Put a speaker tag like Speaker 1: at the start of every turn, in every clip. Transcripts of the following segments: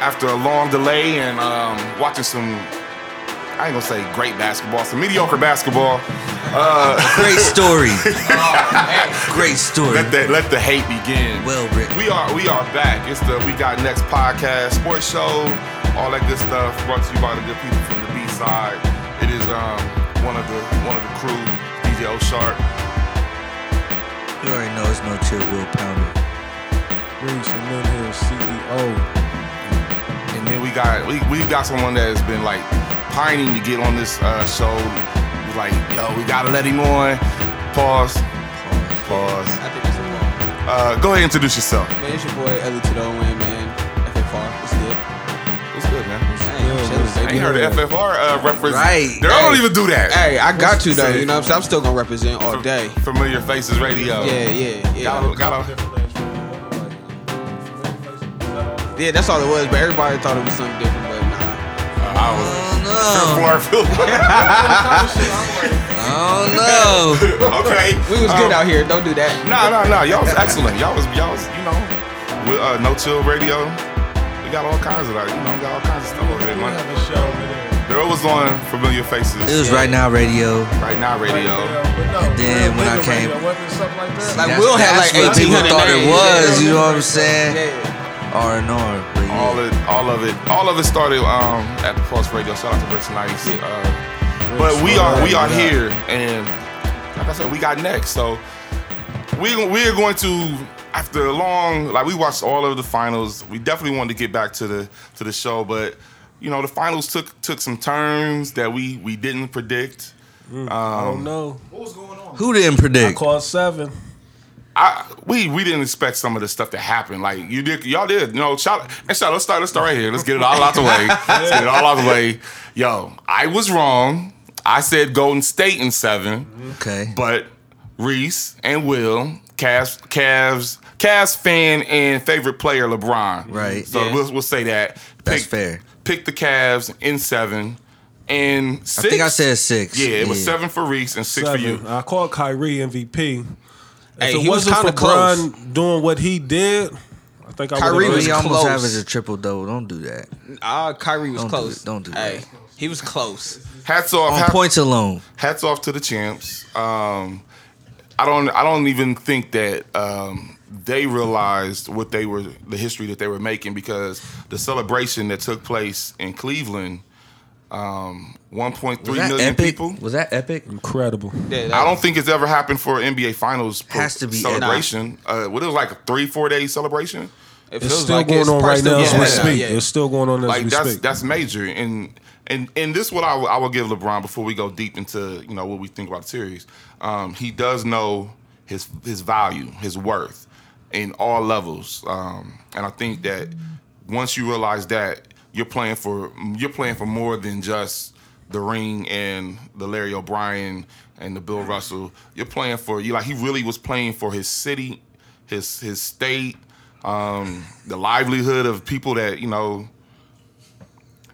Speaker 1: after a long delay and um, watching some, I ain't gonna say great basketball, some mediocre basketball. Uh,
Speaker 2: Great story. Great story.
Speaker 1: let the let the hate begin.
Speaker 2: Well written.
Speaker 1: We are we are back. It's the We Got Next podcast, sports show, all that good stuff. Brought to you by the good people from the B side. It is um one of the one of the crew, DJ O Sharp.
Speaker 2: You already know it's no chill, Will Pounder.
Speaker 3: Reese and Lynn Hill, CEO.
Speaker 1: And then we got we we got someone that has been like pining to get on this uh, show. He's Like, yo, we gotta let him on. Pause. Pause.
Speaker 4: I think it's a lot.
Speaker 1: Uh, go ahead and introduce yourself.
Speaker 4: Man, it's your boy Ellie to the win, man. FFR, what's good?
Speaker 1: What's good, man?
Speaker 4: Hey, I'm chilling,
Speaker 1: I
Speaker 4: baby.
Speaker 1: ain't heard of FFR uh, reference.
Speaker 2: Right.
Speaker 1: They don't
Speaker 4: Hey.
Speaker 1: even do that.
Speaker 4: Hey, I got you though. You know what I'm saying? I'm still gonna represent all day.
Speaker 1: Familiar Faces
Speaker 3: Oh.
Speaker 1: Radio.
Speaker 4: Yeah, yeah,
Speaker 1: Got,
Speaker 4: yeah.
Speaker 1: got
Speaker 4: Yeah, that's all it was. But everybody thought it was something different. But nah.
Speaker 1: I was.
Speaker 4: Uh.
Speaker 2: Oh no. Oh no.
Speaker 1: okay.
Speaker 4: We was
Speaker 1: Um,
Speaker 3: Oh.
Speaker 4: good out here. Don't do that.
Speaker 1: No, no, no. Y'all was excellent. Y'all was, y'all was, you know, with uh, No Chill Radio. We got all kinds of that. You know, we got all kinds of stuff over here. Man. Daryl was on Familiar
Speaker 2: It
Speaker 1: Faces
Speaker 2: was right now radio.
Speaker 1: right now radio.
Speaker 2: then when I came-
Speaker 4: Like
Speaker 2: That's-
Speaker 4: Will had
Speaker 2: that's
Speaker 4: like
Speaker 2: what people
Speaker 4: 1800
Speaker 2: thought it
Speaker 4: names.
Speaker 2: was. You know what I'm
Speaker 4: Yeah,
Speaker 2: saying?
Speaker 4: yeah.
Speaker 2: R and R. But
Speaker 1: All
Speaker 2: yeah.
Speaker 1: it, all of it, all of it started um, at Pulse Radio. Shout out to Rich Nice. Uh, but we are we are here, and like I said, we got next. So we we are going to after a long like we watched all of the finals. We definitely wanted to get back to the to the show, but you know the finals took took some turns that we we didn't predict.
Speaker 3: Oh no.
Speaker 2: Who didn't predict?
Speaker 3: Call seven.
Speaker 1: I, we we didn't expect some of the stuff to happen. Like you did, y'all did. You know, shout and shout. Let's start. Let's start right here. Let's get it all out the way. Let's get it all out the way. Yo, I was wrong. I said Golden State in seven,
Speaker 2: Okay.
Speaker 1: but Reese and Will, Cavs, Cavs, Cavs fan and favorite player LeBron.
Speaker 2: Right.
Speaker 1: So
Speaker 4: Yeah.
Speaker 1: we'll, we'll say that.
Speaker 2: That's fair.
Speaker 1: Pick the Cavs in seven and
Speaker 2: I
Speaker 1: six.
Speaker 2: think I said six.
Speaker 1: Yeah, it was seven for Reese and six
Speaker 3: seven.
Speaker 1: for you.
Speaker 3: I called Kyrie MVP.
Speaker 4: Hey,
Speaker 3: if it
Speaker 4: he was
Speaker 3: wasn't
Speaker 4: kinda
Speaker 3: for
Speaker 4: close.
Speaker 3: Bron doing what he did, I think I
Speaker 4: Kyrie
Speaker 3: would
Speaker 2: Well,
Speaker 4: was
Speaker 2: he almost
Speaker 4: close.
Speaker 2: averaged a triple double. Don't do that.
Speaker 4: Ah, Kyrie was
Speaker 2: Don't do
Speaker 4: close.
Speaker 2: it. Don't do
Speaker 4: hey,
Speaker 2: that.
Speaker 4: He was close.
Speaker 1: Hats off.
Speaker 2: On
Speaker 1: hats-
Speaker 2: points alone.
Speaker 1: hats off to the champs. Um, I don't I don't even think that um, they realized what they were the history that they were making because the celebration that took place in Cleveland, um, 1.3
Speaker 2: Was that
Speaker 1: million
Speaker 2: epic?
Speaker 1: people.
Speaker 2: Was that epic?
Speaker 3: incredible.
Speaker 4: Yeah, that-
Speaker 1: I don't think it's ever happened for an NBA Finals pro-
Speaker 2: Has to be epic.
Speaker 1: celebration. Uh, what it was like a three four day celebration.
Speaker 4: it
Speaker 3: It's
Speaker 4: feels
Speaker 3: still
Speaker 4: like it.
Speaker 3: going
Speaker 4: It's
Speaker 3: on
Speaker 4: probably
Speaker 3: right
Speaker 4: still
Speaker 3: now as
Speaker 4: going
Speaker 3: we
Speaker 4: on.
Speaker 3: speak.
Speaker 4: Yeah, yeah.
Speaker 3: It's still going on as
Speaker 1: like
Speaker 3: we
Speaker 1: that's
Speaker 3: speak.
Speaker 1: that's major and and and this is what I, will- I will give LeBron before we go deep into you know what we think about the series. Um, he does know his his value, his worth, in all levels, um, and I think that once you realize that you're playing for you're playing for more than just the ring and the Larry O'Brien and the Bill Russell. You're playing for you like he really was playing for his city, his his state, um, the livelihood of people that you know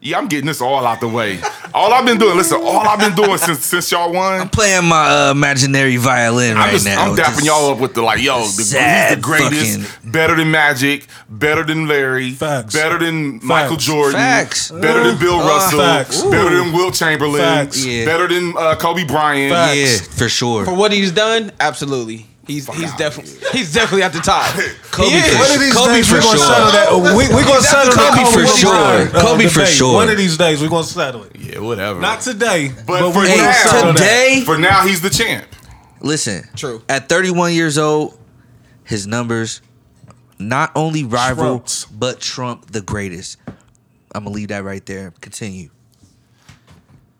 Speaker 1: yeah, I'm getting this all out the way. All I've been doing, listen, all I've been doing since since y'all won,
Speaker 2: Playing my uh, imaginary violin
Speaker 1: I'm
Speaker 2: right
Speaker 1: just
Speaker 2: now.
Speaker 1: I'm dapping
Speaker 2: Just-
Speaker 1: y'all up with the like, yo, the, he's the
Speaker 2: Sad
Speaker 1: greatest, better than Magic, better than Larry,
Speaker 3: Facts.
Speaker 1: better than Michael Jordan,
Speaker 2: Facts.
Speaker 1: better than Bill
Speaker 2: Uh,
Speaker 1: Russell,
Speaker 3: facts.
Speaker 1: better than Will Chamberlain,
Speaker 3: Facts.
Speaker 2: Yeah.
Speaker 1: better than uh, Kobe Bryant.
Speaker 3: Facts.
Speaker 2: Yeah, for sure.
Speaker 4: For what he's done, absolutely. He's he's
Speaker 1: out.
Speaker 4: definitely he's definitely at the top.
Speaker 2: Kobe
Speaker 4: He is.
Speaker 2: for
Speaker 3: One of these
Speaker 2: Kobe
Speaker 3: days
Speaker 2: for
Speaker 3: we're gonna
Speaker 2: sure.
Speaker 3: settle that. We, we're gonna settle that
Speaker 2: Kobe for
Speaker 3: Kobe
Speaker 2: sure.
Speaker 3: Bryant, uh,
Speaker 2: Kobe for
Speaker 3: debate.
Speaker 2: sure.
Speaker 3: One of these days we're gonna settle it.
Speaker 1: Yeah, whatever.
Speaker 3: Not today,
Speaker 1: but,
Speaker 3: but,
Speaker 1: for
Speaker 3: we're
Speaker 2: Hey,
Speaker 3: gonna
Speaker 1: now,
Speaker 3: settle that.
Speaker 2: today-
Speaker 1: for now, he's the champ.
Speaker 2: Listen.
Speaker 4: True.
Speaker 2: At 31 years old, his numbers not only rival
Speaker 3: Trumps.
Speaker 2: but trump the greatest. I'm gonna leave that right there. Continue.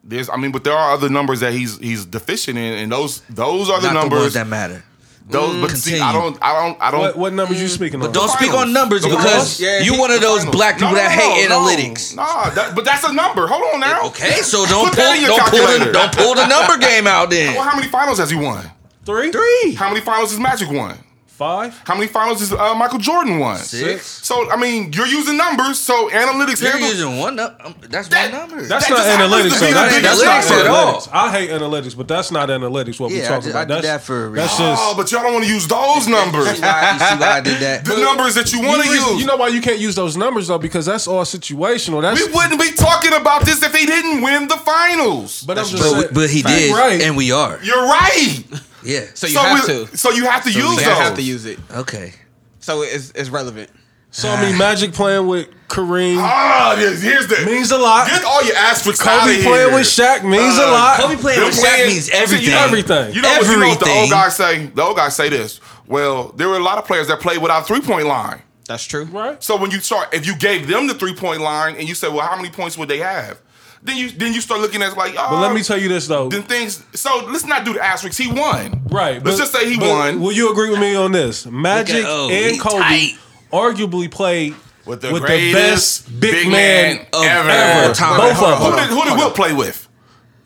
Speaker 1: There's, I mean, but there are other numbers that he's he's deficient in, and those those are the
Speaker 2: not the
Speaker 1: numbers.
Speaker 2: ones that matter.
Speaker 1: those, but see, I
Speaker 2: continue.
Speaker 1: don't, I don't, I don't.
Speaker 3: What, what numbers you speaking on?
Speaker 2: Don't speak
Speaker 1: finals.
Speaker 2: on numbers
Speaker 1: The
Speaker 2: because
Speaker 4: finals. Yeah,
Speaker 2: you
Speaker 4: he-
Speaker 2: one of
Speaker 4: the
Speaker 2: those
Speaker 4: finals.
Speaker 2: black people that hate analytics.
Speaker 1: Nah, that, but that's a number. Hold on now.
Speaker 2: Okay, so don't
Speaker 1: Put that
Speaker 2: pull
Speaker 1: in your
Speaker 2: don't pull, the,
Speaker 1: calculator.
Speaker 2: don't pull the number game out
Speaker 1: Well,
Speaker 2: then.
Speaker 1: how many finals has he won?
Speaker 3: Three, three.
Speaker 1: How many finals has Magic won?
Speaker 3: Five?
Speaker 1: How many finals is uh, Michael Jordan won?
Speaker 2: Six.
Speaker 1: So I mean, you're using numbers, so analytics
Speaker 2: You're
Speaker 1: handle-
Speaker 2: using one. nu- um, that's
Speaker 1: That-
Speaker 2: one number.
Speaker 3: That's
Speaker 1: That
Speaker 3: not
Speaker 1: just happens to
Speaker 3: analytics.
Speaker 1: be
Speaker 3: Though.
Speaker 1: the
Speaker 3: That's,
Speaker 1: big
Speaker 3: that's not
Speaker 1: analytics at all.
Speaker 3: analytics. I hate analytics, but that's not analytics. What
Speaker 2: Yeah, I
Speaker 3: we're talking
Speaker 2: did- I
Speaker 3: about.
Speaker 2: did
Speaker 3: That's,
Speaker 2: that for a
Speaker 3: that's
Speaker 2: reason.
Speaker 3: just
Speaker 1: Oh, but y'all don't want to use those numbers.
Speaker 2: See why, you see why I did that?
Speaker 1: the numbers that you want to
Speaker 3: You,
Speaker 1: use.
Speaker 3: you know why you can't use those numbers though, because that's all situational. That's
Speaker 1: we wouldn't be talking about this if he didn't win the finals.
Speaker 3: but I'm just
Speaker 2: But,
Speaker 3: saying,
Speaker 2: we- but he
Speaker 3: Fact.
Speaker 2: did,
Speaker 3: Right.
Speaker 2: and we are.
Speaker 1: You're right.
Speaker 2: Yeah.
Speaker 4: So you have
Speaker 1: we-
Speaker 4: to.
Speaker 1: So you have to use
Speaker 4: You
Speaker 1: those.
Speaker 4: have to use it.
Speaker 2: Okay.
Speaker 4: So it's it's relevant.
Speaker 3: so I mean, Magic playing with Kareem
Speaker 1: Ah, here's, here's the
Speaker 3: means a lot.
Speaker 1: Get all your asterisks out of
Speaker 3: Kobe
Speaker 1: here.
Speaker 3: playing with Shaq means a
Speaker 1: Uh,
Speaker 3: lot.
Speaker 2: Kobe playing
Speaker 1: They're
Speaker 2: with Shaq
Speaker 1: playing-
Speaker 2: means
Speaker 1: See, you
Speaker 2: everything.
Speaker 1: know-
Speaker 3: Everything.
Speaker 1: You know, what, you know what the
Speaker 2: Everything.
Speaker 1: old guys say? The old guys say this. Well, there were a lot of players that played without a three point line.
Speaker 4: That's true.
Speaker 3: right?
Speaker 1: So when you start, if you gave them the three point line and you said, well, how many points would they have? Then you then you start looking at it like, oh,
Speaker 3: But let me tell you this though.
Speaker 1: then things. So let's not do the asterisks. He won.
Speaker 3: Right.
Speaker 1: Let's
Speaker 3: but-
Speaker 1: just say he
Speaker 3: but
Speaker 1: won.
Speaker 3: Will you agree with me on this? Magic
Speaker 2: oh, he
Speaker 3: and Kobe
Speaker 2: tight.
Speaker 3: arguably played
Speaker 1: With the greatest
Speaker 3: best big, man.
Speaker 2: of
Speaker 1: ever.
Speaker 2: ever. Time.
Speaker 3: Both
Speaker 2: Hold on,
Speaker 3: of
Speaker 1: Who
Speaker 3: them.
Speaker 1: did who did Will play with?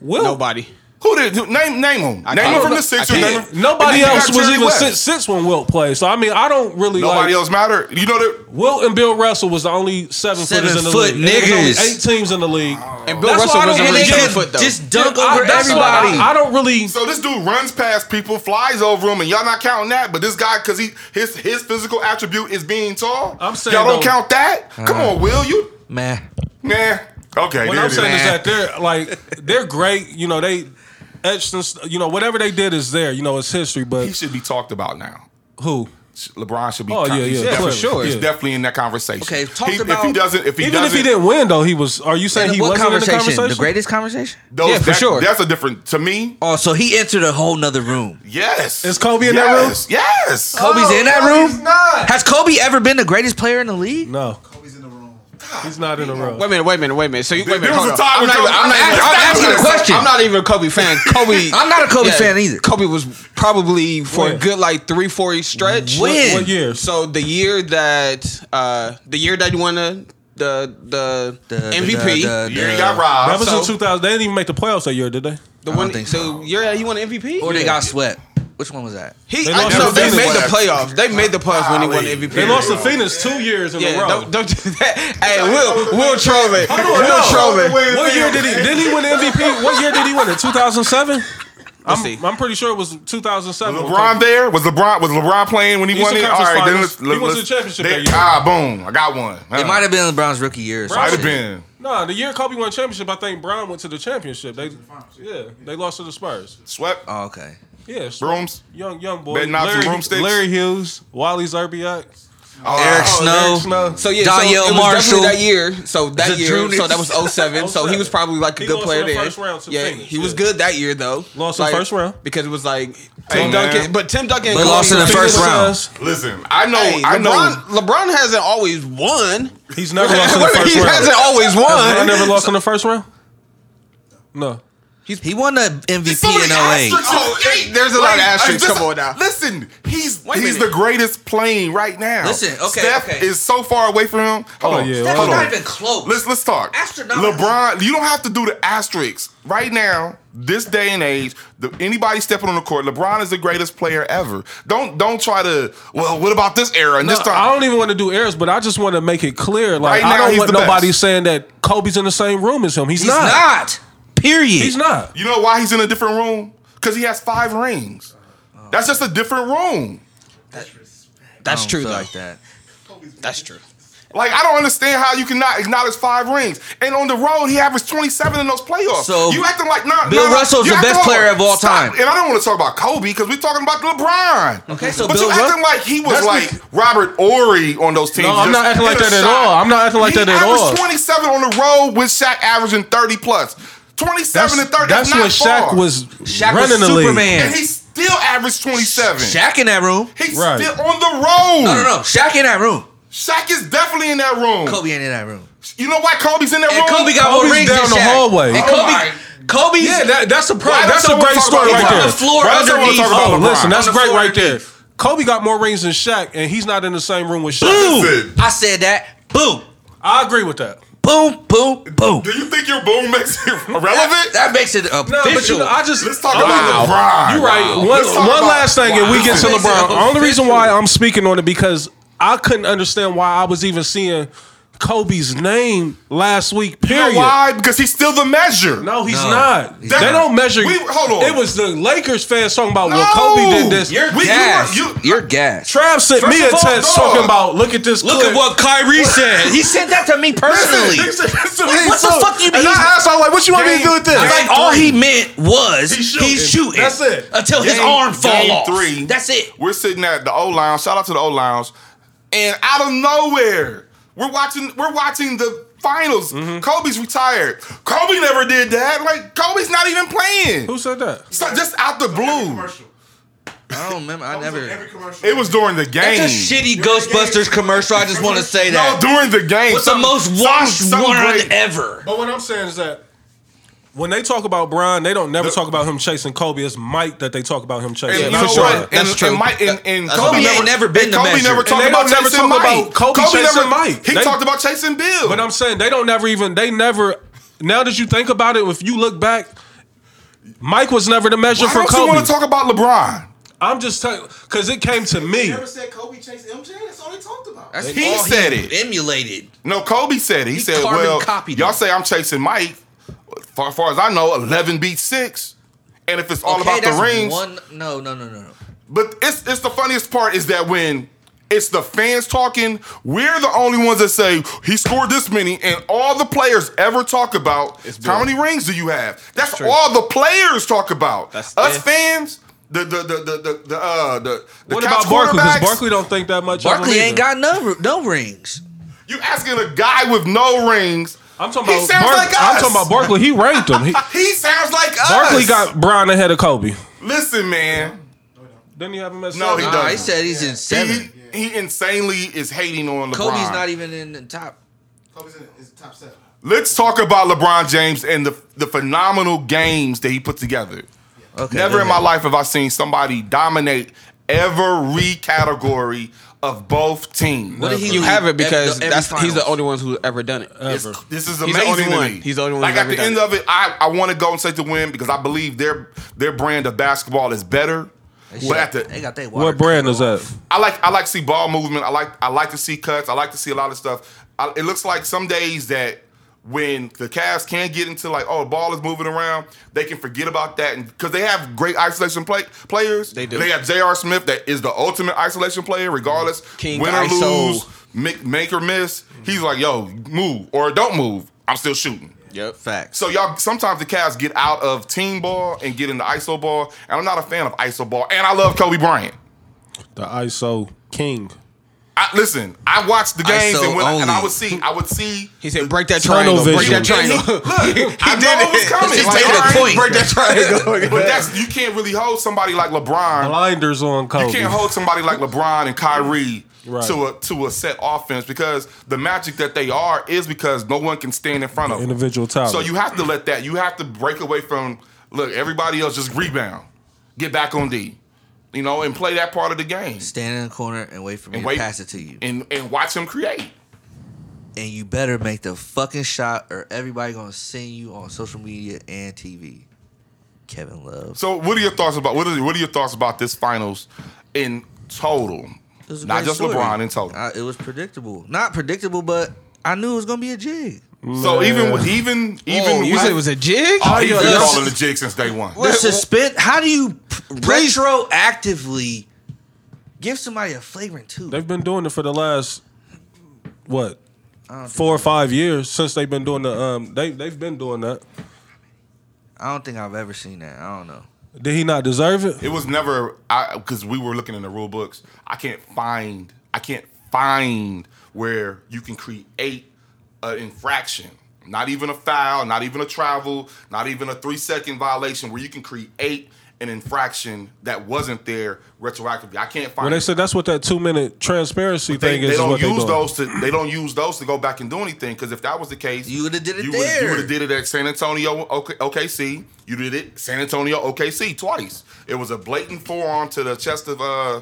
Speaker 3: Will.
Speaker 4: Nobody.
Speaker 1: Who did who- name name him? Name him
Speaker 4: can't.
Speaker 1: from
Speaker 4: I
Speaker 1: the Sixers.
Speaker 4: can't.
Speaker 1: name him-
Speaker 3: Nobody
Speaker 1: and then you
Speaker 3: else
Speaker 1: got
Speaker 3: was
Speaker 1: Jerry
Speaker 3: even
Speaker 1: West.
Speaker 3: six, six when Wilt played. So I mean, I don't really
Speaker 1: Nobody
Speaker 3: like
Speaker 1: else mattered. You know that
Speaker 3: Wilt and Bill Russell was the only seven,
Speaker 2: Seven
Speaker 3: footers in the
Speaker 2: foot
Speaker 3: league. And there's
Speaker 2: niggas.
Speaker 3: only Eight teams in the league.
Speaker 4: And Bill
Speaker 2: That's
Speaker 4: Russell
Speaker 2: why I
Speaker 4: was a
Speaker 2: don't
Speaker 4: really
Speaker 2: really
Speaker 4: good
Speaker 2: get
Speaker 4: foot though.
Speaker 2: just dunk
Speaker 3: I-
Speaker 2: over
Speaker 3: that's why I-
Speaker 2: everybody.
Speaker 3: I, don't really.
Speaker 1: So this dude runs past people, flies over them, and y'all not counting that. But this guy, because he his his physical attribute is being tall.
Speaker 3: I'm saying
Speaker 1: y'all don't
Speaker 3: though-
Speaker 1: count that.
Speaker 2: Uh-huh.
Speaker 1: Come on, Will you?
Speaker 2: Man,
Speaker 1: Nah. Okay.
Speaker 3: What
Speaker 1: there
Speaker 3: I'm
Speaker 1: it is.
Speaker 3: saying is that they're like they're great. You know they etched and st- you know whatever they did is there. You know it's history.
Speaker 1: he
Speaker 3: But
Speaker 1: should be talked about now.
Speaker 3: who?
Speaker 1: LeBron should be.
Speaker 3: Oh, yeah,
Speaker 1: he's
Speaker 3: yeah,
Speaker 1: definitely-
Speaker 3: for sure,
Speaker 1: He's
Speaker 3: yeah.
Speaker 1: definitely in that conversation.
Speaker 2: Okay, talked
Speaker 1: He- if he
Speaker 2: about-
Speaker 1: doesn't, if he
Speaker 3: Even if
Speaker 1: doesn't,
Speaker 3: he didn't win though, he was. Are you saying he
Speaker 2: what
Speaker 3: wasn't in the
Speaker 2: conversation?
Speaker 3: conversation?
Speaker 2: The greatest conversation?
Speaker 1: those,
Speaker 4: Yeah, for
Speaker 1: that-
Speaker 4: sure.
Speaker 1: That's a different to me.
Speaker 2: Oh, so he entered a whole nother room.
Speaker 1: Yes.
Speaker 3: Is Kobe in that room?
Speaker 1: yes. that room? Yes.
Speaker 2: Kobe's in that room?
Speaker 1: He's not.
Speaker 2: Has Kobe ever been the greatest player in the league?
Speaker 3: No,
Speaker 5: Kobe's in the room.
Speaker 3: he's not in the room.
Speaker 4: Wait a minute, wait a minute, wait a minute. So you wait a
Speaker 1: There
Speaker 4: minute.
Speaker 1: was
Speaker 4: hold
Speaker 1: a
Speaker 4: on.
Speaker 1: time
Speaker 4: I'm
Speaker 1: when
Speaker 4: not even,
Speaker 1: Kobe-
Speaker 4: I'm, not
Speaker 1: I'm
Speaker 4: even- I'm
Speaker 1: asking
Speaker 4: asking
Speaker 1: a
Speaker 4: a
Speaker 2: question.
Speaker 4: I'm not even a Kobe fan. Kobe.
Speaker 2: I'm not a Kobe fan either.
Speaker 4: Kobe was probably for a
Speaker 3: When?
Speaker 4: good like three, four year stretch.
Speaker 2: When?
Speaker 3: What, what year?
Speaker 4: So the year that uh the year that you won the the the,
Speaker 2: The- the-
Speaker 4: MVP.
Speaker 2: the-
Speaker 1: Year he
Speaker 2: the-
Speaker 1: got robbed.
Speaker 3: That was
Speaker 4: So-
Speaker 3: in 2000. They didn't even make the playoffs that year, did they?
Speaker 4: The
Speaker 2: I don't
Speaker 4: one,
Speaker 2: think
Speaker 4: think
Speaker 2: so.
Speaker 4: so. The year that you won the MVP,
Speaker 2: Or they
Speaker 4: Yeah.
Speaker 2: got swept? Which one was that?
Speaker 4: He,
Speaker 3: They
Speaker 4: I-
Speaker 3: lost
Speaker 4: no,
Speaker 3: to
Speaker 4: they
Speaker 3: Phoenix.
Speaker 4: made the playoffs. They made the playoffs when he won the
Speaker 1: Golly.
Speaker 4: MVP.
Speaker 3: They lost to Phoenix two years in a
Speaker 4: Yeah,
Speaker 3: row.
Speaker 4: don't, don't do that. Hey, Will, Will trolling.
Speaker 3: no.
Speaker 4: Will trolling.
Speaker 3: What year did he? Did he win the MVP? What year did he win it? 2007.
Speaker 4: Let's see.
Speaker 3: I'm, I'm pretty sure it was 2007. when
Speaker 1: LeBron there? Was LeBron was LeBron playing when he
Speaker 3: He's
Speaker 1: won
Speaker 3: in
Speaker 1: it? All
Speaker 3: conference
Speaker 1: right, then
Speaker 3: finals.
Speaker 1: let's,
Speaker 3: He won
Speaker 1: let's-
Speaker 3: the championship
Speaker 1: there-
Speaker 3: that year.
Speaker 1: Ah, boom! I got one.
Speaker 2: It might have been LeBron's rookie year. or some
Speaker 1: Might
Speaker 3: Might have
Speaker 1: have
Speaker 2: shit.
Speaker 1: been.
Speaker 3: Nah, the year Kobe won championship, I think Brown went to the championship. They, yeah, they lost to the Spurs.
Speaker 1: Swept
Speaker 2: Oh, okay.
Speaker 3: Yeah, so
Speaker 1: brooms.
Speaker 3: young young boy,
Speaker 1: Better not some
Speaker 3: Larry,
Speaker 1: broomsticks.
Speaker 3: Larry Hughes, Wally Zerbiak,
Speaker 1: Oh,
Speaker 2: Eric
Speaker 1: oh,
Speaker 2: Snow.
Speaker 3: Eric Snow.
Speaker 4: So yeah,
Speaker 2: Danielle
Speaker 4: so it was
Speaker 2: Marshall.
Speaker 4: definitely that year. So that year,
Speaker 2: Zadrunas.
Speaker 4: so that was 07, So he was probably like a
Speaker 3: He
Speaker 4: good
Speaker 3: lost
Speaker 4: player
Speaker 3: in the
Speaker 4: there.
Speaker 3: first round to
Speaker 4: yeah,
Speaker 3: Phoenix,
Speaker 4: he was
Speaker 3: yeah.
Speaker 4: good that year though.
Speaker 3: Lost in
Speaker 4: like,
Speaker 3: the first round.
Speaker 4: because it was like
Speaker 1: Hey, man.
Speaker 4: Tim Duncan, but Tim Duncan, and
Speaker 2: But
Speaker 4: Kobe
Speaker 2: lost in the
Speaker 4: was-
Speaker 2: first round.
Speaker 1: Listen, I know,
Speaker 4: Hey,
Speaker 1: I know.
Speaker 4: LeBron, LeBron hasn't always won.
Speaker 3: He's never lost in the first
Speaker 4: he
Speaker 3: round.
Speaker 4: hasn't always
Speaker 3: LeBron
Speaker 4: won.
Speaker 3: never lost in the first round. No,
Speaker 2: He won the MVP
Speaker 1: So many
Speaker 2: in 08.
Speaker 1: asterisks
Speaker 4: Oh,
Speaker 1: on it.
Speaker 4: hey, there's a lot of
Speaker 1: Like,
Speaker 4: asterisks.
Speaker 1: listen-
Speaker 4: Come on now.
Speaker 1: Listen, he's
Speaker 4: Wait a
Speaker 1: he's the
Speaker 4: minute.
Speaker 1: greatest playing right now.
Speaker 2: Listen, okay,
Speaker 1: Steph
Speaker 2: okay.
Speaker 1: is so far away from him. Hold
Speaker 3: Oh,
Speaker 1: on,
Speaker 3: yeah,
Speaker 1: hold
Speaker 2: That's
Speaker 3: Hold
Speaker 2: not
Speaker 3: on.
Speaker 2: even close.
Speaker 1: Let's let's talk.
Speaker 2: Astronomical.
Speaker 1: LeBron, you don't have to do the asterisks right now. This day and age, the, anybody stepping on the court, LeBron is the greatest player ever. Don't don't try to. Well, what about this era and
Speaker 3: No,
Speaker 1: this time?
Speaker 3: I don't even want to do errors, but I just want to make it clear. Like
Speaker 1: Right now,
Speaker 3: I don't
Speaker 1: he's
Speaker 3: want
Speaker 1: the
Speaker 3: nobody
Speaker 1: best.
Speaker 3: saying that Kobe's in the same room as him. He's,
Speaker 2: He's
Speaker 3: not.
Speaker 2: not. Period.
Speaker 3: He's not.
Speaker 1: you know why he's in a different room? Because he has five rings. That's just a different room.
Speaker 2: I
Speaker 4: That's
Speaker 2: don't
Speaker 4: true
Speaker 2: feel
Speaker 4: though.
Speaker 2: like that.
Speaker 4: That's true.
Speaker 1: Like I don't understand how you cannot acknowledge five rings. And on the road, he averaged twenty seven in those playoffs.
Speaker 2: So,
Speaker 1: you acting like not
Speaker 2: Bill Russell's the best player of all time.
Speaker 1: And I don't want to talk about Kobe because we're talking about LeBron.
Speaker 2: Okay, so
Speaker 1: but
Speaker 2: Bill
Speaker 1: you
Speaker 2: Ru-
Speaker 1: acting like he was
Speaker 3: That's
Speaker 1: like Robert Ory on those teams.
Speaker 3: No,
Speaker 1: just
Speaker 3: I'm not acting like
Speaker 1: hit a
Speaker 3: that at
Speaker 1: shot.
Speaker 3: all. I'm not acting like
Speaker 1: He
Speaker 3: that at
Speaker 1: averaged
Speaker 3: all.
Speaker 1: Twenty seven on the road with Shaq averaging thirty plus. Twenty
Speaker 3: That's,
Speaker 1: seven and thirty.
Speaker 3: that's
Speaker 1: not
Speaker 3: when Shaq
Speaker 1: far.
Speaker 3: was
Speaker 2: Shaq was
Speaker 3: running the league.
Speaker 2: Superman.
Speaker 1: and he still averaged twenty seven.
Speaker 2: Shaq in that room.
Speaker 1: He's
Speaker 3: Right.
Speaker 1: still on the road.
Speaker 2: No, no, no. Shaq in that room.
Speaker 1: Shaq is definitely in that room.
Speaker 2: Kobe ain't in that room.
Speaker 1: You know why Kobe's in that
Speaker 2: And
Speaker 1: room?
Speaker 2: Kobe got more
Speaker 3: Kobe's
Speaker 2: rings
Speaker 3: down
Speaker 2: than
Speaker 3: the
Speaker 2: Shaq.
Speaker 3: hallway.
Speaker 2: And
Speaker 1: Oh my.
Speaker 2: Kobe, Kobe's
Speaker 3: Yeah, that, that's a pro, that's a
Speaker 1: someone
Speaker 3: great
Speaker 1: talk
Speaker 3: story
Speaker 1: about
Speaker 3: right
Speaker 1: LeBron?
Speaker 3: there.
Speaker 2: on the floor
Speaker 1: Why does everyone
Speaker 2: underneath.
Speaker 1: talk about
Speaker 3: Oh,
Speaker 1: LeBron?
Speaker 3: listen, that's
Speaker 2: On the
Speaker 3: great
Speaker 2: floor
Speaker 3: right there.
Speaker 2: underneath.
Speaker 3: Kobe got more rings than Shaq, and he's not in the same room with Shaq.
Speaker 2: Boom.
Speaker 1: Listen.
Speaker 2: I said that. Boom.
Speaker 3: I agree with that.
Speaker 2: boom, boom, boom.
Speaker 1: Do you think your boom makes it
Speaker 2: That,
Speaker 1: relevant?
Speaker 2: that makes it
Speaker 3: No,
Speaker 2: official.
Speaker 3: but you know, I just
Speaker 1: Let's talk
Speaker 3: I'm
Speaker 1: about
Speaker 3: gonna-
Speaker 1: LeBron.
Speaker 3: You're right.
Speaker 1: Wow.
Speaker 3: One,
Speaker 1: Let's talk
Speaker 3: one
Speaker 1: about-
Speaker 3: last thing, and we
Speaker 1: Wow.
Speaker 3: get to
Speaker 1: This is
Speaker 3: LeBron. Only reason
Speaker 4: official.
Speaker 3: why I'm speaking on it because I couldn't understand why I was even seeing Kobe's name last week.
Speaker 1: You know
Speaker 3: Period.
Speaker 1: why? Because he's still the measure.
Speaker 3: No, he's
Speaker 2: No,
Speaker 3: not.
Speaker 2: he's
Speaker 1: not.
Speaker 3: they don't measure.
Speaker 1: We- hold on.
Speaker 3: It was the Lakers fans talking about
Speaker 1: No.
Speaker 3: well, Kobe did this.
Speaker 2: You're
Speaker 1: We- you
Speaker 2: gas.
Speaker 1: are- you-
Speaker 2: You, are gas.
Speaker 3: Trav sent
Speaker 1: First
Speaker 3: me a
Speaker 1: of all,
Speaker 3: text
Speaker 1: no.
Speaker 3: talking about look at this.
Speaker 4: Look
Speaker 3: clip.
Speaker 4: at what Kyrie said.
Speaker 2: He sent that to me personally.
Speaker 1: Listen, listen,
Speaker 2: Hey,
Speaker 1: listen.
Speaker 2: so- fuck you
Speaker 1: And I
Speaker 2: mean?
Speaker 1: asked, I was like, what you want me to do with this?
Speaker 2: It's like all he meant was
Speaker 1: He's
Speaker 2: he's
Speaker 1: shooting.
Speaker 2: shooting.
Speaker 3: That's it.
Speaker 2: Until his
Speaker 1: Game-
Speaker 2: arm fall
Speaker 1: game
Speaker 2: off.
Speaker 1: three.
Speaker 2: That's it.
Speaker 1: We're sitting at the O Lounge. Shout out to the O Lounge. And out of nowhere, we're watching. We're watching the finals.
Speaker 3: Mm-hmm.
Speaker 1: Kobe's retired. Kobe never did that. Like Kobe's not even playing.
Speaker 3: Who said that?
Speaker 1: So just out the blue.
Speaker 5: Commercial.
Speaker 2: I don't remember. I
Speaker 5: Every
Speaker 2: never.
Speaker 5: commercial.
Speaker 1: It was during the game.
Speaker 2: That's a shitty Ghostbusters commercial. I just want to say
Speaker 1: no,
Speaker 2: that.
Speaker 1: during the game.
Speaker 2: What's the
Speaker 1: Some-
Speaker 2: most
Speaker 1: some-
Speaker 2: washed
Speaker 1: some
Speaker 2: one
Speaker 1: great-
Speaker 2: ever?
Speaker 3: But what I'm saying is that. When they talk about Brian, they don't never talk about him chasing Kobe. It's Mike that they talk about him
Speaker 1: And
Speaker 3: chasing.
Speaker 1: you
Speaker 3: I'm
Speaker 1: know
Speaker 3: sure.
Speaker 1: what?
Speaker 2: That's
Speaker 1: and,
Speaker 2: true.
Speaker 1: And, Mike, and, and
Speaker 2: That's
Speaker 1: Kobe
Speaker 2: right. He
Speaker 1: never,
Speaker 2: ain't never been
Speaker 1: and
Speaker 2: the
Speaker 1: Kobe
Speaker 2: measure.
Speaker 1: never
Speaker 2: And
Speaker 1: talked
Speaker 3: they
Speaker 1: about
Speaker 3: don't never
Speaker 1: chasing
Speaker 3: talk
Speaker 1: Mike.
Speaker 3: about Kobe chasing
Speaker 1: never,
Speaker 3: Mike.
Speaker 1: He
Speaker 3: They-
Speaker 1: talked about chasing Bill.
Speaker 3: But I'm saying they don't never even they never now that you think about it, if you look back, Mike was never the measure
Speaker 1: Why
Speaker 3: for
Speaker 1: don't you
Speaker 3: Kobe.
Speaker 1: want to talk about LeBron?
Speaker 3: I'm just telling because it came to me.
Speaker 5: Never said Kobe chased MJ. That's all they talked about.
Speaker 2: That's
Speaker 1: He
Speaker 2: all
Speaker 1: said it.
Speaker 2: Emulated.
Speaker 1: No, Kobe said it. He,
Speaker 2: He
Speaker 1: said,
Speaker 2: carbon
Speaker 1: "Well,
Speaker 2: copied
Speaker 1: y'all
Speaker 2: him.
Speaker 1: say I'm chasing Mike. Far, far as I know, eleven beat six, and if it's all
Speaker 2: okay,
Speaker 1: about the
Speaker 2: that's
Speaker 1: rings,
Speaker 2: One, no, no, no, no, no.
Speaker 1: but it's it's the funniest part is that when." It's the fans talking. We're the only ones that say he scored this many, and all the players ever talk about how many rings do you have. That's, all the players talk about.
Speaker 4: That's-
Speaker 1: Us
Speaker 4: yeah.
Speaker 1: fans, the the the the the the, uh, the, the
Speaker 3: What
Speaker 1: couch
Speaker 3: about Barkley? Because
Speaker 1: quarterbacks.
Speaker 3: Barkley don't think that much. of
Speaker 2: Barkley
Speaker 3: him
Speaker 2: ain't
Speaker 3: either.
Speaker 2: got no no rings.
Speaker 1: You asking a guy with no rings?
Speaker 3: I'm talking
Speaker 1: He
Speaker 3: about
Speaker 1: sounds
Speaker 3: Bark-
Speaker 1: like us.
Speaker 3: I'm talking about Barkley. He ranked him. He,
Speaker 1: He sounds like us.
Speaker 3: Barkley got Brian ahead of Kobe.
Speaker 1: Listen, man.
Speaker 3: Didn't he have him as
Speaker 1: No,
Speaker 3: seven?
Speaker 1: He
Speaker 2: Nah, he
Speaker 1: doesn't.
Speaker 2: said he's in
Speaker 1: He,
Speaker 2: seven.
Speaker 1: he insanely is hating on LeBron.
Speaker 2: Kobe's not even in the top.
Speaker 5: Kobe's in it. It's top seven.
Speaker 1: Let's talk about LeBron James and the the phenomenal games that he put together.
Speaker 2: Okay,
Speaker 1: Never
Speaker 2: go
Speaker 1: in my
Speaker 2: ahead.
Speaker 1: life have I seen somebody dominate every category of both teams.
Speaker 2: What did he
Speaker 4: You
Speaker 2: lead
Speaker 4: have it because
Speaker 2: every- every
Speaker 4: that's he's the
Speaker 2: finals?
Speaker 4: only one who's ever done it.
Speaker 1: It's- this is
Speaker 4: He's the
Speaker 1: amazing.
Speaker 4: only
Speaker 1: to
Speaker 4: one.
Speaker 1: me.
Speaker 4: He's the only one
Speaker 1: Like
Speaker 4: who's
Speaker 1: at
Speaker 4: ever
Speaker 1: the end
Speaker 4: done
Speaker 1: of it, I, I want to go and take the win because I believe their their brand of basketball is better. But at the
Speaker 2: they got that water.
Speaker 3: What brand is that?
Speaker 1: I like I like to see ball movement. I like I like to see cuts. I like to see a lot of stuff. I, it looks like some days that when the Cavs can get into like oh ball is moving around, they can forget about that and because they have great isolation play, players.
Speaker 4: They do.
Speaker 1: They have J.R. Smith that is the ultimate isolation player, regardless
Speaker 4: King
Speaker 1: win or
Speaker 4: ISO.
Speaker 1: lose, make, make or miss. He's like yo move or don't move. I'm still shooting.
Speaker 4: Yep. Facts.
Speaker 1: So y'all, sometimes the Cavs get out of team ball and get into ISO ball, and I'm not a fan of ISO ball. And I love Kobe Bryant.
Speaker 3: The ISO King.
Speaker 1: I, listen, I watched the games
Speaker 2: ISO
Speaker 1: and, when I, and I
Speaker 2: only.
Speaker 1: would see, I would see.
Speaker 4: He said, "Break that triangle.
Speaker 3: Tunnel
Speaker 4: Break that
Speaker 3: vision.
Speaker 4: triangle."
Speaker 1: Look, I know it was coming.
Speaker 2: Just
Speaker 1: Like,
Speaker 2: take
Speaker 1: all
Speaker 2: the
Speaker 1: right,
Speaker 2: point.
Speaker 1: break that
Speaker 4: triangle.
Speaker 1: But that's you can't really hold somebody like LeBron.
Speaker 3: Blinders on Kobe.
Speaker 1: You can't hold somebody like LeBron and Kyrie
Speaker 3: Right.
Speaker 1: to a to a set offense because the magic that they are is because no one can stand in front of them.
Speaker 3: individual talent.
Speaker 1: So you have to let that. You have to break away from look. Everybody else just rebound, get back on D, you know, and play that part of the game
Speaker 2: Stand in the corner and wait for me
Speaker 1: And
Speaker 2: to
Speaker 1: wait-
Speaker 2: pass it to you.
Speaker 1: and and watch him create.
Speaker 2: and you better make the fucking shot or everybody gonna send you on social media and TV. Kevin Love.
Speaker 1: So, what are your thoughts about what are what are your thoughts about this finals in total?
Speaker 2: It was a
Speaker 1: Not
Speaker 2: great
Speaker 1: just
Speaker 2: story.
Speaker 1: LeBron in total.
Speaker 2: I- it was predictable. Not predictable, but I knew it was gonna be a jig.
Speaker 1: so even with-
Speaker 2: Oh,
Speaker 1: even even
Speaker 4: you
Speaker 1: with-
Speaker 4: said it was a jig.
Speaker 1: Oh, he's been
Speaker 2: Yes.
Speaker 1: calling the jig since day one.
Speaker 2: The suspense. How do you p- retroactively give somebody a flagrant two?
Speaker 3: They've been doing it for the last what four or five years since they've been doing the um they they've been doing that.
Speaker 2: I don't think I've ever seen that. I don't know.
Speaker 3: Did he not deserve it?
Speaker 1: It was never I because we were looking in the rule books. I can't find I can't find where you can create an infraction. Not even a foul, not even a travel, not even a three second violation where you can create an infraction that wasn't there retroactively. I can't find
Speaker 3: Well, they
Speaker 1: it.
Speaker 3: said that's what that two minute transparency
Speaker 1: they,
Speaker 3: thing is.
Speaker 1: they
Speaker 3: is
Speaker 1: don't
Speaker 3: what they
Speaker 1: use
Speaker 3: doing.
Speaker 1: those to they don't use those to go back and do anything because if that was the case
Speaker 2: You would've did it
Speaker 1: you would've- you
Speaker 2: there.
Speaker 1: would have did it at San Antonio OK- OKC you did it San Antonio OKC twice it was a blatant forearm to the chest of uh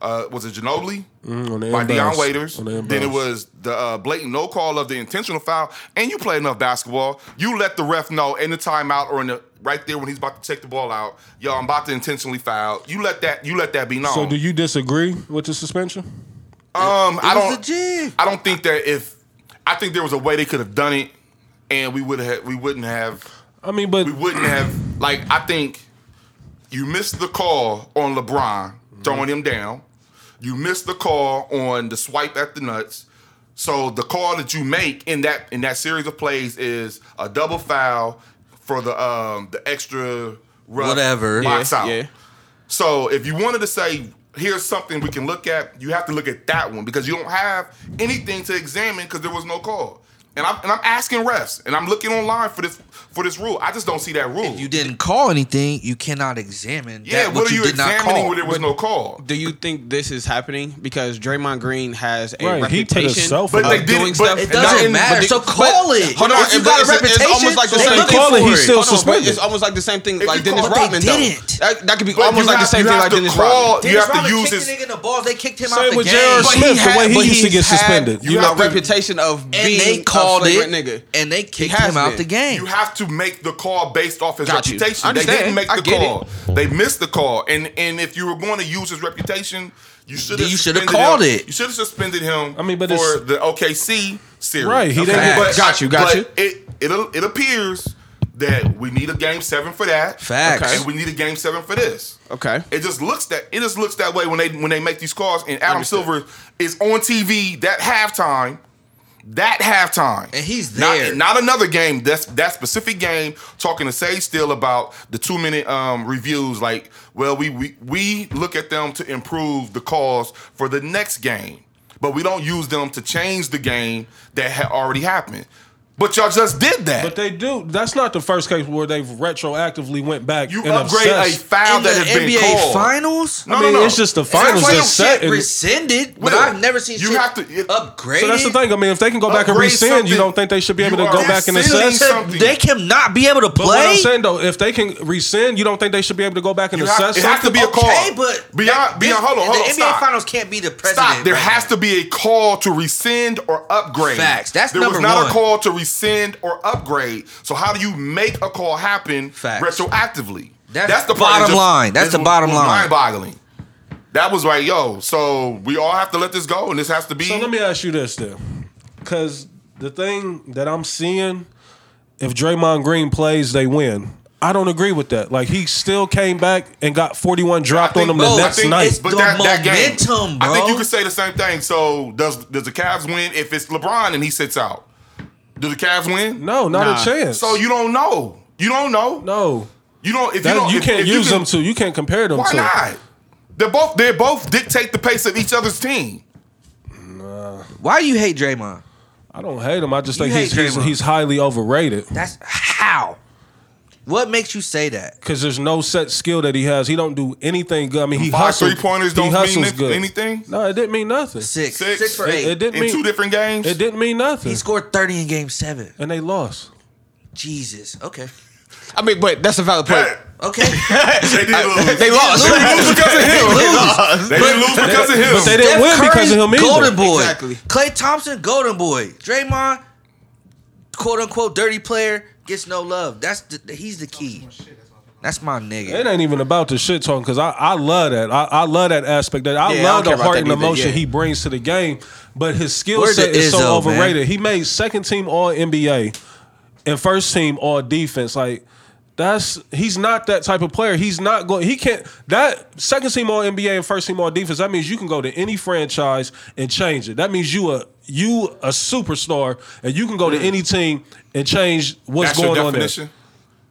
Speaker 1: uh, was it Ginobili
Speaker 3: Mm, on the
Speaker 1: by
Speaker 3: inbounds.
Speaker 1: Deion Waiters?
Speaker 3: On the
Speaker 1: then it
Speaker 3: inbounds.
Speaker 1: was the uh, blatant no call of the intentional foul, and you play enough basketball. You let the ref know in the timeout or in the right there when he's about to take the ball out. Yo, I'm about to intentionally foul. You let that you let that be known.
Speaker 3: So do you disagree with the suspension?
Speaker 1: um, I
Speaker 2: It was
Speaker 1: don't.
Speaker 2: a jig.
Speaker 1: I don't think that if I think there was a way they could have done it, and we would have we wouldn't have
Speaker 3: I mean, but
Speaker 1: we wouldn't have like I think you missed the call on LeBron throwing him down. You missed the call on the swipe at the nuts. So the call that you make in that in that series of plays is a double foul for the um the extra rough
Speaker 2: Whatever.
Speaker 1: box out.
Speaker 4: yeah.
Speaker 1: So if you wanted to say here's something we can look at, you have to look at that one because you don't have anything to examine because there was no call. And I'm and I'm asking refs and I'm looking online for this for this rule. I just don't see that rule.
Speaker 2: You didn't call anything. You cannot examine.
Speaker 1: yeah,
Speaker 2: that,
Speaker 1: what are
Speaker 2: you,
Speaker 1: you,
Speaker 2: did not
Speaker 1: examining
Speaker 2: call.
Speaker 1: where there was no call?
Speaker 4: Do you think this is happening because Draymond Green has a
Speaker 3: Right, he
Speaker 4: reputation?
Speaker 3: put himself
Speaker 1: But
Speaker 3: up.
Speaker 1: they
Speaker 4: of
Speaker 1: did
Speaker 4: doing
Speaker 1: it, but
Speaker 4: stuff.
Speaker 2: It doesn't
Speaker 1: Not in-
Speaker 2: matter.
Speaker 1: but
Speaker 2: so call it.
Speaker 4: Hold on,
Speaker 2: if you
Speaker 4: but
Speaker 2: got a
Speaker 4: it's- it's
Speaker 2: reputation,
Speaker 4: almost like the
Speaker 2: they
Speaker 4: same
Speaker 2: looking
Speaker 4: thing.
Speaker 3: Call it,
Speaker 2: for
Speaker 3: he's
Speaker 2: it.
Speaker 3: still
Speaker 4: Hold on, but
Speaker 3: suspended.
Speaker 4: It's almost like the same thing,
Speaker 1: If
Speaker 4: like
Speaker 1: you
Speaker 4: Dennis
Speaker 1: call-
Speaker 2: But they
Speaker 4: Rodman. though.
Speaker 2: didn't.
Speaker 4: That, that could be
Speaker 1: But
Speaker 4: almost
Speaker 1: you
Speaker 4: like
Speaker 1: have-
Speaker 4: the same
Speaker 1: you
Speaker 4: thing,
Speaker 1: have
Speaker 4: like
Speaker 1: to
Speaker 4: Dennis
Speaker 1: call-
Speaker 4: Rodman.
Speaker 1: You
Speaker 2: Dennis
Speaker 1: have to
Speaker 2: Rodman
Speaker 1: use
Speaker 2: kicked
Speaker 1: his-
Speaker 2: the nigga in the balls. They kicked him out
Speaker 3: Same
Speaker 2: the
Speaker 3: with
Speaker 2: game.
Speaker 3: J.R.
Speaker 4: But
Speaker 3: Smith, the
Speaker 4: had-
Speaker 3: way
Speaker 4: but
Speaker 3: he used to
Speaker 4: he's
Speaker 3: get
Speaker 4: had
Speaker 3: suspended.
Speaker 1: You
Speaker 4: a
Speaker 1: have to-
Speaker 4: reputation of
Speaker 2: and
Speaker 4: being
Speaker 2: they
Speaker 4: a
Speaker 2: called it,
Speaker 4: flagrant nigga.
Speaker 2: and they kicked
Speaker 4: has
Speaker 2: him out
Speaker 4: been.
Speaker 2: the game.
Speaker 1: You have to make the call based off his
Speaker 4: Got you.
Speaker 1: reputation. They
Speaker 4: Understand.
Speaker 1: didn't make
Speaker 4: I
Speaker 1: the
Speaker 4: get it.
Speaker 1: call. They missed the call. And and if you were going to use his reputation, you should have
Speaker 2: Then you should have
Speaker 1: suspended
Speaker 2: called
Speaker 1: him-
Speaker 2: it.
Speaker 1: You should have suspended him
Speaker 3: I mean, but
Speaker 1: for
Speaker 3: it's-
Speaker 1: the OKC series.
Speaker 3: Right, he didn't
Speaker 2: get-
Speaker 4: Got you, got
Speaker 1: but
Speaker 4: you.
Speaker 1: It it it appears that we need a game 7 for that.
Speaker 2: Facts.
Speaker 1: And we need a game 7 for this.
Speaker 4: Okay.
Speaker 1: It just looks that it just looks that way when they when they make these calls and Adam
Speaker 4: Understood.
Speaker 1: Silver is on TV that halftime, that halftime,
Speaker 2: And he's
Speaker 1: Not-
Speaker 2: there.
Speaker 1: Not, another game. That's that specific game. Talking to Sage still about the two minute um, reviews. Like, well, we, we we look at them to improve the calls for the next game, but we don't use them to change the game that had already happened. But y'all just did that.
Speaker 3: But they do. That's not the first case where they've retroactively went back.
Speaker 1: you
Speaker 3: and
Speaker 1: upgrade a
Speaker 3: obsessed.
Speaker 1: foul
Speaker 2: in the
Speaker 1: that has been
Speaker 2: NBA
Speaker 1: called.
Speaker 2: Finals.
Speaker 1: No,
Speaker 3: I
Speaker 1: no,
Speaker 3: mean,
Speaker 1: no.
Speaker 3: it's just the
Speaker 1: It's not
Speaker 3: finals
Speaker 1: like
Speaker 3: that's
Speaker 1: you
Speaker 3: set.
Speaker 2: shit
Speaker 3: and-
Speaker 2: rescinded, but
Speaker 1: Will,
Speaker 2: I've never seen
Speaker 1: you
Speaker 2: shit
Speaker 1: have to- it-
Speaker 2: upgraded.
Speaker 3: so that's the thing. I mean, if they can go back and
Speaker 1: Upgrade
Speaker 3: rescind, you
Speaker 1: something.
Speaker 3: don't think they should be able
Speaker 1: You
Speaker 3: to go
Speaker 1: are
Speaker 3: back and
Speaker 1: rescinding
Speaker 3: assess?
Speaker 1: something.
Speaker 2: They cannot be able to
Speaker 3: But what I'm
Speaker 2: play.
Speaker 3: saying though, if they can rescind, you don't think they should be able to go back and
Speaker 1: You have-
Speaker 3: assess?
Speaker 1: it has to
Speaker 3: something?
Speaker 1: be a call.
Speaker 2: Okay, but
Speaker 1: Beyond-
Speaker 2: this-
Speaker 1: beyond- hold on, hold
Speaker 2: the
Speaker 1: on,
Speaker 2: NBA
Speaker 1: stop.
Speaker 2: Finals can't be the president.
Speaker 1: Stop. There
Speaker 2: right
Speaker 1: has
Speaker 2: now.
Speaker 1: to be a call to rescind or upgrade.
Speaker 2: Facts. That's
Speaker 1: there was
Speaker 2: number
Speaker 1: not a
Speaker 2: one.
Speaker 1: call to rescind or upgrade. So how do you make a call happen
Speaker 2: Facts.
Speaker 1: retroactively?
Speaker 2: That's
Speaker 1: the part
Speaker 2: bottom
Speaker 1: that
Speaker 2: line. That's
Speaker 1: it
Speaker 2: the
Speaker 1: was-
Speaker 2: bottom
Speaker 1: was
Speaker 2: line.
Speaker 1: Mind-boggling. That was right, yo. So we all have to let this go, and this has to be.
Speaker 3: So let me ask you this then, because the thing that I'm seeing, if Draymond Green plays, they win. I don't agree with that. Like he still came back and got 41 dropped
Speaker 1: I think-
Speaker 3: on them the
Speaker 2: bro, I
Speaker 3: next
Speaker 2: think
Speaker 3: night.
Speaker 2: it's- the momentum,
Speaker 1: I think
Speaker 2: bro.
Speaker 1: you could say the same thing. So does does the Cavs win if it's LeBron and he sits out? Do the Cavs win?
Speaker 3: No, not
Speaker 4: Nah.
Speaker 3: a chance.
Speaker 1: So you don't know. You don't know.
Speaker 3: no,
Speaker 1: You don't. If you
Speaker 3: that, you,
Speaker 1: don't, if-
Speaker 3: can't
Speaker 1: if
Speaker 3: use
Speaker 1: can-
Speaker 3: them to. You can't compare them
Speaker 1: Why
Speaker 3: to.
Speaker 1: not? They're both they both dictate the pace of each other's team.
Speaker 2: Why do you hate Draymond?
Speaker 3: I don't hate him. I just
Speaker 2: You
Speaker 3: think he's,
Speaker 2: hate
Speaker 3: he's
Speaker 2: Draymond.
Speaker 3: he's highly overrated
Speaker 2: That's how. What makes you say that?
Speaker 3: because there's no set skill that he has. He don't do anything good. I mean, he
Speaker 1: Five
Speaker 3: hustles.
Speaker 1: three-pointers
Speaker 3: he
Speaker 1: don't mean
Speaker 3: hustles
Speaker 1: it-
Speaker 3: good.
Speaker 1: anything?
Speaker 3: No, it didn't mean nothing.
Speaker 2: Six,
Speaker 1: Six.
Speaker 2: six, for
Speaker 1: It-
Speaker 2: eight.
Speaker 3: It didn't
Speaker 1: In
Speaker 3: mean
Speaker 1: two different games.
Speaker 3: It didn't mean nothing.
Speaker 2: He scored thirty in Game Seven.
Speaker 3: and they lost.
Speaker 2: Jesus. Okay.
Speaker 4: I mean, but that's a valid point. Uh,
Speaker 1: Hey,
Speaker 2: Okay.
Speaker 1: they did lose.
Speaker 4: They lost.
Speaker 1: They didn't lose because of him. They, didn't lose because of him.
Speaker 3: But they didn't win because of him either.
Speaker 2: Golden boy.
Speaker 4: Exactly.
Speaker 2: Clay Thompson, golden boy. Draymond, quote unquote, dirty player gets no love. That's the, he's the key. That's my
Speaker 3: It
Speaker 2: nigga.
Speaker 3: ain't even about the shit talking because I, I love that. I, I love that aspect. That I
Speaker 4: Yeah, I
Speaker 3: love
Speaker 4: don't care
Speaker 3: the
Speaker 4: about
Speaker 3: heart
Speaker 4: that
Speaker 3: and
Speaker 4: either,
Speaker 3: emotion
Speaker 4: yeah.
Speaker 3: he brings to the game, but his skill
Speaker 2: Word to
Speaker 3: set is so
Speaker 2: Izzo, man.
Speaker 3: overrated. He made second team All NBA and first team All Defense. Like that's he's not that type of player. He's not going. He can't that second team All NBA and first team All Defense. That means you can go to any franchise and change it. That means you a you a superstar and you can go
Speaker 4: Hmm.
Speaker 3: to any team and change what's
Speaker 1: That's your
Speaker 3: going on there
Speaker 1: definition.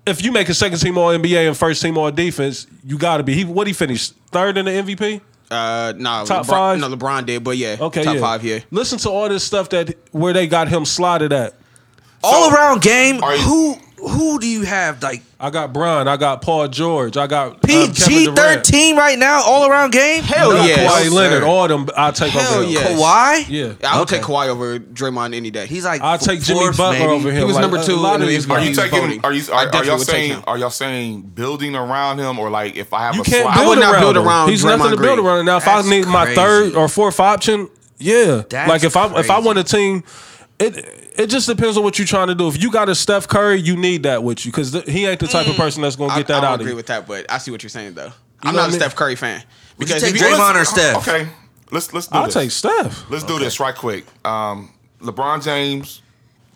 Speaker 3: if you make a second team all NBA and first team all defense, you got to be. He what he finished third in the MVP.
Speaker 4: Uh, nah,
Speaker 3: Top
Speaker 4: LeBron,
Speaker 3: five?
Speaker 4: No, LeBron did, but yeah,
Speaker 3: Okay,
Speaker 4: top
Speaker 3: yeah.
Speaker 4: five here.
Speaker 3: Listen to all this stuff that where they got him slotted at.
Speaker 2: All around game.
Speaker 1: Are you-
Speaker 2: Who who do you have like
Speaker 3: I got Brian. I got Paul George. I got uh, Kevin
Speaker 2: PG
Speaker 3: Durant.
Speaker 2: thirteen right now, all around game?
Speaker 4: Hell
Speaker 3: I got
Speaker 4: yes.
Speaker 3: Kawhi
Speaker 4: sir.
Speaker 3: Leonard. All them. I take
Speaker 4: Hell
Speaker 3: over. him.
Speaker 4: yes.
Speaker 2: Kawhi?
Speaker 3: Yeah.
Speaker 4: Yeah, I would
Speaker 2: Okay.
Speaker 4: take Kawhi over Draymond any day.
Speaker 2: He's like
Speaker 3: I take Jimmy
Speaker 2: fourth,
Speaker 3: Butler
Speaker 2: maybe.
Speaker 3: over him.
Speaker 4: He uh, was
Speaker 3: Like,
Speaker 4: number
Speaker 3: a- a
Speaker 4: two
Speaker 3: lot
Speaker 4: in
Speaker 3: of
Speaker 4: the
Speaker 3: these
Speaker 4: NBA.
Speaker 3: guys-
Speaker 1: Are you
Speaker 4: He's voting.
Speaker 1: taking? Are you
Speaker 4: I
Speaker 1: are, are
Speaker 4: definitely
Speaker 1: y'all
Speaker 4: would take
Speaker 1: saying?
Speaker 4: him.
Speaker 1: Are y'all saying building around him or like if I have
Speaker 3: You
Speaker 1: a
Speaker 3: can't
Speaker 1: slot?
Speaker 3: build,
Speaker 4: I would
Speaker 3: around
Speaker 4: not build
Speaker 3: him.
Speaker 4: around
Speaker 3: He's
Speaker 4: Draymond
Speaker 3: nothing to build
Speaker 4: Green.
Speaker 3: around. Now, if I
Speaker 2: That's
Speaker 3: need my
Speaker 2: crazy.
Speaker 3: third or fourth option, yeah,
Speaker 2: That's
Speaker 3: like if I if I
Speaker 2: crazy.
Speaker 3: want a team, it it just depends on what you're trying to do. If you got a Steph Curry, you need that with you because he ain't the type of person that's gonna
Speaker 4: I,
Speaker 3: get that
Speaker 4: I don't
Speaker 3: out
Speaker 4: agree
Speaker 3: of you.
Speaker 4: with that, but I see what you're saying though. I'm not
Speaker 3: know what I
Speaker 4: a
Speaker 3: mean?
Speaker 4: Steph Curry fan
Speaker 2: Would you take
Speaker 4: if you-
Speaker 2: Draymond or Steph?
Speaker 1: Okay, let's let's do
Speaker 3: I'll
Speaker 1: this.
Speaker 3: take Steph.
Speaker 1: Let's do this right quick. Um, LeBron James,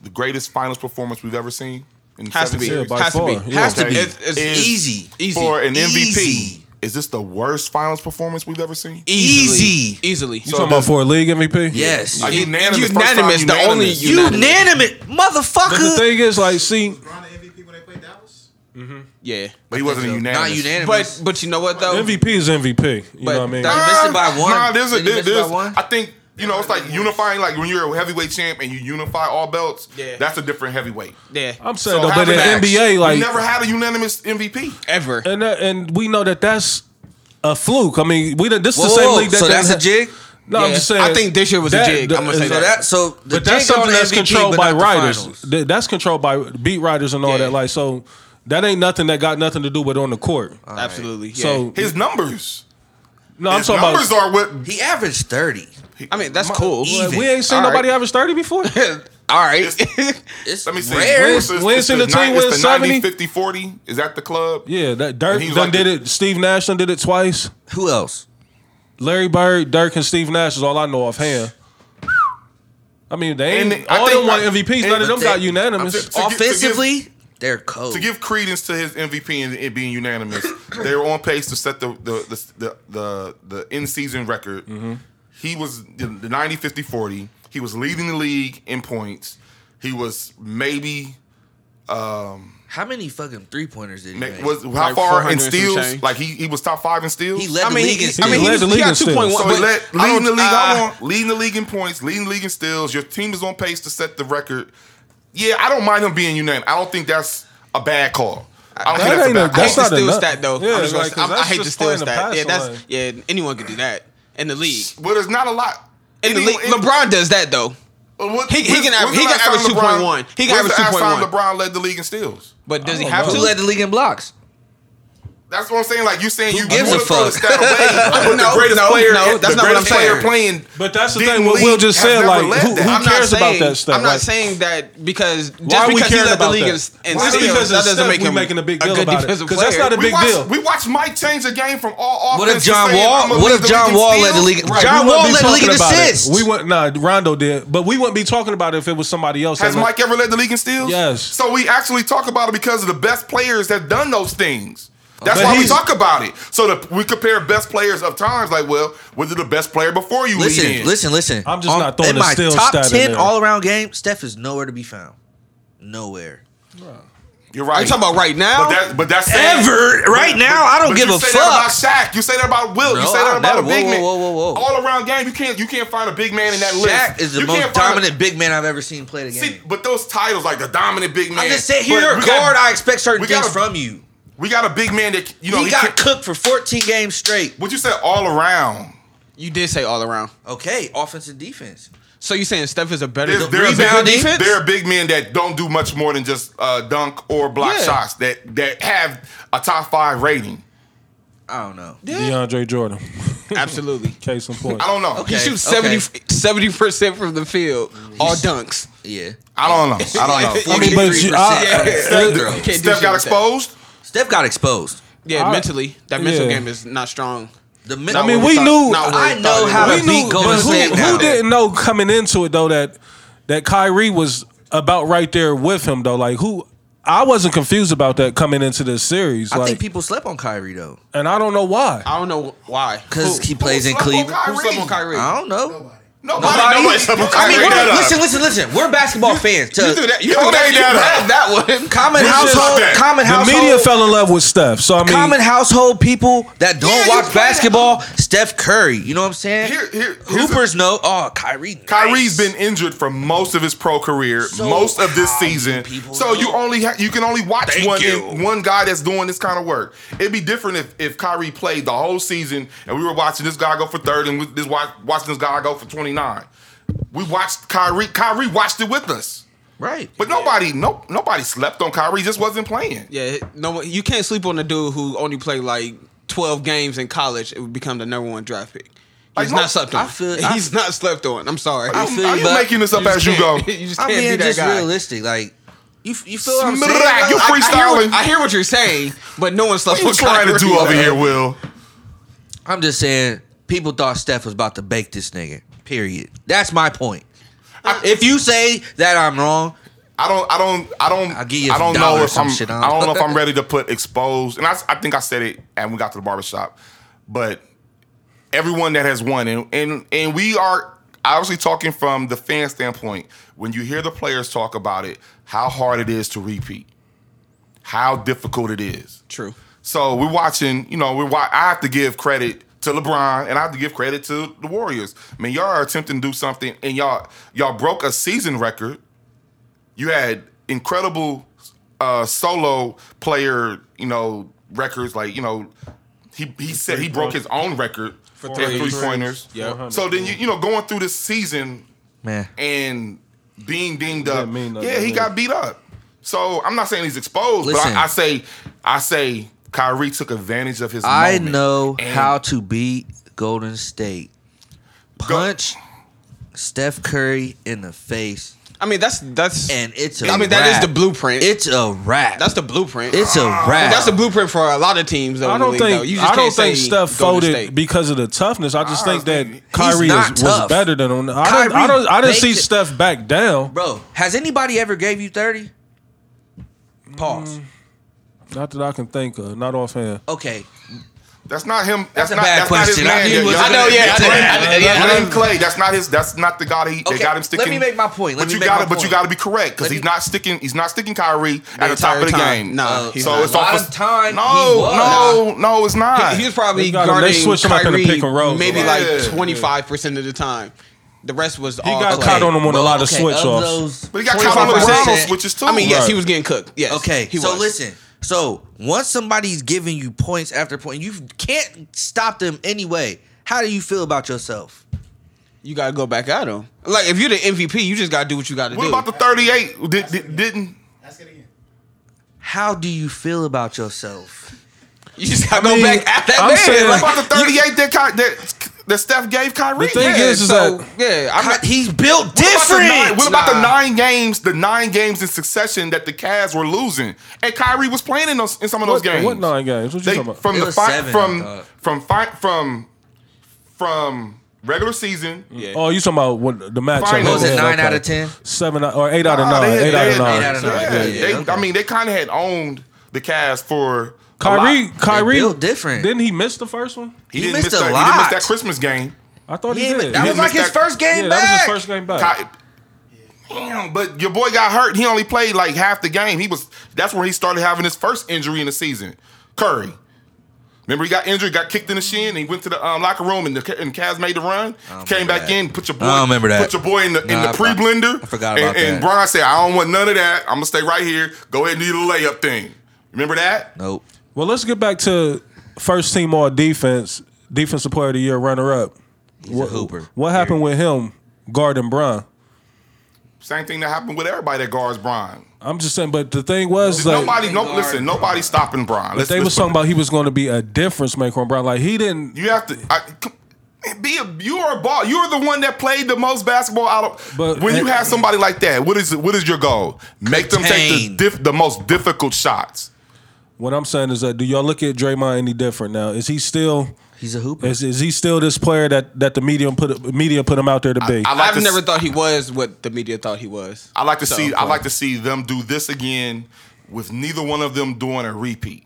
Speaker 1: the greatest finals performance we've ever seen. In the
Speaker 4: Has to
Speaker 1: seven
Speaker 4: be.
Speaker 3: Yeah,
Speaker 1: series.
Speaker 3: by
Speaker 4: Has to be.
Speaker 3: far, yeah.
Speaker 4: Has to be.
Speaker 1: Okay.
Speaker 4: It's, it's
Speaker 1: Is-
Speaker 2: Easy.
Speaker 4: Easy.
Speaker 1: for an MVP.
Speaker 2: Easy.
Speaker 1: Is this the worst finals performance we've ever seen?
Speaker 2: Easy.
Speaker 4: Easily.
Speaker 3: You talking about
Speaker 1: does-
Speaker 3: for a league MVP?
Speaker 2: Yes.
Speaker 1: Are you
Speaker 4: And
Speaker 1: unanimous? First time
Speaker 4: unanimous, the only
Speaker 1: unanimous.
Speaker 4: you-
Speaker 2: Unanimous,
Speaker 3: But the
Speaker 2: motherfucker.
Speaker 3: thing is, like, see,
Speaker 5: Brown the MVP when they played Dallas.
Speaker 4: yeah.
Speaker 1: but he wasn't unanimous.
Speaker 2: Not unanimous.
Speaker 4: But but you know what though?
Speaker 3: MVP is MVP. You
Speaker 4: But
Speaker 3: know what I mean?
Speaker 4: that-
Speaker 2: You missed it by one.
Speaker 1: Ah, Nah, there's a
Speaker 2: Didn't you
Speaker 1: there's,
Speaker 2: miss it by
Speaker 1: there's-
Speaker 2: one?
Speaker 1: I think you know it's like unifying. Like when you're a heavyweight champ and you unify all belts.
Speaker 4: Yeah.
Speaker 1: That's a different heavyweight.
Speaker 4: Yeah.
Speaker 3: I'm saying,
Speaker 1: So
Speaker 3: though,
Speaker 1: how
Speaker 3: but in
Speaker 1: did-
Speaker 3: NBA,
Speaker 1: we
Speaker 3: like,
Speaker 1: never had a unanimous MVP.
Speaker 4: Ever.
Speaker 3: and that, and we know that that's a fluke. I mean, we done- this is
Speaker 2: Whoa,
Speaker 3: the same
Speaker 2: whoa,
Speaker 3: league that
Speaker 2: so
Speaker 3: done
Speaker 2: that's a
Speaker 3: had-
Speaker 2: jig.
Speaker 3: No, I'm
Speaker 4: Yeah.
Speaker 3: just saying.
Speaker 4: I think this year was a jig. I'm gonna say
Speaker 2: So
Speaker 4: Yeah.
Speaker 2: that so the
Speaker 3: but that's
Speaker 2: jig on
Speaker 3: something
Speaker 2: the
Speaker 3: that's
Speaker 2: MVP, but
Speaker 3: controlled by
Speaker 2: not the
Speaker 3: writers.
Speaker 2: finals.
Speaker 3: Th- That's controlled by beat writers and all
Speaker 4: Yeah.
Speaker 3: that. Like so, that ain't nothing that got nothing to do with on the court.
Speaker 4: Absolutely. Yeah.
Speaker 3: So
Speaker 1: Uh, His numbers.
Speaker 3: no, I'm
Speaker 1: His
Speaker 3: talking
Speaker 1: numbers
Speaker 3: about.
Speaker 1: are what.
Speaker 2: He averaged thirty.
Speaker 4: I mean that's cool.
Speaker 2: Easy.
Speaker 3: we ain't seen
Speaker 4: All
Speaker 3: nobody
Speaker 4: right.
Speaker 3: average thirty before.
Speaker 4: All right.
Speaker 2: It's
Speaker 1: Let me see.
Speaker 2: rare.
Speaker 1: It's- it's-
Speaker 3: Wins
Speaker 1: it's
Speaker 3: in the team
Speaker 1: ni-
Speaker 3: wins
Speaker 1: it's
Speaker 3: 70?
Speaker 1: 50 40. Is that the club?
Speaker 3: yeah, that Dirk
Speaker 1: And he's
Speaker 3: done
Speaker 1: like
Speaker 3: did
Speaker 1: the-
Speaker 3: it. Steve Nash done did it twice.
Speaker 2: Who else?
Speaker 3: Larry Bird, Dirk, and Steve Nash is all I know offhand. I mean, they ain't,
Speaker 1: And I
Speaker 3: all them
Speaker 1: think-
Speaker 3: won MVPs. None of them
Speaker 2: and-
Speaker 3: got unanimous.
Speaker 1: I'm t- To give- to give-
Speaker 2: Offensively, they're cold.
Speaker 1: To give credence to his MVP and it being unanimous, they were on pace to set the the the the, the, the in season record. He was the, the 90 50 40. He was leading the league in points. He was maybe
Speaker 2: How many fucking three pointers did he make?
Speaker 1: was how
Speaker 4: Like
Speaker 1: far
Speaker 4: 400
Speaker 1: in
Speaker 4: and some
Speaker 1: steals?
Speaker 4: change.
Speaker 1: Like he he was top five in steals.
Speaker 2: he led
Speaker 4: I
Speaker 2: the
Speaker 4: mean,
Speaker 2: league
Speaker 4: he,
Speaker 2: in
Speaker 4: I
Speaker 2: steals.
Speaker 4: mean,
Speaker 3: He
Speaker 4: he,
Speaker 3: led the
Speaker 4: was- he
Speaker 3: league in
Speaker 4: got
Speaker 3: steals.
Speaker 4: two point one.
Speaker 1: So he led, leading the league.
Speaker 4: I
Speaker 1: I
Speaker 4: don't- uh,
Speaker 1: want leading the league in points, leading the league in steals. Your team is on pace to set the record. Yeah, I don't mind him being unanimous. I don't think that's a bad call. I don't
Speaker 3: That
Speaker 1: think that's a
Speaker 3: ain't a-
Speaker 1: bad
Speaker 4: I hate
Speaker 3: that's
Speaker 1: call.
Speaker 4: to
Speaker 3: not
Speaker 4: steal
Speaker 3: enough.
Speaker 4: stat though.
Speaker 3: Yeah,
Speaker 4: I'm just gonna,
Speaker 3: like, 'cause
Speaker 4: I'm, I
Speaker 3: that's
Speaker 4: hate to
Speaker 3: just
Speaker 4: steal
Speaker 3: playing the
Speaker 4: stat.
Speaker 3: pass
Speaker 4: Yeah, that's
Speaker 3: line.
Speaker 4: yeah. Anyone could do that in the league.
Speaker 1: Well, there's not a lot.
Speaker 4: In the
Speaker 1: Any-
Speaker 4: league,
Speaker 1: any-
Speaker 4: LeBron does that though.
Speaker 1: What,
Speaker 4: He- he
Speaker 1: when's-
Speaker 4: can aver-
Speaker 1: when's the
Speaker 4: he can
Speaker 1: last time
Speaker 4: average 2.1. He can
Speaker 1: when's the last
Speaker 4: average
Speaker 1: time
Speaker 4: 2.1.
Speaker 1: LeBron led the league in steals.
Speaker 4: But does he
Speaker 3: I don't
Speaker 4: have
Speaker 3: know.
Speaker 2: Who
Speaker 4: to?
Speaker 2: led the league in blocks?
Speaker 1: That's what I'm saying. Like you saying, you, you
Speaker 2: gives
Speaker 1: want
Speaker 2: a
Speaker 1: to throw the
Speaker 2: fuck?
Speaker 1: stat away. But
Speaker 4: No,
Speaker 1: the greatest
Speaker 4: no,
Speaker 1: player,
Speaker 4: no,
Speaker 1: the
Speaker 4: that's not what
Speaker 1: greatest
Speaker 4: I'm saying.
Speaker 1: player playing.
Speaker 3: But that's the
Speaker 1: didn't
Speaker 3: thing, what
Speaker 1: lead
Speaker 3: Will just
Speaker 1: has
Speaker 3: said,
Speaker 1: never
Speaker 3: like,
Speaker 1: led
Speaker 3: who-
Speaker 1: that.
Speaker 3: who
Speaker 1: I'm
Speaker 4: I'm
Speaker 1: not-
Speaker 3: cares
Speaker 4: not
Speaker 3: about
Speaker 4: saying,
Speaker 3: that stuff,
Speaker 4: I'm not
Speaker 3: like-
Speaker 4: saying that because
Speaker 3: Why
Speaker 4: just
Speaker 3: we
Speaker 4: because he
Speaker 3: caring
Speaker 4: led the
Speaker 3: about
Speaker 4: league
Speaker 3: that?
Speaker 4: in, in
Speaker 3: Why
Speaker 4: steals,
Speaker 3: just because
Speaker 4: that
Speaker 3: of
Speaker 4: doesn't
Speaker 3: Steph,
Speaker 4: make
Speaker 3: we
Speaker 4: him
Speaker 3: making a big deal
Speaker 4: good
Speaker 3: about it.
Speaker 4: defensive
Speaker 3: 'Cause that's
Speaker 4: player.
Speaker 3: not a
Speaker 1: we
Speaker 3: big
Speaker 1: watched,
Speaker 3: deal.
Speaker 1: We watched Mike change the game from all
Speaker 2: What
Speaker 1: offense.
Speaker 2: if John
Speaker 1: to saying,
Speaker 2: Wall?
Speaker 1: "I'ma
Speaker 2: What
Speaker 1: lead
Speaker 2: if
Speaker 1: the
Speaker 2: John
Speaker 1: league in
Speaker 2: Wall led
Speaker 1: steals?"
Speaker 2: the league?
Speaker 1: Right.
Speaker 2: John
Speaker 3: we wouldn't
Speaker 2: Wall
Speaker 3: be
Speaker 2: led the league
Speaker 3: talking
Speaker 2: in
Speaker 3: about it.
Speaker 2: assists.
Speaker 3: We wouldn't. Nah, Rondo did, but we wouldn't be talking about it if it was somebody else.
Speaker 1: Has
Speaker 3: that-
Speaker 1: Mike ever led the league in steals?
Speaker 3: Yes.
Speaker 1: So we actually talk about it because of the best players that done those things. That's
Speaker 3: But
Speaker 1: why we
Speaker 3: he's-
Speaker 1: talk about it. So the, we compare best players of times. Like, well, was it the best player before you?
Speaker 2: Listen,
Speaker 1: lead in?
Speaker 2: listen, listen.
Speaker 3: I'm just not throwing
Speaker 2: in
Speaker 3: a
Speaker 2: my
Speaker 3: steal
Speaker 2: top
Speaker 3: stat in
Speaker 2: ten
Speaker 3: there.
Speaker 2: all around game. Steph is nowhere to be found. Nowhere.
Speaker 1: You're
Speaker 4: Are
Speaker 1: right.
Speaker 4: you talking about right
Speaker 1: But
Speaker 4: now?
Speaker 1: that, but that's saying-
Speaker 2: Ever right
Speaker 1: but-
Speaker 2: now,
Speaker 1: but-
Speaker 2: I don't
Speaker 1: but
Speaker 2: give
Speaker 1: you
Speaker 2: a
Speaker 1: say
Speaker 2: fuck.
Speaker 1: That about Shaq, you say that about Will, you
Speaker 2: No,
Speaker 1: say that
Speaker 2: I
Speaker 1: about a
Speaker 2: never-
Speaker 1: big
Speaker 2: whoa,
Speaker 1: man.
Speaker 2: whoa, whoa, whoa, whoa.
Speaker 1: All around game, you can't you can't find a big man in that list.
Speaker 2: Shaq is the
Speaker 1: You
Speaker 2: most
Speaker 1: can't find a-
Speaker 2: dominant big man I've ever seen play the game.
Speaker 1: See, but those titles like the dominant big man.
Speaker 2: I'm just saying,
Speaker 1: but
Speaker 2: here you're a
Speaker 1: we
Speaker 2: guard.
Speaker 1: got-
Speaker 2: I expect certain
Speaker 1: we got
Speaker 2: things
Speaker 1: a-
Speaker 2: from you.
Speaker 1: We got a big man that you know.
Speaker 2: he,
Speaker 1: He
Speaker 2: got
Speaker 1: can't-
Speaker 2: cooked for 14 games straight.
Speaker 1: Would you say all around?
Speaker 4: you did say all around.
Speaker 2: Okay, offense and defense.
Speaker 4: So you saying Steph is a better
Speaker 1: There's, there, are
Speaker 4: rebound
Speaker 1: big,
Speaker 4: defense?
Speaker 1: there are big men that don't do much more than just uh, dunk or block
Speaker 4: Yeah.
Speaker 1: shots that that have a top five rating.
Speaker 2: I don't know.
Speaker 3: DeAndre Jordan.
Speaker 4: Absolutely.
Speaker 3: Case in point.
Speaker 1: I don't know.
Speaker 2: Okay.
Speaker 4: He shoots 70
Speaker 2: okay.
Speaker 4: percent from the field, all dunks.
Speaker 2: Yeah.
Speaker 1: I don't know. I don't know.
Speaker 3: I mean, but you-
Speaker 2: 43%
Speaker 3: I- Yeah.
Speaker 2: free
Speaker 4: You
Speaker 2: throw.
Speaker 4: can't do
Speaker 1: Steph
Speaker 4: shit
Speaker 1: got
Speaker 4: with that.
Speaker 1: exposed.
Speaker 2: Steph got exposed.
Speaker 4: Yeah,
Speaker 3: I-
Speaker 4: mentally, that mental
Speaker 3: yeah.
Speaker 4: game is not strong.
Speaker 2: The
Speaker 3: I mean,
Speaker 4: what
Speaker 3: we
Speaker 4: thought-
Speaker 3: knew.
Speaker 4: not what
Speaker 2: I
Speaker 4: thought
Speaker 2: know
Speaker 4: it
Speaker 2: how
Speaker 4: was.
Speaker 3: we
Speaker 2: to beat
Speaker 3: knew.
Speaker 2: Golden
Speaker 3: But
Speaker 2: State
Speaker 3: who,
Speaker 2: now.
Speaker 3: who didn't know coming into it though that that Kyrie was about right there with him though? Like who? I wasn't confused about that coming into this series.
Speaker 2: I
Speaker 3: like,
Speaker 2: think people slept on Kyrie though,
Speaker 3: and I don't know why.
Speaker 4: I don't know why.
Speaker 2: because
Speaker 4: Who-
Speaker 2: he plays in
Speaker 1: slept on
Speaker 2: Cleveland.
Speaker 1: Kyrie?
Speaker 4: who slept on Kyrie?
Speaker 2: I don't know.
Speaker 5: Nobody.
Speaker 1: Nobody,
Speaker 2: Nobody.
Speaker 1: nobody's supposed to
Speaker 2: I mean,
Speaker 1: bring that
Speaker 2: we're,
Speaker 1: up.
Speaker 2: listen, listen, listen. We're basketball fans. To
Speaker 4: You do that. You
Speaker 1: Come
Speaker 4: do that.
Speaker 1: back
Speaker 4: You
Speaker 1: down.
Speaker 4: grab that one.
Speaker 2: Common
Speaker 1: This is
Speaker 2: household,
Speaker 1: that.
Speaker 2: common
Speaker 3: The
Speaker 2: household,
Speaker 3: media fell in love with Steph, so I mean,
Speaker 2: common household people that don't
Speaker 1: Yeah, you
Speaker 2: watch
Speaker 1: play that.
Speaker 2: basketball. Steph Curry, you know what I'm saying?
Speaker 1: Here- here- here's
Speaker 2: Hoopers know. Oh, Kyrie.
Speaker 1: Kyrie's been injured for most of his pro career,
Speaker 2: So
Speaker 1: most of this
Speaker 2: how do
Speaker 1: season.
Speaker 2: people
Speaker 1: So you
Speaker 2: know?
Speaker 1: only ha- you can only watch
Speaker 2: Thank
Speaker 1: one
Speaker 2: you.
Speaker 1: one guy that's doing this kind of work. It'd be different if if Kyrie played the whole season and we were watching this guy go for third and we, this wa- watching this guy go for twenty nine. We watched Kyrie. Kyrie watched it with us,
Speaker 2: right.
Speaker 1: but nobody no nobody slept on Kyrie. Just wasn't playing.
Speaker 4: Yeah, no, you can't sleep on a dude who only played like twelve games in college. It would become the number one draft pick.
Speaker 1: Like,
Speaker 4: He's
Speaker 1: no,
Speaker 4: not slept on.
Speaker 2: I feel-
Speaker 4: He's not slept on. I'm sorry.
Speaker 1: Are
Speaker 2: feel
Speaker 1: you,
Speaker 2: you,
Speaker 1: are you
Speaker 2: but
Speaker 1: making this up as
Speaker 4: just
Speaker 1: you go?
Speaker 4: can't- you just
Speaker 2: I'm
Speaker 4: can't
Speaker 2: being
Speaker 4: be that
Speaker 2: just
Speaker 4: guy.
Speaker 2: realistic. Like you, you feel what I'm saying?
Speaker 1: Smack,
Speaker 2: bro?
Speaker 1: you
Speaker 2: I-
Speaker 4: I hear, what,
Speaker 1: freestyling.
Speaker 4: I hear what you're saying, but no one slept
Speaker 1: What you
Speaker 4: on
Speaker 1: trying to
Speaker 4: Kyrie,
Speaker 1: do over
Speaker 4: man.
Speaker 1: here, Will?
Speaker 2: I'm just saying. People thought Steph was about to bake this nigga. Period. That's my point. if you say that I'm wrong,
Speaker 1: I don't, I don't, I don't,
Speaker 2: I'll give you
Speaker 1: I don't
Speaker 2: some
Speaker 1: know
Speaker 2: dollars,
Speaker 1: if
Speaker 2: some
Speaker 1: I'm,
Speaker 2: shit, I
Speaker 1: I
Speaker 2: don't-
Speaker 1: don't know if I'm ready to put exposed. And I, I think I said it, and we got to the barbershop, but everyone that has won, and and and we are obviously talking from the fan standpoint. When you hear the players talk about it, how hard it is to repeat, how difficult it is.
Speaker 4: True.
Speaker 1: So we're watching, you know, we're wa- I have to give credit to LeBron and I have to give credit to the Warriors. I mean, y'all are attempting to do something and y'all y'all broke a season record. You had incredible uh solo player, you know, records like, you know, he he said he broke his own record for
Speaker 4: threes.
Speaker 1: three pointers.
Speaker 4: Yeah.
Speaker 1: So then you you know, going through this season
Speaker 2: man.
Speaker 1: and being dinged up.
Speaker 3: Didn't mean nothing,
Speaker 1: yeah, he
Speaker 3: did
Speaker 1: got
Speaker 3: it?
Speaker 1: beat up. So I'm not saying he's exposed,
Speaker 2: Listen.
Speaker 1: but I, I say I say Kyrie took advantage of his.
Speaker 2: I
Speaker 1: moment.
Speaker 2: know
Speaker 1: And
Speaker 2: how to beat Golden State. Punch Steph Curry in the face,
Speaker 4: I mean, that's that's.
Speaker 2: and it's a
Speaker 4: I
Speaker 2: wrap.
Speaker 4: mean, that is the blueprint.
Speaker 2: It's a wrap.
Speaker 4: that's the blueprint.
Speaker 2: it's a wrap.
Speaker 4: That's the blueprint for a lot of teams. Though,
Speaker 3: I
Speaker 4: in the
Speaker 3: don't
Speaker 4: league,
Speaker 3: think
Speaker 4: though. You just
Speaker 3: I don't
Speaker 4: can't
Speaker 3: think
Speaker 4: say
Speaker 3: Steph
Speaker 4: Golden
Speaker 3: folded
Speaker 4: State.
Speaker 3: because of the toughness. I just
Speaker 1: I
Speaker 3: think that
Speaker 1: think-
Speaker 3: Kyrie
Speaker 2: He's not
Speaker 3: is, was
Speaker 2: tough.
Speaker 3: better than him. I didn't, I
Speaker 2: Kyrie
Speaker 3: don't, I didn't
Speaker 2: baked
Speaker 3: see
Speaker 2: it.
Speaker 3: Steph back down.
Speaker 2: bro. Has anybody ever gave you thirty? Pause.
Speaker 3: Mm. Not that I can think of. Not offhand.
Speaker 2: Okay,
Speaker 1: that's not him. That's,
Speaker 2: a
Speaker 1: not
Speaker 2: bad
Speaker 1: that's
Speaker 2: question.
Speaker 1: Not
Speaker 2: I-
Speaker 1: his
Speaker 2: he
Speaker 1: man.
Speaker 2: was-
Speaker 1: Y'all
Speaker 4: I know,
Speaker 1: didn't-
Speaker 4: yeah,
Speaker 1: y'all
Speaker 4: I didn't-
Speaker 1: didn't-
Speaker 4: I didn't-
Speaker 1: y'all
Speaker 4: I
Speaker 1: didn't
Speaker 4: didn't-
Speaker 1: Clay. That's not his. That's not the guy that he,
Speaker 2: Okay,
Speaker 1: they got him
Speaker 2: let
Speaker 1: sticking.
Speaker 2: me make my point. Let
Speaker 1: but
Speaker 2: me
Speaker 1: you
Speaker 2: make
Speaker 1: gotta,
Speaker 2: my
Speaker 1: but you
Speaker 2: point.
Speaker 1: got to be correct because
Speaker 2: Let
Speaker 1: he's
Speaker 2: me-
Speaker 1: not sticking. He's not sticking Kyrie at the top
Speaker 4: entire
Speaker 1: of the
Speaker 4: time.
Speaker 1: game. Uh,
Speaker 4: Nah,
Speaker 1: so
Speaker 4: he's
Speaker 1: it's
Speaker 4: not.
Speaker 1: off.
Speaker 4: A lot
Speaker 1: of-
Speaker 2: of time, he
Speaker 1: No,
Speaker 2: was.
Speaker 1: no, no, it's not.
Speaker 4: He was probably
Speaker 3: They got him- they
Speaker 4: guarding
Speaker 3: switched him up in the
Speaker 4: Kyrie
Speaker 3: pick and rolls a
Speaker 4: maybe
Speaker 1: lot.
Speaker 4: like
Speaker 1: Yeah.
Speaker 4: twenty five percent of the time. The rest was
Speaker 3: He
Speaker 4: all
Speaker 3: got
Speaker 4: Clay.
Speaker 3: caught on him on a
Speaker 2: Well,
Speaker 3: lot of
Speaker 2: okay,
Speaker 3: switch offs.
Speaker 2: those
Speaker 1: But he got caught on
Speaker 2: 25%.
Speaker 1: LeBron on switches too.
Speaker 4: I mean, yes,
Speaker 3: Right.
Speaker 4: he was getting cooked. Yes.
Speaker 2: Okay,
Speaker 4: He
Speaker 2: so
Speaker 4: was.
Speaker 2: listen. So once somebody's giving you points after point, you can't stop them anyway. How do you feel about yourself?
Speaker 4: you gotta go back at him. Like if you're the MVP, you just gotta do what you gotta
Speaker 1: What
Speaker 4: do.
Speaker 1: about the thirty-eight? Did, did, didn't
Speaker 5: Ask it again.
Speaker 2: How do you feel about yourself?
Speaker 4: you just gotta
Speaker 3: mean,
Speaker 4: go back at that
Speaker 3: I'm
Speaker 4: man.
Speaker 3: saying-
Speaker 4: Like,
Speaker 1: about the thirty-eight that Ky- that that Steph gave Kyrie?
Speaker 3: The thing
Speaker 1: Yeah.
Speaker 3: is, is
Speaker 4: so,
Speaker 3: that-
Speaker 4: yeah, I'm not,
Speaker 2: He's built
Speaker 1: What about the nine-
Speaker 2: different.
Speaker 1: What about the
Speaker 4: Nah.
Speaker 1: nine games? The nine games in succession that the Cavs were losing, and Kyrie was playing in those in some of those
Speaker 3: What,
Speaker 1: games.
Speaker 3: what nine games? What you
Speaker 1: They-
Speaker 3: talking about?
Speaker 1: from
Speaker 2: It
Speaker 1: the
Speaker 2: was
Speaker 1: fi-
Speaker 2: seven, I
Speaker 1: from
Speaker 2: thought.
Speaker 1: from fi- from from regular season.
Speaker 4: yeah.
Speaker 3: Oh, you talking about what the matchup?
Speaker 1: Finals. Was it
Speaker 3: Yeah,
Speaker 2: nine out of 10?
Speaker 3: Seven out- or eight out of
Speaker 1: Nah, Ah,
Speaker 3: nine.
Speaker 1: they had-
Speaker 3: eight,
Speaker 1: they
Speaker 3: out of
Speaker 1: had-
Speaker 3: nine.
Speaker 2: eight out of nine.
Speaker 1: Yeah,
Speaker 2: Yeah,
Speaker 1: they-
Speaker 2: okay.
Speaker 1: I mean, they kind of had owned the Cavs for a
Speaker 3: Kyrie,
Speaker 1: lot.
Speaker 3: Kyrie
Speaker 2: built different.
Speaker 3: Didn't he miss the first one?
Speaker 1: He,
Speaker 2: he
Speaker 1: didn't
Speaker 2: missed
Speaker 1: miss
Speaker 2: a
Speaker 1: that, He didn't miss
Speaker 2: lot.
Speaker 1: that Christmas game.
Speaker 3: I thought he,
Speaker 2: Yeah,
Speaker 3: did.
Speaker 2: that
Speaker 1: He
Speaker 2: was
Speaker 1: didn't
Speaker 2: like
Speaker 1: miss
Speaker 2: his
Speaker 1: that-
Speaker 2: first game
Speaker 3: yeah,
Speaker 2: back.
Speaker 3: that was his first game back.
Speaker 1: Ky- Damn, but your boy got hurt. He only played like half the game. He was that's when he started having his first injury in the season. Curry. Remember, he got injured, got kicked in the shin, and he went to the um, locker room, and the and Cavs made the run. Came back in, put your boy,
Speaker 2: I don't remember that.
Speaker 1: put your boy in the
Speaker 2: Nah,
Speaker 1: in
Speaker 2: I
Speaker 1: the
Speaker 2: for-
Speaker 1: pre blender.
Speaker 2: I forgot
Speaker 1: and,
Speaker 2: about
Speaker 1: And
Speaker 2: that.
Speaker 1: Bron said, "I don't want none of that. I'm gonna stay right here. Go ahead and do the layup thing." Remember that?
Speaker 2: Nope.
Speaker 3: Well, let's get back to first team all defense, defensive player of the year, runner up.
Speaker 2: He's a hooper.
Speaker 3: What happened with him guarding Bron?
Speaker 1: Same thing that happened with everybody that guards Bron.
Speaker 3: I'm just saying, but the thing was, like,
Speaker 1: nobody, no, listen, nobody's stopping Bron. Let's,
Speaker 3: they
Speaker 1: let's
Speaker 3: was talking about he was going to be a difference maker on Bron. Like he didn't.
Speaker 1: You have to I, c- be a. You are a ball. You are the one that played the most basketball out of.
Speaker 3: But-
Speaker 1: when you have somebody like that, what is what is your goal? Make them take the
Speaker 2: Contain.
Speaker 1: diff, the most difficult shots.
Speaker 3: What I'm saying is that do y'all look at Draymond any different now? Is he still?
Speaker 2: He's a hooper.
Speaker 3: Is, is he still this player that, that the media put media put him out there to be?
Speaker 1: I like
Speaker 4: I've
Speaker 1: to,
Speaker 4: never
Speaker 1: never.
Speaker 4: thought he was what the media thought he was.
Speaker 1: I like to
Speaker 4: So,
Speaker 1: see. I like to see them do this again with neither one of them doing a repeat.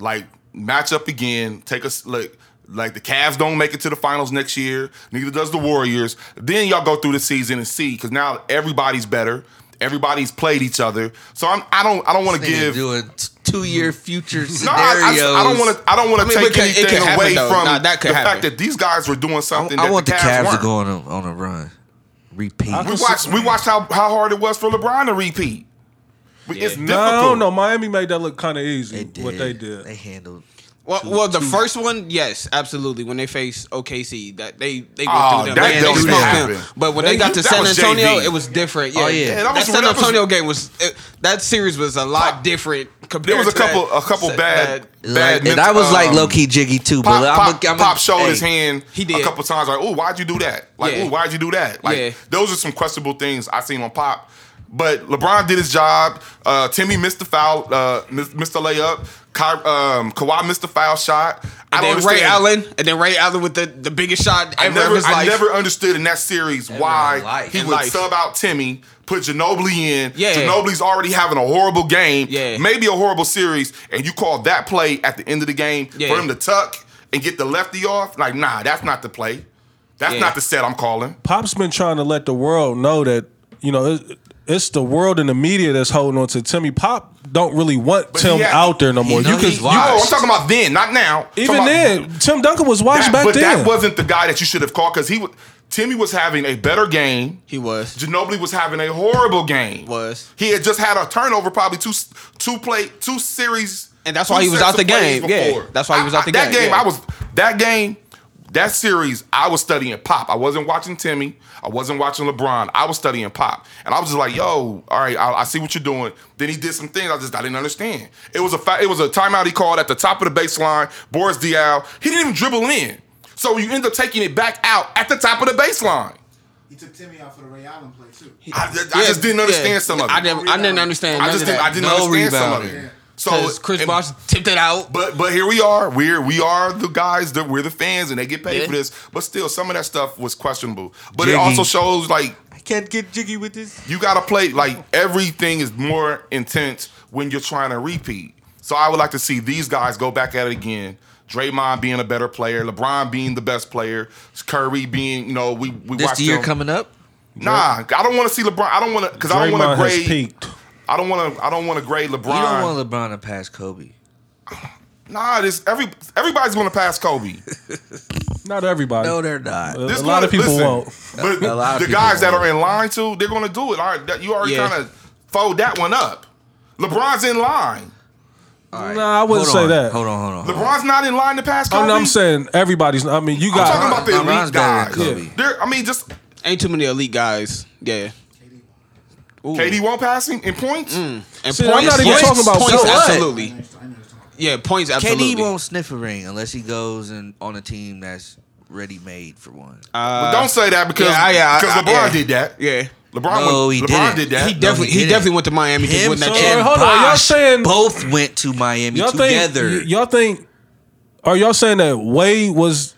Speaker 1: Like match up again. Take a s- look. Like the Cavs don't make it to the finals next year, neither does the Warriors. Then y'all go through the season and see because now everybody's better. Everybody's played each other, so I'm, I don't I don't want to
Speaker 2: Nigga
Speaker 1: give
Speaker 2: doing two year future scenarios.
Speaker 1: no, I, I just- I don't want to. I don't want
Speaker 4: I
Speaker 1: to
Speaker 4: mean,
Speaker 1: take
Speaker 4: but it can- it
Speaker 1: anything
Speaker 4: can happen,
Speaker 1: away
Speaker 4: though.
Speaker 1: from
Speaker 4: Nah, that could
Speaker 1: the
Speaker 4: happen.
Speaker 1: fact that these guys were doing something.
Speaker 2: I
Speaker 1: that
Speaker 2: want the
Speaker 1: the
Speaker 2: Cavs
Speaker 1: Cavs
Speaker 2: to go
Speaker 1: weren't.
Speaker 2: on a, on a run, repeat.
Speaker 1: We watched. We watched how, how hard it was for LeBron to repeat. We- It's difficult.
Speaker 3: No, no, Miami made that look kind of easy.
Speaker 2: They
Speaker 3: What they did.
Speaker 2: They handled.
Speaker 4: Well, well, the first one, yes, absolutely. When they faced OKC, that they they went
Speaker 1: Oh,
Speaker 4: through them,
Speaker 1: that
Speaker 4: Man, they
Speaker 2: don't
Speaker 4: smoked
Speaker 1: happen.
Speaker 4: them. But when they got to
Speaker 1: That
Speaker 4: San
Speaker 1: was
Speaker 4: Antonio,
Speaker 1: JV.
Speaker 4: it was different. Yeah,
Speaker 2: Oh, yeah.
Speaker 1: Yeah, that was-
Speaker 4: that San
Speaker 1: that was-
Speaker 4: Antonio game was it, that series was a lot different
Speaker 1: There
Speaker 4: compared.
Speaker 1: was a
Speaker 4: to that-
Speaker 1: couple. A couple
Speaker 4: that-
Speaker 1: bad.
Speaker 2: Like,
Speaker 1: Bad.
Speaker 2: and I was like
Speaker 1: um,
Speaker 2: low key jiggy too, but
Speaker 1: Pop,
Speaker 2: I'm
Speaker 1: Pop- Pop showed his hand
Speaker 4: he did.
Speaker 1: a couple times. Like, oh, why'd you do that? Like,
Speaker 4: Yeah.
Speaker 1: oh, why'd you do that? Like,
Speaker 4: Yeah.
Speaker 1: those are some questionable things I seen on Pop. But LeBron did his job. Uh, Timmy missed the foul, uh, miss- missed the layup. Ky- um, Kawhi missed the foul shot. I don't
Speaker 4: And then Ray
Speaker 1: understand.
Speaker 4: Allen, and then Ray Allen with the, the biggest shot
Speaker 1: I
Speaker 4: ever
Speaker 1: never,
Speaker 4: of his
Speaker 1: I
Speaker 4: life.
Speaker 1: never understood in that series
Speaker 2: in
Speaker 1: why
Speaker 2: life.
Speaker 1: he
Speaker 2: In
Speaker 1: would
Speaker 4: life.
Speaker 1: sub out Timmy, put Ginobili in.
Speaker 4: Yeah.
Speaker 1: Ginobili's already having a horrible game,
Speaker 4: Yeah.
Speaker 1: maybe a horrible series, and you call that play at the end of the game
Speaker 4: Yeah.
Speaker 1: for him to tuck and get the lefty off? Like, nah, that's not the play. That's
Speaker 4: Yeah.
Speaker 1: not the set I'm calling.
Speaker 3: Pop's been trying to let the world know that you know it, it's the world and the media that's holding on to Timmy. Pop don't really want
Speaker 1: But
Speaker 3: Tim
Speaker 1: he had-
Speaker 3: out there no
Speaker 2: he
Speaker 3: more.
Speaker 2: know
Speaker 3: You could
Speaker 2: he's
Speaker 1: You
Speaker 2: Watch.
Speaker 1: know, I'm talking about then, not now. I'm
Speaker 3: even
Speaker 1: talking about-
Speaker 3: then, Tim Duncan was watched
Speaker 1: that-
Speaker 3: back
Speaker 1: but
Speaker 3: then.
Speaker 1: that wasn't the guy that you should have called because he was. Timmy was having a better game.
Speaker 4: He was.
Speaker 1: Ginobili was having a horrible game.
Speaker 4: Was.
Speaker 1: he had just had a turnover, probably two two play two series,
Speaker 4: And that's
Speaker 1: two
Speaker 4: why he was
Speaker 1: sets
Speaker 4: out the
Speaker 1: of plays
Speaker 4: game. Yeah,
Speaker 1: before.
Speaker 4: that's why he was
Speaker 1: I-
Speaker 4: out the
Speaker 1: I- that That
Speaker 4: game, yeah.
Speaker 1: I was that game, that series. I was studying Pop. I wasn't watching Timmy. I wasn't watching LeBron. I was studying Pop, and I was just like, "Yo, all right, I, I see what you're doing." Then he did some things I just I didn't understand. It was a fa- it was a timeout he called at the top of the baseline. Boris Diaw. He didn't even dribble in, so you end up taking it back out at the top of the baseline.
Speaker 5: He took Timmy out for the Ray Allen play too.
Speaker 1: I, I just didn't understand some of it.
Speaker 4: I didn't, I didn't understand.
Speaker 1: I
Speaker 4: none
Speaker 1: just
Speaker 4: of
Speaker 1: didn't,
Speaker 4: that.
Speaker 1: I didn't
Speaker 4: No
Speaker 1: understand some of
Speaker 4: rebounding.
Speaker 1: it.
Speaker 4: 'Cause Chris
Speaker 1: and-
Speaker 4: Bosh tipped it out.
Speaker 1: But but here we are. We're we are the guys that we're the fans and they get paid
Speaker 4: Yeah.
Speaker 1: for this. But still, some of that stuff was questionable. But it
Speaker 2: Jiggy.
Speaker 1: also shows like
Speaker 2: I can't get jiggy with this.
Speaker 1: you gotta play like everything is more intense when you're trying to repeat. So I would like to see these guys go back at it again. Draymond being a better player, LeBron being the best player, Curry being, you know, we we
Speaker 2: This
Speaker 1: watched
Speaker 2: the year
Speaker 1: them.
Speaker 2: coming up.
Speaker 1: Nah, I don't want to see LeBron. I don't want to because I don't want
Speaker 3: Draymond
Speaker 1: to
Speaker 3: has
Speaker 1: grade.
Speaker 3: peaked.
Speaker 1: I don't want to. I don't want to grade LeBron.
Speaker 2: You don't want LeBron to pass Kobe.
Speaker 1: Nah, this every everybody's going to pass Kobe.
Speaker 3: Not everybody.
Speaker 2: No, they're not.
Speaker 1: This
Speaker 3: a lot of
Speaker 1: gonna-
Speaker 3: people
Speaker 1: listen,
Speaker 3: won't.
Speaker 1: But
Speaker 2: A lot of
Speaker 1: the
Speaker 2: people
Speaker 1: guys that
Speaker 2: won't.
Speaker 1: are in line too, they're going to do it. All right, that, you already
Speaker 4: Yeah.
Speaker 1: kind of fold that one up. LeBron's in line.
Speaker 2: All right.
Speaker 3: Nah, I wouldn't
Speaker 2: Hold
Speaker 3: say
Speaker 2: on.
Speaker 3: that.
Speaker 2: Hold on, hold on. hold on.
Speaker 1: LeBron's not in line to pass Kobe.
Speaker 3: Oh, I'm, I'm saying everybody's. I mean, you
Speaker 1: I'm
Speaker 3: got.
Speaker 1: talking about the
Speaker 2: LeBron's
Speaker 1: elite
Speaker 2: better
Speaker 1: guys.
Speaker 2: than Kobe.
Speaker 1: They're- I mean, just
Speaker 4: Ain't too many elite guys. Yeah. Ooh. Mm.
Speaker 1: KD won't pass him in points.
Speaker 4: And
Speaker 3: See, I'm
Speaker 4: points,
Speaker 3: not even
Speaker 4: points,
Speaker 3: talking about-
Speaker 4: points.
Speaker 2: So what?
Speaker 4: absolutely. Yeah, points. Absolutely.
Speaker 2: KD won't sniff a ring unless he goes and on a team that's ready made for one.
Speaker 1: But don't say that because
Speaker 4: Uh, yeah, I- yeah, I-
Speaker 1: because
Speaker 4: I-
Speaker 1: LeBron
Speaker 4: yeah.
Speaker 1: did that.
Speaker 4: Yeah.
Speaker 1: LeBron,
Speaker 2: No,
Speaker 1: went,
Speaker 2: he
Speaker 1: LeBron
Speaker 2: didn't.
Speaker 1: did that.
Speaker 4: He definitely,
Speaker 2: he
Speaker 4: he,
Speaker 2: didn't.
Speaker 4: definitely went to Miami to
Speaker 2: Him
Speaker 4: win that
Speaker 3: so-
Speaker 4: championship.
Speaker 2: and
Speaker 3: hold on, y'all
Speaker 2: Bosh
Speaker 3: saying-
Speaker 2: both went to Miami
Speaker 3: Y'all
Speaker 2: together.
Speaker 3: think? Y'all think? Are y'all saying that Wade was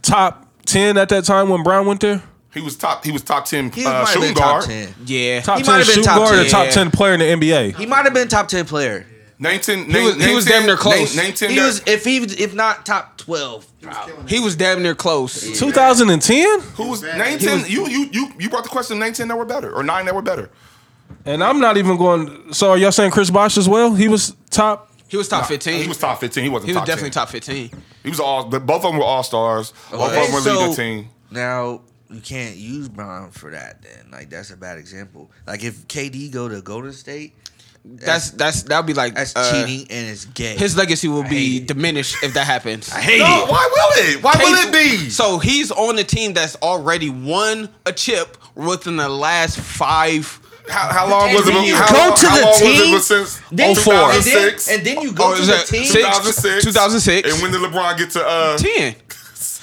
Speaker 3: top ten at that time when Brown went there?
Speaker 1: He was top. He was top ten
Speaker 2: he
Speaker 1: uh,
Speaker 2: might have
Speaker 1: shooting
Speaker 2: been top
Speaker 1: guard.
Speaker 2: ten.
Speaker 4: Yeah.
Speaker 3: Top
Speaker 2: He might
Speaker 3: ten
Speaker 2: have been
Speaker 3: shooting
Speaker 2: top
Speaker 3: guard
Speaker 2: 10,
Speaker 3: or top
Speaker 4: yeah.
Speaker 3: ten player in the NBA?
Speaker 2: He might have been top ten player.
Speaker 1: Name ten. Name,
Speaker 4: was- he
Speaker 1: name
Speaker 4: was
Speaker 1: 10
Speaker 4: damn near close.
Speaker 1: Name, name ten.
Speaker 2: He
Speaker 1: guys-
Speaker 2: was if he if not top twelve. probably.
Speaker 4: He was damn near close.
Speaker 3: 2010,
Speaker 1: Who was
Speaker 5: Bad.
Speaker 1: name
Speaker 5: He
Speaker 1: ten? You you you you brought the question name ten that were better or nine that were better.
Speaker 3: and I'm not even going. So are y'all saying Chris Bosh as well? He was top.
Speaker 4: He was top 15.
Speaker 1: He was top fifteen. He wasn't.
Speaker 4: He was
Speaker 1: top
Speaker 4: definitely
Speaker 1: 10.
Speaker 4: top 15.
Speaker 1: He was all. But both of them were all stars. Both
Speaker 2: Okay,
Speaker 1: of them were leading
Speaker 4: so-
Speaker 1: the team.
Speaker 2: Now you can't use Brown for that. Then like that's a bad example. Like if KD go to Golden State,
Speaker 4: That's that's that'd be like
Speaker 2: that's
Speaker 4: uh,
Speaker 2: cheating and it's gay.
Speaker 4: His legacy will
Speaker 2: hate
Speaker 4: be
Speaker 2: it.
Speaker 4: diminished if that happens.
Speaker 2: I hate
Speaker 1: No,
Speaker 2: it.
Speaker 1: why will it? Why will it be?
Speaker 4: So he's on the team that's already won a chip within the last five.
Speaker 1: how, how long was it?
Speaker 2: And then you
Speaker 1: how
Speaker 2: go
Speaker 1: long,
Speaker 2: to
Speaker 1: how
Speaker 2: the
Speaker 1: long
Speaker 2: team,
Speaker 1: was it since
Speaker 2: then-
Speaker 1: 04?
Speaker 2: and then,
Speaker 1: 2006?
Speaker 2: and then you go
Speaker 4: Oh,
Speaker 2: to
Speaker 4: is
Speaker 2: the
Speaker 4: that
Speaker 2: team.
Speaker 4: six?
Speaker 1: 2006.
Speaker 4: 2006.
Speaker 1: And when did LeBron get to uh?
Speaker 4: 10.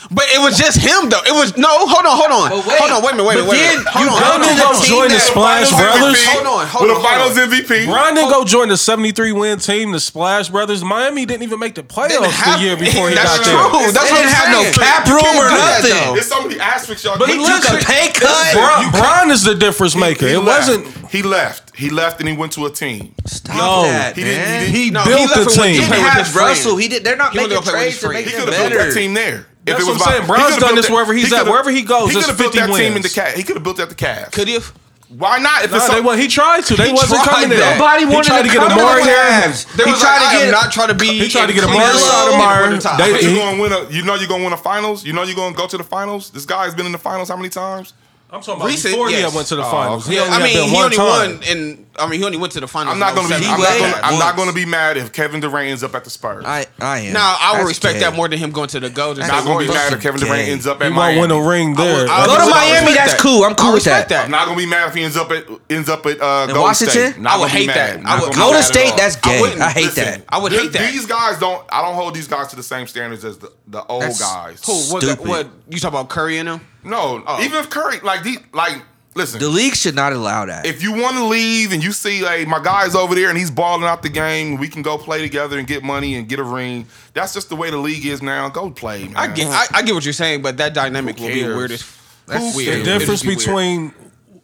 Speaker 4: But it was just him though. It was no. Hold on. Hold on.
Speaker 2: But wait.
Speaker 4: hold on. Wait a minute. Wait a minute.
Speaker 2: But
Speaker 4: Wait a
Speaker 2: then
Speaker 4: minute.
Speaker 2: you
Speaker 4: Hold on.
Speaker 2: come
Speaker 4: Hold
Speaker 2: to the team
Speaker 4: on.
Speaker 3: Brown joined the
Speaker 2: that-
Speaker 3: Splash Brothers.
Speaker 1: Hold on, hold on. With a Finals MVP.
Speaker 3: Brian didn't go join the 73 win team, the Splash Brothers. Miami didn't even make the playoffs
Speaker 4: have-
Speaker 3: the year before he
Speaker 4: That's true.
Speaker 3: got there.
Speaker 2: They
Speaker 4: That's what I'm
Speaker 2: didn't have no
Speaker 4: saying.
Speaker 2: cap
Speaker 4: You
Speaker 2: room
Speaker 4: can't
Speaker 2: or
Speaker 4: do that,
Speaker 2: nothing.
Speaker 4: though.
Speaker 1: There's so many aspects y'all.
Speaker 2: He
Speaker 1: can't-
Speaker 2: took a pay cut.
Speaker 3: Bron, Bron is the difference maker.
Speaker 1: He
Speaker 3: It
Speaker 1: left.
Speaker 3: wasn't.
Speaker 1: He left. He left and he went to a team.
Speaker 2: Stop
Speaker 3: No,
Speaker 2: that,
Speaker 1: He
Speaker 2: man.
Speaker 1: didn't. He,
Speaker 3: He
Speaker 1: didn't-
Speaker 4: No, he
Speaker 3: built the
Speaker 4: left and went
Speaker 2: He
Speaker 4: to
Speaker 3: team.
Speaker 4: play
Speaker 2: didn't
Speaker 4: with
Speaker 2: have
Speaker 4: his friend.
Speaker 2: Russell. He did. They're not
Speaker 4: He wanted
Speaker 2: making
Speaker 4: to play with
Speaker 2: trades
Speaker 4: his
Speaker 2: to make
Speaker 4: friend.
Speaker 1: he
Speaker 2: them
Speaker 1: could have built
Speaker 2: better.
Speaker 1: that team there.
Speaker 3: That's
Speaker 1: if it
Speaker 3: what
Speaker 1: was
Speaker 3: I'm
Speaker 1: about-
Speaker 3: saying. Bron's
Speaker 1: he could've
Speaker 3: done
Speaker 1: built
Speaker 3: this
Speaker 1: that-
Speaker 3: wherever he's at.
Speaker 1: could've-
Speaker 3: Wherever he goes,
Speaker 1: he
Speaker 3: it's
Speaker 1: could've built
Speaker 3: 50
Speaker 1: that team in the
Speaker 3: wins.
Speaker 1: cat. He could have built that the Cavs.
Speaker 4: Could he have?
Speaker 1: Why not? If it's
Speaker 3: Nah,
Speaker 1: so-
Speaker 3: they, wa- he tried to. They
Speaker 4: He
Speaker 3: wasn't
Speaker 4: tried
Speaker 3: coming there.
Speaker 4: that.
Speaker 2: Nobody
Speaker 3: he
Speaker 2: wanted
Speaker 3: tried to
Speaker 2: to
Speaker 3: get
Speaker 2: come
Speaker 3: a
Speaker 2: to
Speaker 3: more
Speaker 2: the
Speaker 3: hair.
Speaker 2: Cavs.
Speaker 4: There
Speaker 2: He
Speaker 4: was
Speaker 2: tried
Speaker 4: like,
Speaker 2: to
Speaker 4: I am
Speaker 2: get-
Speaker 4: not trying to be.
Speaker 3: He tried to get a
Speaker 4: in
Speaker 3: Mario
Speaker 4: Cleveland at the
Speaker 3: Sotomayor.
Speaker 4: time.
Speaker 3: They-
Speaker 1: But you
Speaker 3: he-
Speaker 1: gonna win a, you know you're gonna win a finals. You know you're gonna go to the finals. This guy's been in the finals how many times?
Speaker 3: I'm talking about
Speaker 4: Recent,
Speaker 3: before he
Speaker 4: yes.
Speaker 3: had went to the
Speaker 1: Oh,
Speaker 3: finals.
Speaker 1: okay.
Speaker 3: He
Speaker 4: Yeah,
Speaker 3: only
Speaker 4: I
Speaker 3: had
Speaker 4: mean,
Speaker 3: been
Speaker 4: he
Speaker 3: one
Speaker 4: only
Speaker 3: time.
Speaker 4: won, and I mean, he only went to the finals.
Speaker 1: I'm not
Speaker 4: in
Speaker 1: gonna be.
Speaker 4: 07.
Speaker 1: I'm not
Speaker 2: went
Speaker 1: gonna, I'm not
Speaker 2: once.
Speaker 1: gonna be mad if Kevin Durant ends up at the Spurs.
Speaker 2: I, I am.
Speaker 4: Now I would
Speaker 2: That's
Speaker 4: respect
Speaker 2: gay.
Speaker 4: that more than him going to the Golden
Speaker 1: I'm not
Speaker 4: State
Speaker 1: gonna be
Speaker 4: Warriors.
Speaker 1: mad if Kevin
Speaker 2: Dang.
Speaker 1: Durant ends up at
Speaker 3: He won't
Speaker 1: Miami.
Speaker 3: win a ring there.
Speaker 4: I
Speaker 2: Go
Speaker 4: would-
Speaker 2: to
Speaker 4: I would
Speaker 2: Miami.
Speaker 4: respect
Speaker 2: That's
Speaker 4: that.
Speaker 2: cool. I'm cool
Speaker 4: I
Speaker 2: with
Speaker 4: respect
Speaker 1: I'm not gonna be mad if he ends up at ends up at uh, Golden
Speaker 2: Washington?
Speaker 1: State. Not
Speaker 4: I would
Speaker 1: gonna be
Speaker 4: hate
Speaker 1: mad.
Speaker 4: that.
Speaker 1: Not
Speaker 4: I would-
Speaker 1: gonna be
Speaker 2: Golden
Speaker 1: mad at
Speaker 2: State,
Speaker 1: all.
Speaker 2: that's gay.
Speaker 4: wouldn't.
Speaker 2: I, hate
Speaker 1: Listen,
Speaker 2: that.
Speaker 4: I would
Speaker 1: th-
Speaker 4: hate that.
Speaker 1: These guys don't. I don't hold these guys to the same standards as the, the old
Speaker 2: That's-
Speaker 1: guys.
Speaker 4: Who? What?
Speaker 2: Stupid.
Speaker 4: What? You talk about Curry and him?
Speaker 1: No, even if Curry, like, the, like, listen.
Speaker 2: The league should not allow that.
Speaker 1: if you want to leave and you see, hey, my guy's over there and he's balling out the game, we can go play together and get money and get a ring. That's just the way the league is now. Go play, man.
Speaker 4: I get. I, I get what you're saying, but that dynamic will be
Speaker 1: cares?
Speaker 4: weird as.
Speaker 1: That's
Speaker 4: That's
Speaker 1: the
Speaker 4: weird.
Speaker 3: the difference
Speaker 4: It'd be weird.
Speaker 3: between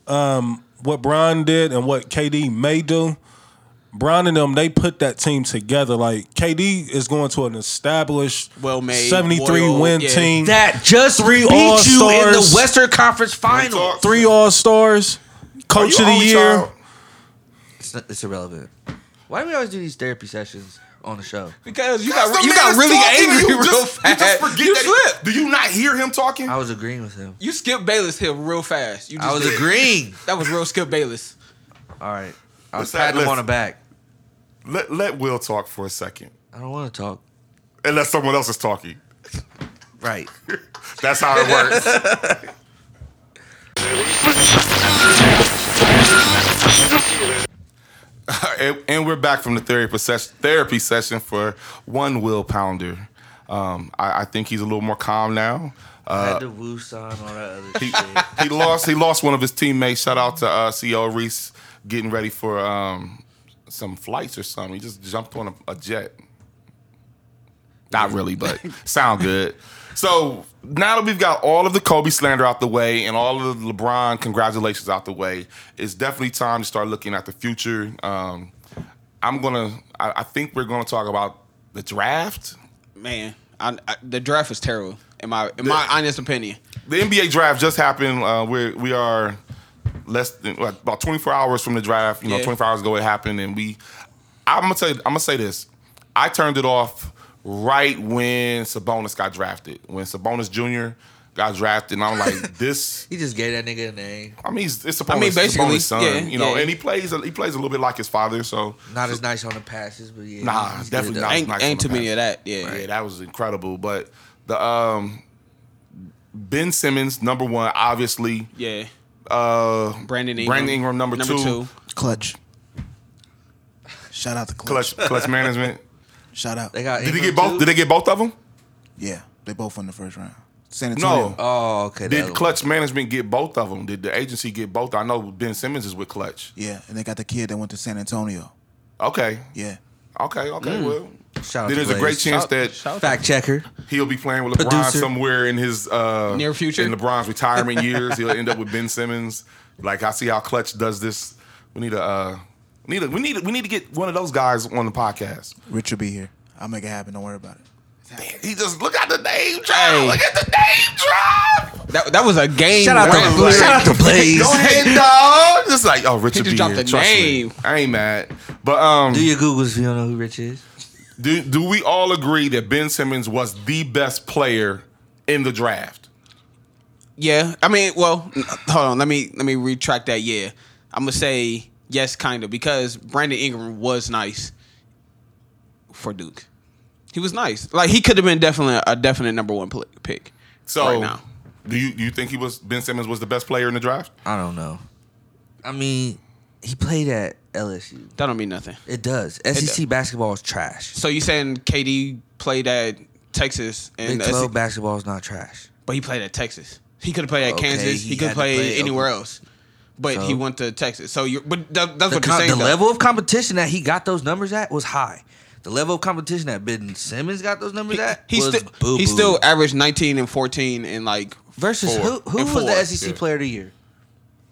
Speaker 3: um, what Brian did and what KD may do. Brian and them, they put that team together. Like KD is going to an established,
Speaker 4: Well-made,
Speaker 3: seventy-three
Speaker 4: loyal,
Speaker 3: win
Speaker 4: yeah.
Speaker 3: team,
Speaker 2: that just beat you in the
Speaker 3: All-Stars.
Speaker 2: Western Conference Final.
Speaker 1: Talk-
Speaker 3: three All Stars,
Speaker 1: Are you
Speaker 3: Coach of the
Speaker 1: only
Speaker 3: Year.
Speaker 1: child?
Speaker 2: It's, not- it's irrelevant. Why do we always do these therapy sessions on the show?
Speaker 4: Because you
Speaker 1: That's
Speaker 4: got
Speaker 1: the
Speaker 4: you got
Speaker 1: man
Speaker 4: really
Speaker 1: that's talking to
Speaker 4: angry
Speaker 1: you.
Speaker 4: real
Speaker 1: Just-
Speaker 4: fast.
Speaker 1: You just forget
Speaker 4: you
Speaker 1: that-
Speaker 4: slipped.
Speaker 1: Do you not hear him talking?
Speaker 2: I was agreeing with him.
Speaker 4: You skipped Bayless here real fast. You just
Speaker 2: I was
Speaker 4: did.
Speaker 2: agreeing.
Speaker 4: That was real skip Bayless.
Speaker 2: All right. I was
Speaker 1: What's that
Speaker 2: patting him on the
Speaker 1: list?
Speaker 2: back.
Speaker 1: Let let Will talk for a second,
Speaker 2: I don't want to talk.
Speaker 1: unless someone else is talking.
Speaker 2: Right.
Speaker 1: That's how it works. and, and we're back from the therapy session, therapy session for one Will Pounder. Um, I, I think he's a little more calm now.
Speaker 2: I
Speaker 1: Uh,
Speaker 2: had the woo sign, all that other
Speaker 1: he,
Speaker 2: shit.
Speaker 1: he lost. He lost one of his teammates. Shout out to uh, Co Reese getting ready for um, some flights or something. He just jumped on a, a jet. Not really, but sound good. So now that we've got all of the Kobe slander out the way and all of the LeBron congratulations out the way, it's definitely time to start looking at the future. Um, I'm gonna. I, I think we're gonna talk about the draft.
Speaker 4: Man, I, I, the draft was terrible. In my in my honest opinion,
Speaker 1: the NBA draft just happened. Uh, we're we are less than like, about 24 hours from the draft. You know,
Speaker 4: Yeah.
Speaker 1: 24 hours ago it happened, and we. I'm gonna tell you. I'm gonna say this. I turned it off right when Sabonis got drafted. When Sabonis Jr. got drafted, and I'm like, this.
Speaker 2: He just gave that nigga a name.
Speaker 1: I mean, it's, it's Sabonis. I
Speaker 4: mean,
Speaker 1: mean,
Speaker 4: basically,
Speaker 1: Sabonis' son.
Speaker 4: yeah,
Speaker 1: you know,
Speaker 4: yeah.
Speaker 1: and he plays. He plays a little bit like his father. So
Speaker 2: Not as nice on the passes, but yeah.
Speaker 1: Nah,
Speaker 2: he's good
Speaker 1: definitely
Speaker 2: though.
Speaker 1: not.
Speaker 4: ain't,
Speaker 1: nice on
Speaker 4: ain't
Speaker 1: the
Speaker 4: too many
Speaker 1: pass.
Speaker 4: of that. Yeah,
Speaker 1: Yeah, that was incredible. But the um, Ben Simmons, number one, obviously.
Speaker 4: yeah.
Speaker 1: Uh,
Speaker 4: Brandon Ingram,
Speaker 1: Brandon Ingram, number, two.
Speaker 6: Clutch. Shout out to Clutch.
Speaker 1: Clutch, clutch management.
Speaker 6: Shout out.
Speaker 2: They got
Speaker 1: Did he
Speaker 2: Ingram
Speaker 1: get both?
Speaker 2: too?
Speaker 1: Did they get both of them?
Speaker 6: yeah, they both won the first round. San Antonio.
Speaker 1: No.
Speaker 2: Oh, okay. that
Speaker 1: Did
Speaker 2: one.
Speaker 1: Clutch management get both of them? Did the agency get both? I know Ben Simmons is with Clutch.
Speaker 6: Yeah, and they got the kid that went to San Antonio.
Speaker 1: Okay,
Speaker 6: Yeah.
Speaker 1: okay, okay. Well,
Speaker 2: Mm. Shout out
Speaker 1: then
Speaker 2: to
Speaker 1: there's a great
Speaker 2: Blaze.
Speaker 1: chance that
Speaker 2: Fact checker.
Speaker 1: he'll be playing with LeBron
Speaker 2: Producer.
Speaker 1: somewhere in his uh,
Speaker 4: Near future?
Speaker 1: in LeBron's retirement years. He'll end up with Ben Simmons. Like I see how Clutch does this. We need a uh, we need a, we need a, we need to get one of those guys on the podcast.
Speaker 6: Rich will be here. I'll make it happen. Don't worry about it.
Speaker 1: He just look at the name drop.
Speaker 4: Hey.
Speaker 1: Look at the name drop.
Speaker 4: That that was a game.
Speaker 2: Shout out
Speaker 4: wrap,
Speaker 2: to
Speaker 4: like-
Speaker 2: Shout out to Blaze.
Speaker 1: Go ahead, dog. Just like, oh, Richard
Speaker 4: He just
Speaker 1: B.
Speaker 4: dropped
Speaker 1: here.
Speaker 4: the
Speaker 1: Trust me.
Speaker 4: name.
Speaker 1: I ain't mad. But um,
Speaker 2: Do
Speaker 1: do,
Speaker 2: your Googles if you don't know who Rich is.
Speaker 1: do we all agree that Ben Simmons was the best player in the draft?
Speaker 4: Yeah, I mean, well, n- hold on. Let me let me retract that. Yeah, I'm gonna say yes, kind of, because Brandon Ingram was nice for Duke. He was nice. Like he could have been definitely a definite number one pl- pick.
Speaker 1: So
Speaker 4: right now,
Speaker 1: do you you think he was Ben Simmons was the best player in the draft?
Speaker 2: I don't know. I mean, he played at LSU. E
Speaker 4: that don't mean nothing.
Speaker 2: It does. SEC basketball is trash.
Speaker 4: So you saying KD played at Texas and
Speaker 2: Big
Speaker 4: uh,
Speaker 2: Twelve basketball is not trash.
Speaker 4: but he played at Texas. He could have played at
Speaker 2: Okay,
Speaker 4: Kansas. He,
Speaker 2: he
Speaker 4: could
Speaker 2: had to
Speaker 4: play,
Speaker 2: play
Speaker 4: anywhere
Speaker 2: Oklahoma.
Speaker 4: else, but he
Speaker 2: So-
Speaker 4: went to Texas. So you're, but that, that's
Speaker 2: The,
Speaker 4: what you're
Speaker 2: com-
Speaker 4: saying.
Speaker 2: the
Speaker 4: though.
Speaker 2: level of competition that he got those numbers at was high. The level of competition that Ben Simmons got those numbers at
Speaker 4: he, he
Speaker 2: was
Speaker 4: still
Speaker 2: boo-boo.
Speaker 4: he still averaged 19 and 14 and like
Speaker 2: versus
Speaker 1: four.
Speaker 2: who? Who
Speaker 4: And
Speaker 2: was
Speaker 4: four,
Speaker 2: the SEC
Speaker 1: yeah.
Speaker 2: Player of the Year?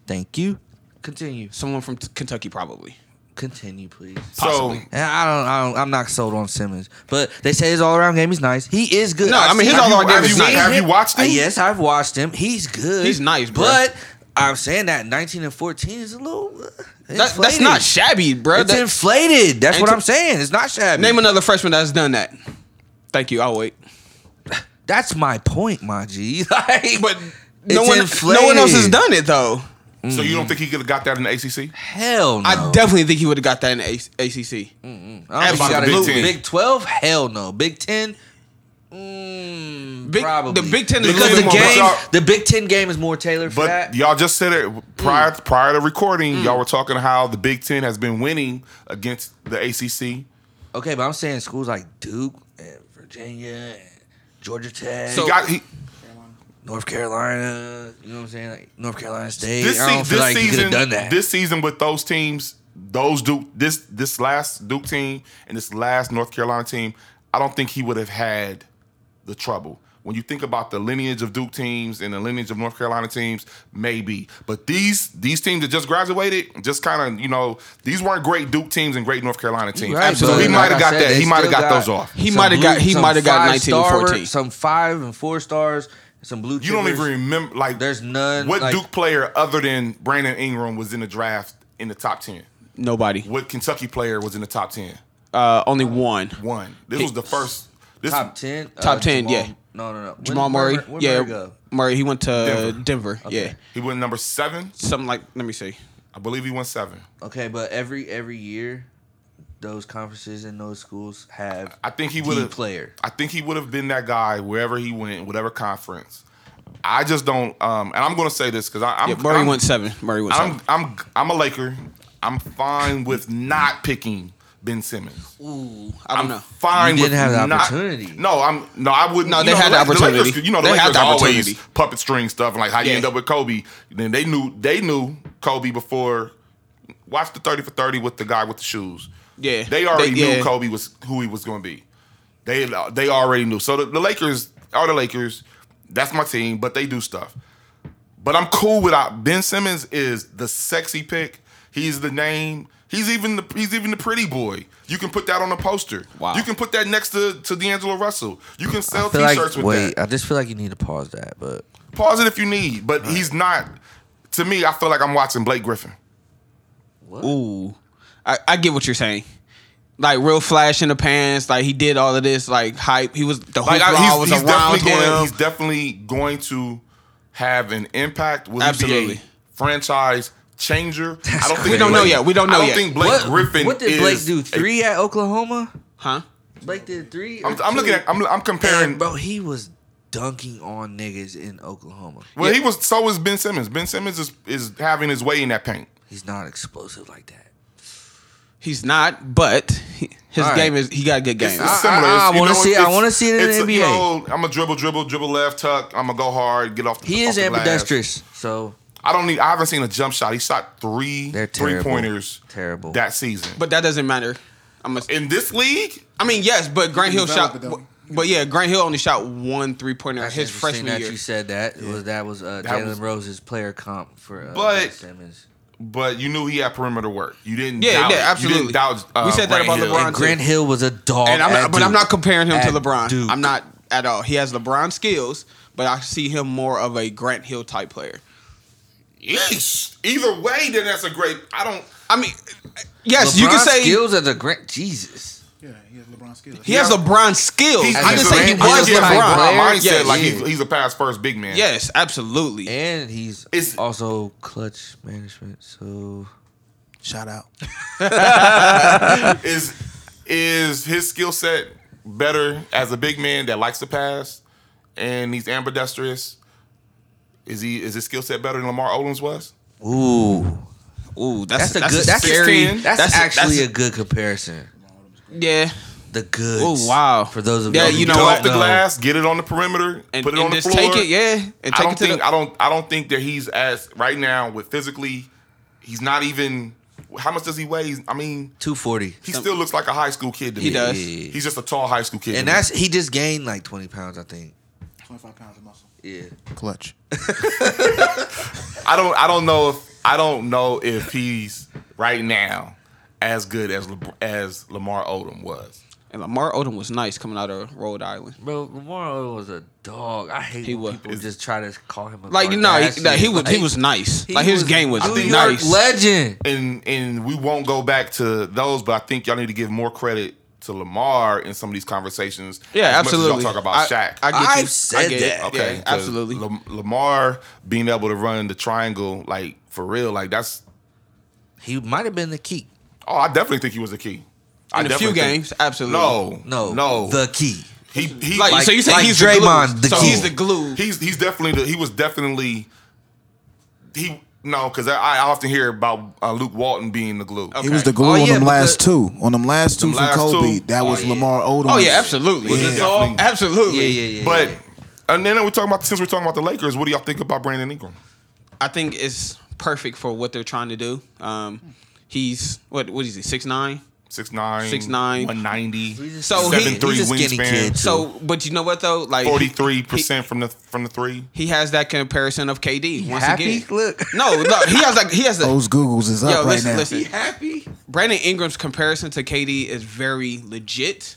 Speaker 2: Thank you. Continue.
Speaker 4: someone from t- Kentucky probably.
Speaker 2: Continue, please.
Speaker 1: So
Speaker 4: Possibly.
Speaker 2: And I don't, I don't. I'm not sold on Simmons, but they say his all around game is nice. He is good.
Speaker 4: No, I
Speaker 2: I've
Speaker 4: mean, his
Speaker 2: seen-
Speaker 4: all-around game
Speaker 2: I've
Speaker 4: is
Speaker 2: seen
Speaker 4: nice.
Speaker 1: Have you watched him?
Speaker 2: Uh, yes, I've watched him. He's good.
Speaker 4: He's nice, bro.
Speaker 2: but I'm saying that 19 and 14 is a little. uh,
Speaker 4: That, that's
Speaker 2: inflated.
Speaker 4: not shabby, bro.
Speaker 2: It's
Speaker 4: That-
Speaker 2: inflated. That's
Speaker 4: Ain't
Speaker 2: what
Speaker 4: it-
Speaker 2: I'm saying. It's not shabby.
Speaker 4: name another freshman that's done that. Thank you. I'll wait.
Speaker 2: That's my point, my G. Like,
Speaker 4: But
Speaker 2: it's
Speaker 4: no one,
Speaker 2: inflated.
Speaker 4: no one else has done it though.
Speaker 1: so you don't think he could have got that in the ACC?
Speaker 2: Hell no. Mm,
Speaker 4: I definitely think he would have got that in A- ACC.
Speaker 2: I don't
Speaker 1: About
Speaker 2: got
Speaker 1: the Big
Speaker 2: Big,
Speaker 1: Ten.
Speaker 2: Big 12? Hell no. Big 10? Mm,
Speaker 4: Big-
Speaker 2: probably.
Speaker 4: the Big Ten is
Speaker 2: because
Speaker 1: good.
Speaker 2: the
Speaker 1: Come on, but
Speaker 2: game,
Speaker 1: y'all-
Speaker 2: the Big 10 game is more tailored for
Speaker 1: But
Speaker 2: that.
Speaker 1: y'all just said it prior
Speaker 4: Mm.
Speaker 1: prior to recording. Y'all were talking how the Big Ten has been winning against the ACC.
Speaker 2: Okay, but I'm saying schools like Duke and Virginia and Georgia Tech,
Speaker 1: He
Speaker 4: So-
Speaker 1: got he,
Speaker 2: North Carolina, you know what I'm saying? Like North Carolina State.
Speaker 1: this,
Speaker 2: I
Speaker 1: se-
Speaker 2: don't feel
Speaker 1: this
Speaker 2: like you could
Speaker 1: season.
Speaker 2: have done that.
Speaker 1: This season with those teams, those Duke this this last Duke team and this last North Carolina team, I don't think he would have had the trouble. When you think about the lineage of Duke teams and the lineage of North Carolina teams, maybe. But these these teams that just graduated, just kind of you know, these weren't great Duke teams and great North Carolina teams.
Speaker 2: Right,
Speaker 1: so
Speaker 2: but
Speaker 1: he might
Speaker 2: like I
Speaker 1: have got
Speaker 2: said,
Speaker 1: that.
Speaker 2: they
Speaker 1: He might have
Speaker 2: still
Speaker 1: got those off.
Speaker 4: He
Speaker 2: some
Speaker 4: might have
Speaker 2: blue-
Speaker 4: got he
Speaker 2: some
Speaker 4: might have got
Speaker 2: five
Speaker 4: 19 and
Speaker 2: star-
Speaker 4: 14.
Speaker 2: Some five and four stars, some blue
Speaker 1: You don't
Speaker 2: chippers.
Speaker 1: even remember like
Speaker 2: There's none,
Speaker 1: What
Speaker 2: like-
Speaker 1: Duke player other than Brandon Ingram was in the draft in the top ten?
Speaker 4: Nobody.
Speaker 1: What Kentucky player was in the top ten?
Speaker 4: Uh, only one.
Speaker 1: One. This
Speaker 4: He-
Speaker 1: was the first. This
Speaker 2: top ten. uh,
Speaker 4: Top 10,
Speaker 2: Jamal-
Speaker 4: yeah.
Speaker 2: No, no, no. When-
Speaker 4: Jamal
Speaker 2: where-
Speaker 4: Murray.
Speaker 2: where
Speaker 4: yeah,
Speaker 2: Murray go?
Speaker 4: Murray. He went to
Speaker 1: Denver.
Speaker 4: Denver.
Speaker 2: Okay.
Speaker 4: Yeah,
Speaker 1: he went number seven.
Speaker 4: something like. Let me see.
Speaker 1: I believe he won seven.
Speaker 2: Okay, but every every year, those conferences and those schools have
Speaker 1: I think he
Speaker 2: the
Speaker 1: would have
Speaker 2: player.
Speaker 1: I think he would have been that guy wherever he went, whatever conference. I just don't. Um, and I'm going to say this because I'm
Speaker 4: Yeah, Murray
Speaker 1: I'm,
Speaker 4: went seven. Murray went
Speaker 1: I'm,
Speaker 4: seven.
Speaker 1: I'm I'm a Laker. I'm fine with not picking Ben Simmons.
Speaker 4: Ooh, I don't
Speaker 1: I'm
Speaker 4: know.
Speaker 1: fine.
Speaker 2: You
Speaker 1: with
Speaker 2: didn't have the
Speaker 1: not-
Speaker 2: opportunity.
Speaker 1: No, I'm no. I wouldn't.
Speaker 4: No,
Speaker 1: you
Speaker 4: they
Speaker 1: know,
Speaker 4: had
Speaker 1: La-
Speaker 4: the opportunity.
Speaker 1: Lakers, you know, the
Speaker 4: They had
Speaker 1: Lakers
Speaker 4: the
Speaker 1: always
Speaker 4: opportunity.
Speaker 1: puppet string stuff and like how you
Speaker 4: Yeah.
Speaker 1: end up with Kobe. Then they knew they knew Kobe before. Watch the thirty for thirty with the guy with the shoes.
Speaker 4: Yeah.
Speaker 1: they already
Speaker 4: They- yeah.
Speaker 1: knew Kobe was who he was going to be. They they already knew. So the, the Lakers are the Lakers. That's my team, but they do stuff. But I'm cool without Ben Simmons is the sexy pick. He's the name. He's even the he's even the pretty boy. You can put that on a poster.
Speaker 4: Wow.
Speaker 1: You can put that next to, to D'Angelo Russell. You can sell
Speaker 2: I feel
Speaker 1: t-shirts with
Speaker 2: like wait,
Speaker 1: that.
Speaker 2: I just feel like you need to pause that, but
Speaker 1: Pause it if you need, but he's not to me, I feel like I'm watching Blake Griffin.
Speaker 4: Ooh, I, I get what you're saying. Like real flash in the pants. Like he did all of this. Like hype. He was the whole
Speaker 1: Like I,
Speaker 4: crowd was
Speaker 1: he's, he's
Speaker 4: around
Speaker 1: definitely going
Speaker 4: him.
Speaker 1: he's definitely going to have an impact with
Speaker 4: Absolutely.
Speaker 1: Absolutely. franchise changer. I don't think
Speaker 4: We don't know
Speaker 1: Blake-
Speaker 4: yet. We don't know
Speaker 1: I don't
Speaker 4: yet.
Speaker 1: think Blake
Speaker 2: what,
Speaker 1: Griffin
Speaker 2: what did
Speaker 1: is
Speaker 2: Blake do?
Speaker 1: a-
Speaker 2: Three at Oklahoma.
Speaker 4: Huh?
Speaker 2: Blake did three.
Speaker 1: I'm,
Speaker 2: or
Speaker 1: I'm looking
Speaker 2: two?
Speaker 1: at I'm, I'm comparing
Speaker 2: And, bro, he was dunking on niggas in Oklahoma.
Speaker 1: Well, he was. So was Ben Simmons. Ben Simmons is is having his way in that paint.
Speaker 2: He's not explosive like that.
Speaker 4: He's not, but he- his
Speaker 2: All right.
Speaker 4: game is he got a good game.
Speaker 1: It's
Speaker 2: I- I- I wanna see- I wanna see it in the NBA.
Speaker 1: I'm gonna dribble, dribble, dribble left, tuck. I'm gonna go hard, get off. The,
Speaker 2: He
Speaker 1: off
Speaker 2: is
Speaker 1: the glass.
Speaker 2: ambidextrous, so
Speaker 1: I don't need. I haven't seen a jump shot. He shot three
Speaker 2: They're
Speaker 1: three
Speaker 2: terrible.
Speaker 1: pointers.
Speaker 2: Terrible.
Speaker 1: that season. But
Speaker 4: but that doesn't matter. I'm a,
Speaker 1: in this league,
Speaker 4: I mean, yes, but Grant Hill shot.
Speaker 5: develop it, though.
Speaker 4: But yeah, Grant Hill only shot one three pointer
Speaker 2: that's
Speaker 4: his
Speaker 2: interesting
Speaker 4: freshman
Speaker 2: that
Speaker 4: year.
Speaker 2: you said that was that was uh,
Speaker 1: That was-
Speaker 2: Jalen Rose's player comp for uh,
Speaker 1: But-
Speaker 2: Ben Simmons.
Speaker 1: but you knew he had perimeter work. You didn't.
Speaker 4: Yeah,
Speaker 1: doubt
Speaker 4: yeah,
Speaker 1: it. You
Speaker 4: absolutely.
Speaker 1: didn't doubt. Uh,
Speaker 4: We said that
Speaker 1: Grant
Speaker 4: about
Speaker 1: Hill.
Speaker 4: LeBron.
Speaker 2: And Grant Hill was a dog,
Speaker 4: And I'm
Speaker 2: at
Speaker 4: not, but I'm
Speaker 2: Oh, Duke.
Speaker 4: not comparing him to
Speaker 2: At
Speaker 4: LeBron.
Speaker 2: Duke.
Speaker 4: I'm not at all. He has LeBron skills, but I see him more of a Grant Hill type player.
Speaker 1: Yeesh. Either way, then that's a great. I don't.
Speaker 4: I mean, yes,
Speaker 2: LeBron
Speaker 4: you can say
Speaker 2: skills as a Grant. Jesus,
Speaker 5: Yeah, he has LeBron skills.
Speaker 4: he has LeBron skills.
Speaker 1: He's,
Speaker 4: I
Speaker 2: a
Speaker 4: didn't say he
Speaker 2: Grant Hill
Speaker 4: was
Speaker 2: type
Speaker 4: LeBron.
Speaker 2: player.
Speaker 1: Mine said
Speaker 4: Yes,
Speaker 1: like
Speaker 2: yeah.
Speaker 1: he's, he's a pass first big man.
Speaker 4: yes, absolutely.
Speaker 2: and he's
Speaker 1: It's-
Speaker 2: also clutch management. So
Speaker 6: Shout out.
Speaker 1: is is his skill set better as a big man that likes to pass and he's ambidextrous? Is he is his skill set better than Lamar Odom's was?
Speaker 2: ooh,
Speaker 4: Ooh, that's,
Speaker 2: that's, a good. That's,
Speaker 4: scary.
Speaker 2: a, that's,
Speaker 4: that's
Speaker 2: actually a,
Speaker 4: that's
Speaker 2: good comparison.
Speaker 4: yeah.
Speaker 2: the goods.
Speaker 4: Oh, wow.
Speaker 2: For those of
Speaker 4: Yeah,
Speaker 2: y'all who
Speaker 4: you know
Speaker 1: Get
Speaker 2: don't
Speaker 1: off
Speaker 4: what?
Speaker 1: the
Speaker 2: know.
Speaker 1: glass, get it on the perimeter,
Speaker 4: and,
Speaker 1: put it
Speaker 4: and
Speaker 1: on the
Speaker 4: just
Speaker 1: floor.
Speaker 4: take it, yeah, and
Speaker 1: I
Speaker 4: take
Speaker 1: don't
Speaker 4: it to
Speaker 1: think
Speaker 4: the.
Speaker 1: I don't I don't think that he's as right now with physically. He's not even. How much does he weigh? I mean,
Speaker 2: 240.
Speaker 1: he still looks like a high school kid to
Speaker 4: He
Speaker 1: me.
Speaker 4: does.
Speaker 1: He's just a tall high school kid. to
Speaker 2: And
Speaker 1: me.
Speaker 2: that's he just gained like 20 pounds, I think.
Speaker 5: 25 pounds of muscle.
Speaker 2: Yeah.
Speaker 6: Clutch.
Speaker 1: I don't I don't know if I don't know if he's right now as good as Lebr- as Lamar Odom was.
Speaker 4: and Lamar Odom was nice coming out of Rhode Island.
Speaker 2: Bro, Lamar Odom was a dog. I hate
Speaker 4: He
Speaker 2: when
Speaker 4: was.
Speaker 2: people just try to call him a
Speaker 4: Like you know, he, like, he was he was nice. like his game was
Speaker 2: New
Speaker 4: nice.
Speaker 2: York legend.
Speaker 1: And and we won't go back to those, but I think y'all need to give more credit to Lamar in some of these conversations.
Speaker 4: yeah,
Speaker 1: as
Speaker 4: absolutely.
Speaker 1: Much as y'all talk about
Speaker 4: I,
Speaker 1: Shaq.
Speaker 4: I get you.
Speaker 2: I've said
Speaker 4: I get it.
Speaker 2: that.
Speaker 1: okay,
Speaker 4: yeah,
Speaker 1: 'cause
Speaker 4: absolutely.
Speaker 1: Lam- Lamar being able to run the triangle like for real, like that's
Speaker 2: He might have been the key.
Speaker 1: oh, I definitely think he was the key. I
Speaker 4: In a few
Speaker 1: definitely think-
Speaker 4: games, absolutely.
Speaker 1: No,
Speaker 2: No.
Speaker 1: no,
Speaker 2: The key.
Speaker 1: he he
Speaker 4: Like,
Speaker 2: Like-
Speaker 4: so you say
Speaker 2: like
Speaker 4: he's
Speaker 2: Draymond,
Speaker 4: the glue.
Speaker 2: the
Speaker 4: so
Speaker 2: key.
Speaker 4: he's the glue.
Speaker 1: he's he's definitely the, he was definitely he no because I, I often hear about uh, Luke Walton being the glue.
Speaker 4: Okay.
Speaker 6: He was the glue
Speaker 2: Oh,
Speaker 6: on
Speaker 2: yeah,
Speaker 6: them last two. On them last two
Speaker 1: Them
Speaker 6: from
Speaker 1: last
Speaker 6: Kobe,
Speaker 1: two.
Speaker 6: that
Speaker 1: Oh,
Speaker 6: was
Speaker 1: yeah.
Speaker 6: Lamar Odom.
Speaker 4: Oh yeah, absolutely.
Speaker 1: Yeah.
Speaker 4: Oh,
Speaker 2: Yeah,
Speaker 4: absolutely.
Speaker 2: yeah, yeah.
Speaker 1: But
Speaker 2: yeah.
Speaker 1: and then we're talking about since we're talking about the Lakers, what do y'all think about Brandon Ingram?
Speaker 4: I think it's perfect for what they're trying to do. Um, he's what what is he six nine?
Speaker 1: 6'9",
Speaker 4: 6'9".
Speaker 1: 190,
Speaker 4: So he-
Speaker 1: 7'3",
Speaker 2: he's a skinny kid.
Speaker 1: wingspan,
Speaker 4: So, but you know what though? Like
Speaker 1: forty three percent from the from the three.
Speaker 4: He has that comparison of KD once
Speaker 2: happy?
Speaker 4: again.
Speaker 2: Look.
Speaker 4: no, no, he has like he has a.
Speaker 6: Those Googles is up
Speaker 4: yo,
Speaker 6: right
Speaker 4: listen,
Speaker 6: now.
Speaker 4: listen.
Speaker 2: happy.
Speaker 4: Brandon Ingram's comparison to KD is very legit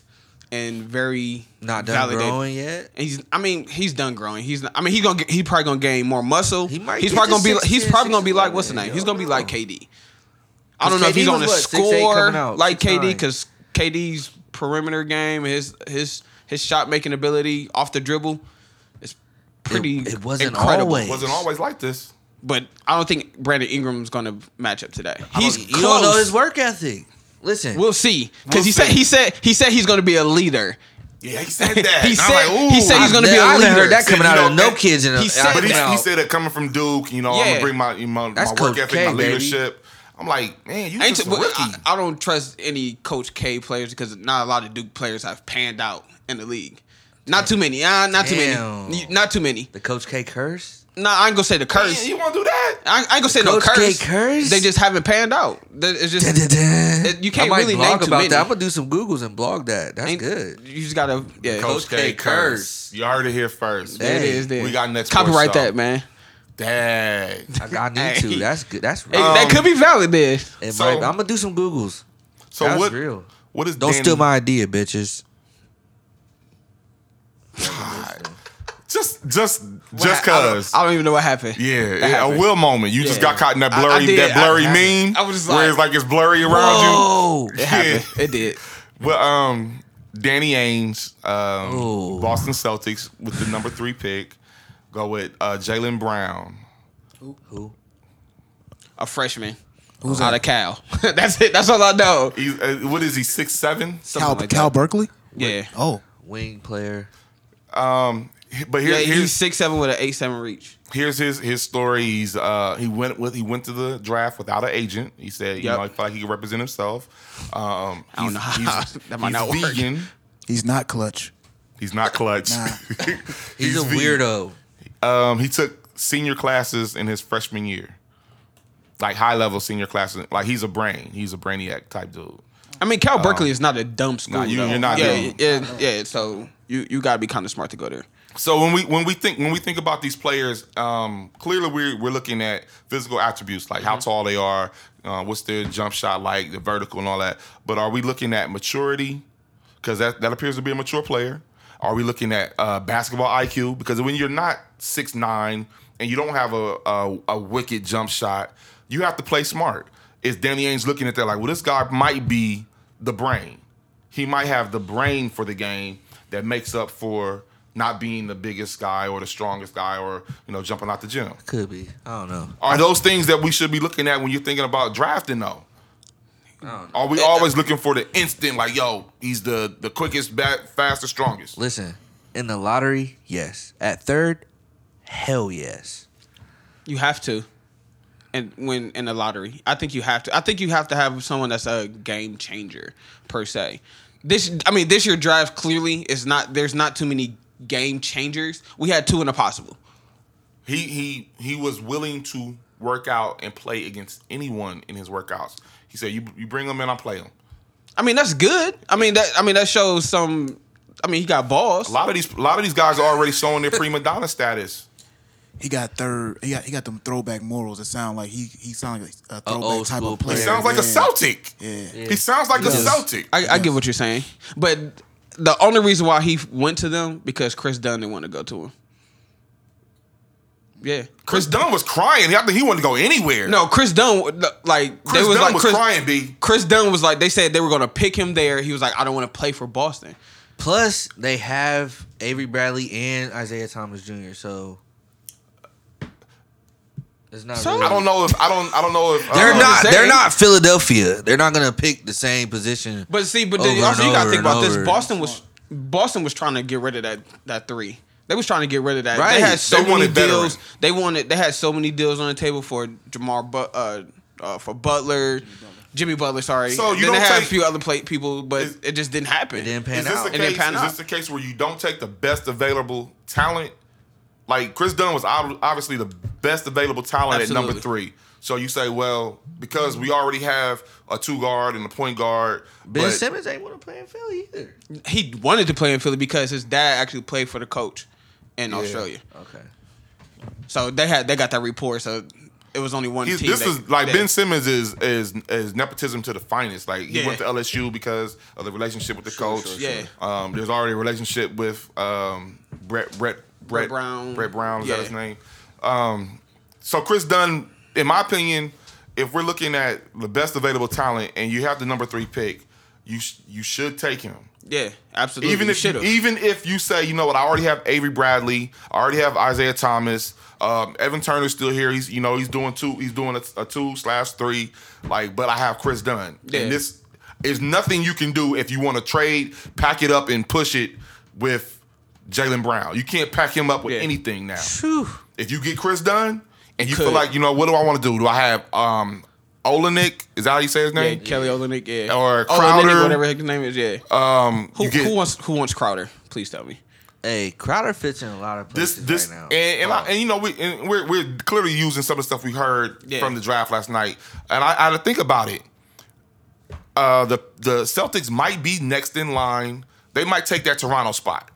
Speaker 4: and very
Speaker 2: Not done
Speaker 4: validated.
Speaker 2: growing yet.
Speaker 4: And He's, I mean, he's done growing. He's, not, I mean, he's gonna, get, he probably gonna gain more muscle.
Speaker 2: He might
Speaker 4: he's
Speaker 2: get
Speaker 4: probably
Speaker 2: to
Speaker 4: gonna be, like- he's
Speaker 2: 6'10",
Speaker 4: probably gonna be like,
Speaker 2: 6'11",
Speaker 4: what's the name? He's
Speaker 2: yo.
Speaker 4: gonna be like KD. I don't
Speaker 2: Because
Speaker 4: know if he's
Speaker 2: KD was
Speaker 4: gonna
Speaker 2: what, 6'8" coming
Speaker 4: score
Speaker 2: out,
Speaker 4: like KD
Speaker 2: 6'9".
Speaker 4: because KD's perimeter game, his, his, his shot making ability off the dribble, is pretty.
Speaker 2: It- it wasn't
Speaker 4: incredible.
Speaker 2: always.
Speaker 1: Wasn't always like this.
Speaker 4: but I don't think Brandon Ingram's gonna match up today. He's
Speaker 2: you
Speaker 4: close.
Speaker 2: don't know his work ethic. Listen,
Speaker 4: We'll see. Because
Speaker 1: We'll
Speaker 4: he said
Speaker 1: see.
Speaker 4: he said he said he's gonna be a leader.
Speaker 1: Yeah, he said that.
Speaker 4: He
Speaker 1: And I'm
Speaker 4: said-
Speaker 1: like,
Speaker 4: he
Speaker 1: ooh.
Speaker 4: said he's gonna be a
Speaker 2: I haven't
Speaker 4: leader.
Speaker 2: heard that coming
Speaker 1: You
Speaker 2: out of
Speaker 1: know,
Speaker 2: no
Speaker 1: that-
Speaker 2: kids in a.
Speaker 4: he said-
Speaker 1: But he,
Speaker 2: out.
Speaker 1: he said that coming from Duke, you know, I'm
Speaker 4: Yeah.
Speaker 1: gonna bring my you know, my
Speaker 2: That's
Speaker 1: work
Speaker 2: Coach
Speaker 1: ethic,
Speaker 2: K,
Speaker 1: my
Speaker 2: baby.
Speaker 1: leadership. I'm like, man, you
Speaker 4: Ain't
Speaker 1: just a
Speaker 4: well,
Speaker 1: rookie.
Speaker 4: I, I don't trust any Coach K players because not a lot of Duke players have panned out in the league. Not too many. Ah, not too
Speaker 2: Damn.
Speaker 4: many. Not too many.
Speaker 2: the Coach K curse.
Speaker 4: Nah, I ain't gonna say the
Speaker 1: Man,
Speaker 4: curse.
Speaker 1: you want to do that?
Speaker 4: I, I ain't gonna say no
Speaker 2: Coach K
Speaker 4: curse.
Speaker 2: curse?
Speaker 4: They just haven't panned out. That- It's just
Speaker 2: It-
Speaker 4: you can't really name too
Speaker 2: about
Speaker 4: many.
Speaker 2: that. I'm gonna do some googles and blog that. That's
Speaker 4: ain't-
Speaker 2: good.
Speaker 4: You just gotta. Yeah,
Speaker 2: Coach K curse.
Speaker 1: You heard it here first.
Speaker 4: There it
Speaker 2: Hey,
Speaker 4: is. There.
Speaker 1: we got next
Speaker 4: Copyright
Speaker 1: course, y'all.
Speaker 4: that, man.
Speaker 1: Dang.
Speaker 2: I, I need
Speaker 4: Hey.
Speaker 2: to. That's good. That's
Speaker 4: Hey,
Speaker 2: real.
Speaker 1: Um,
Speaker 4: that could be valid. Then
Speaker 2: It
Speaker 1: so-
Speaker 2: might, I'm gonna do some googles.
Speaker 1: So
Speaker 2: That's
Speaker 1: what?
Speaker 2: real.
Speaker 1: What is
Speaker 2: Don't
Speaker 1: Danny,
Speaker 2: steal my idea, bitches.
Speaker 1: just just just
Speaker 4: I- I don't-
Speaker 1: cause.
Speaker 4: I, don't even know what happened.
Speaker 1: Yeah,
Speaker 4: That
Speaker 1: yeah, a
Speaker 4: happened.
Speaker 1: will moment. You just
Speaker 4: Yeah.
Speaker 1: got caught in that
Speaker 4: I- I
Speaker 1: blurry,
Speaker 4: did.
Speaker 1: that blurry
Speaker 4: I-
Speaker 1: meme.
Speaker 4: I was just
Speaker 1: where
Speaker 4: like-
Speaker 1: it's like it's blurry around
Speaker 2: Oh,
Speaker 1: you.
Speaker 4: It happened.
Speaker 1: Yeah.
Speaker 4: It did.
Speaker 1: Well, um, Danny Ainge, um,
Speaker 2: Ooh.
Speaker 1: Boston Celtics with the number three pick. Go with uh, Jalen Brown.
Speaker 2: who?
Speaker 4: A freshman.
Speaker 6: Who's
Speaker 4: out
Speaker 6: that?
Speaker 4: of Cal. That's it. That's all I know.
Speaker 1: He's, uh, what is he? Six seven.
Speaker 4: Something
Speaker 6: Cal,
Speaker 4: like
Speaker 6: Cal
Speaker 4: that.
Speaker 6: Berkeley?
Speaker 4: Yeah.
Speaker 6: Oh.
Speaker 2: Wing player.
Speaker 1: Um, he- but here,
Speaker 4: yeah,
Speaker 1: here's
Speaker 4: he's six seven with an eight seven reach.
Speaker 1: here's his his story. He's uh he went with he went to the draft without an agent. He said you
Speaker 4: Yep.
Speaker 1: know he felt like he could represent himself. Um,
Speaker 4: I don't
Speaker 1: he's,
Speaker 4: know how-
Speaker 1: he's,
Speaker 4: that might
Speaker 1: he's
Speaker 4: not work.
Speaker 1: vegan.
Speaker 6: He's not clutch.
Speaker 1: He's not clutch.
Speaker 6: Nah.
Speaker 2: He's, a
Speaker 1: vegan.
Speaker 2: weirdo.
Speaker 1: Um, he took senior classes in his freshman year, like high level senior classes. Like he's a brain. He's a brainiac type dude.
Speaker 4: I mean, Cal Berkeley is not a dumb school.
Speaker 1: Oh. you-
Speaker 4: though.
Speaker 1: you're not
Speaker 4: Yeah,
Speaker 1: dumb.
Speaker 4: yeah, yeah. So you you gotta be kind of smart to go there.
Speaker 1: So when we when we think when we think about these players, um, clearly we're we're looking at physical attributes like how tall they are, uh, what's their jump shot like, the vertical and all that. But are we looking at maturity? Because that that appears to be a mature player. Are we looking at uh, basketball IQ? Because when you're not six nine and you don't have a, a a wicked jump shot, you have to play smart. Is Danny Ainge looking at that like, well, this guy might be the brain he might have the brain for the game that makes up for not being the biggest guy or the strongest guy or you know jumping out the gym.
Speaker 2: Could be. I don't know.
Speaker 1: Are those things that we should be looking at when you're thinking about drafting though? Are we always looking for the instant like yo, he's the the quickest, bat, fastest, strongest?
Speaker 2: Listen, in the lottery, yes. At third, hell yes.
Speaker 4: You have to, and when in the lottery, I think you have to. I think you have to have someone that's a game changer per se. This I mean this year draft clearly is not there's not too many game changers. We had two in a possible.
Speaker 1: He he he was willing to work out and play against anyone in his workouts. He said, "You you bring him in, I play him."
Speaker 4: I mean that's good. I mean that I mean that shows some. I mean he got balls.
Speaker 1: A lot of these a lot of these guys are already showing their prima donna status.
Speaker 6: He got third. He got he got them throwback morals that sound like he he sound like a
Speaker 2: old
Speaker 6: throwback type
Speaker 2: school
Speaker 6: of
Speaker 2: player.
Speaker 6: player.
Speaker 1: He sounds like
Speaker 6: yeah.
Speaker 1: a Celtic.
Speaker 6: Yeah.
Speaker 1: He sounds like a
Speaker 4: does.
Speaker 1: Celtic.
Speaker 4: I, I get what you're saying, but the only reason why he went to them because Chris Dunn didn't want to go to him. Yeah,
Speaker 1: Chris Dunn was crying. I think he wanted to go anywhere.
Speaker 4: No, Chris Dunn like
Speaker 1: Chris
Speaker 4: they was
Speaker 1: Dunn
Speaker 4: like
Speaker 1: was
Speaker 4: Chris,
Speaker 1: crying. B.
Speaker 4: Chris Dunn was like they said they were gonna pick him there. He was like, I don't want to play for Boston.
Speaker 2: Plus, they have Avery Bradley and Isaiah Thomas Jr. So it's not.
Speaker 4: So?
Speaker 2: really-
Speaker 1: I don't know if I don't I don't know if
Speaker 2: They're
Speaker 1: uh,
Speaker 2: not.
Speaker 4: saying.
Speaker 2: They're not Philadelphia. They're not gonna pick the same position.
Speaker 4: But see, but
Speaker 2: Over
Speaker 4: then also
Speaker 2: and
Speaker 4: you gotta
Speaker 2: over
Speaker 4: think
Speaker 2: and
Speaker 4: about this.
Speaker 2: over.
Speaker 4: Boston was Boston was trying to get rid of that that three. They was trying to get rid of that.
Speaker 2: Right.
Speaker 4: They had so
Speaker 1: They
Speaker 4: many
Speaker 1: wanted veteran.
Speaker 4: deals. They wanted. They had so many deals on the table for Jamar, but uh, uh, for Butler, Jimmy Butler. Sorry.
Speaker 1: So you
Speaker 4: then
Speaker 1: don't
Speaker 4: they had a
Speaker 1: take-
Speaker 4: few other play people, but it just didn't happen.
Speaker 2: It didn't
Speaker 1: Is
Speaker 2: pan
Speaker 1: this,
Speaker 2: out.
Speaker 1: the
Speaker 4: And then
Speaker 1: case,
Speaker 4: pan
Speaker 1: is
Speaker 4: out.
Speaker 1: this the case where you don't take the best available talent? Like Chris Dunn was ob- obviously the best available talent at number
Speaker 4: Absolutely.
Speaker 1: three. So you say, well, because we already have a two guard and a point guard.
Speaker 2: ben
Speaker 1: but-
Speaker 2: Simmons ain't want to play in Philly either.
Speaker 4: He wanted to play in Philly because his dad actually played for the coach in Australia.
Speaker 2: Okay.
Speaker 4: So they had they got that report. So it was only one
Speaker 1: He's,
Speaker 4: team.
Speaker 1: this
Speaker 4: that-
Speaker 1: is like
Speaker 4: that-
Speaker 1: Ben Simmons is is is nepotism to the finest. Like he
Speaker 4: Yeah.
Speaker 1: went to LSU because of the relationship with the coach.
Speaker 4: sure, sure.
Speaker 1: Um, there's already a relationship with um, Brett Brett Brett
Speaker 4: Brown.
Speaker 1: Brett Brown is that
Speaker 4: Yeah.
Speaker 1: his name? Um, so Chris Dunn, in my opinion, if we're looking at the best available talent and you have the number three pick, you sh- you should take him.
Speaker 4: Yeah, absolutely.
Speaker 1: Even
Speaker 4: You
Speaker 1: if you,
Speaker 4: should've.
Speaker 1: even if you say, you know what, I already have Avery Bradley, I already have Isaiah Thomas, um, Evan Turner's still here. He's you know he's doing two, he's doing a, a two slash three, like. But I have Chris Dunn,
Speaker 4: Yeah.
Speaker 1: and this is nothing you can do if you want to trade, pack it up, and push it with Jalen Brown. You can't pack him up with
Speaker 4: Yeah.
Speaker 1: anything now.
Speaker 2: Phew.
Speaker 1: If you get Chris Dunn, and you feel
Speaker 4: Could.
Speaker 1: like you know what do I want to do? Do I have um Olenek? Is that how you say his
Speaker 4: Yeah,
Speaker 1: name?
Speaker 4: Kelly Olynyk, yeah,
Speaker 1: Or
Speaker 4: Olynyk,
Speaker 1: Crowder.
Speaker 4: whatever his name is, yeah.
Speaker 1: Um,
Speaker 4: who,
Speaker 1: you get-
Speaker 4: who wants who wants Crowder? Please tell me.
Speaker 2: Hey, Crowder fits in a lot of
Speaker 1: this
Speaker 2: places
Speaker 1: this
Speaker 2: right now.
Speaker 1: and and, I, and you know we and we're we're clearly using some of the stuff we heard
Speaker 4: Yeah.
Speaker 1: from the draft last night, and I, I had to think about it. Uh, the the Celtics might be next in line. They might take that Toronto spot.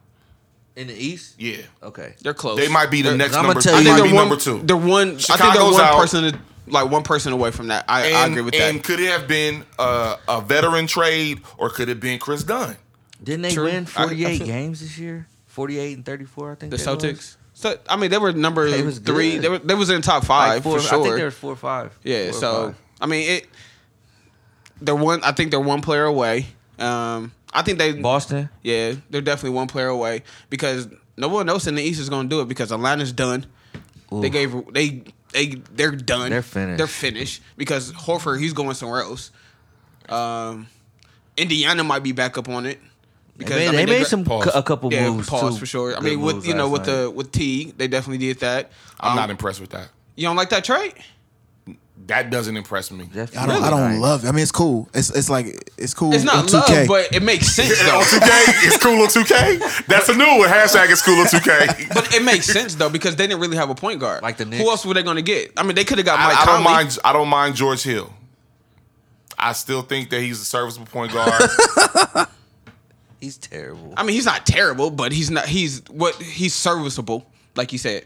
Speaker 2: in the East.
Speaker 1: Yeah,
Speaker 2: Okay.
Speaker 4: They're close.
Speaker 1: they might be the
Speaker 2: Look,
Speaker 1: next
Speaker 2: I'ma
Speaker 1: number.
Speaker 2: tell
Speaker 1: they
Speaker 2: you-
Speaker 1: might
Speaker 2: I
Speaker 1: be
Speaker 4: one,
Speaker 1: number two.
Speaker 4: They're one. I think they're
Speaker 1: Chicago's
Speaker 4: one
Speaker 1: out.
Speaker 4: person, like one person away from that. I, I
Speaker 1: and,
Speaker 4: agree with
Speaker 1: and
Speaker 4: that.
Speaker 1: could it have been uh, a veteran trade, or could it have been Chris Dunn?
Speaker 2: Didn't they
Speaker 4: True.
Speaker 2: win
Speaker 4: I- I
Speaker 2: 48
Speaker 4: feel-
Speaker 2: games this year? 48 and 34, I think.
Speaker 4: The
Speaker 2: they was.
Speaker 4: Celtics. So I mean, they were number
Speaker 2: They was
Speaker 4: three.
Speaker 2: good.
Speaker 4: They were they was in the top
Speaker 2: Like
Speaker 4: five
Speaker 2: four,
Speaker 4: for sure.
Speaker 2: I think there was four or five.
Speaker 4: yeah.
Speaker 2: Four or
Speaker 4: So
Speaker 2: five.
Speaker 4: I mean, it. They're one. I think they're one player away. Um, I think they.
Speaker 2: Boston.
Speaker 4: Yeah, they're definitely one player away because no one else in the East is going to do it because Atlanta's done. They
Speaker 2: Oof.
Speaker 4: gave they they they're done.
Speaker 2: They're finished.
Speaker 4: They're finished because Horford he's going somewhere else. Um, Indiana might be back up on it
Speaker 2: They made, they made some
Speaker 1: pause.
Speaker 2: cou- a couple
Speaker 4: yeah
Speaker 2: moves
Speaker 4: pause
Speaker 2: too.
Speaker 4: for sure. I
Speaker 2: Good
Speaker 4: mean with
Speaker 2: moves
Speaker 4: you know
Speaker 2: last
Speaker 4: with
Speaker 2: night. Uh,
Speaker 4: the with Teague they definitely did that.
Speaker 1: I'm
Speaker 4: Um,
Speaker 1: not impressed with that.
Speaker 4: You don't like that trade?
Speaker 1: That doesn't impress me.
Speaker 2: Jeff
Speaker 6: I don't. I
Speaker 2: Teague.
Speaker 6: don't love. It. I mean, it's cool. It's it's like it's cool.
Speaker 4: It's not
Speaker 6: on
Speaker 4: love,
Speaker 6: 2K.
Speaker 4: but it makes sense
Speaker 1: on
Speaker 4: though.
Speaker 1: 2K, it's cool on 2K. That's a new one. Hashtag it's cool on 2K.
Speaker 4: But it makes sense though because they didn't really have a point guard.
Speaker 2: Like the Knicks.
Speaker 4: Who else were they going to get? I mean, they could have got Mike
Speaker 1: I, I don't
Speaker 4: Conley.
Speaker 1: mind. I don't mind George Hill. I still think that he's a serviceable point guard.
Speaker 2: He's terrible.
Speaker 4: I mean, he's not terrible, but he's not. He's what he's serviceable, like you said.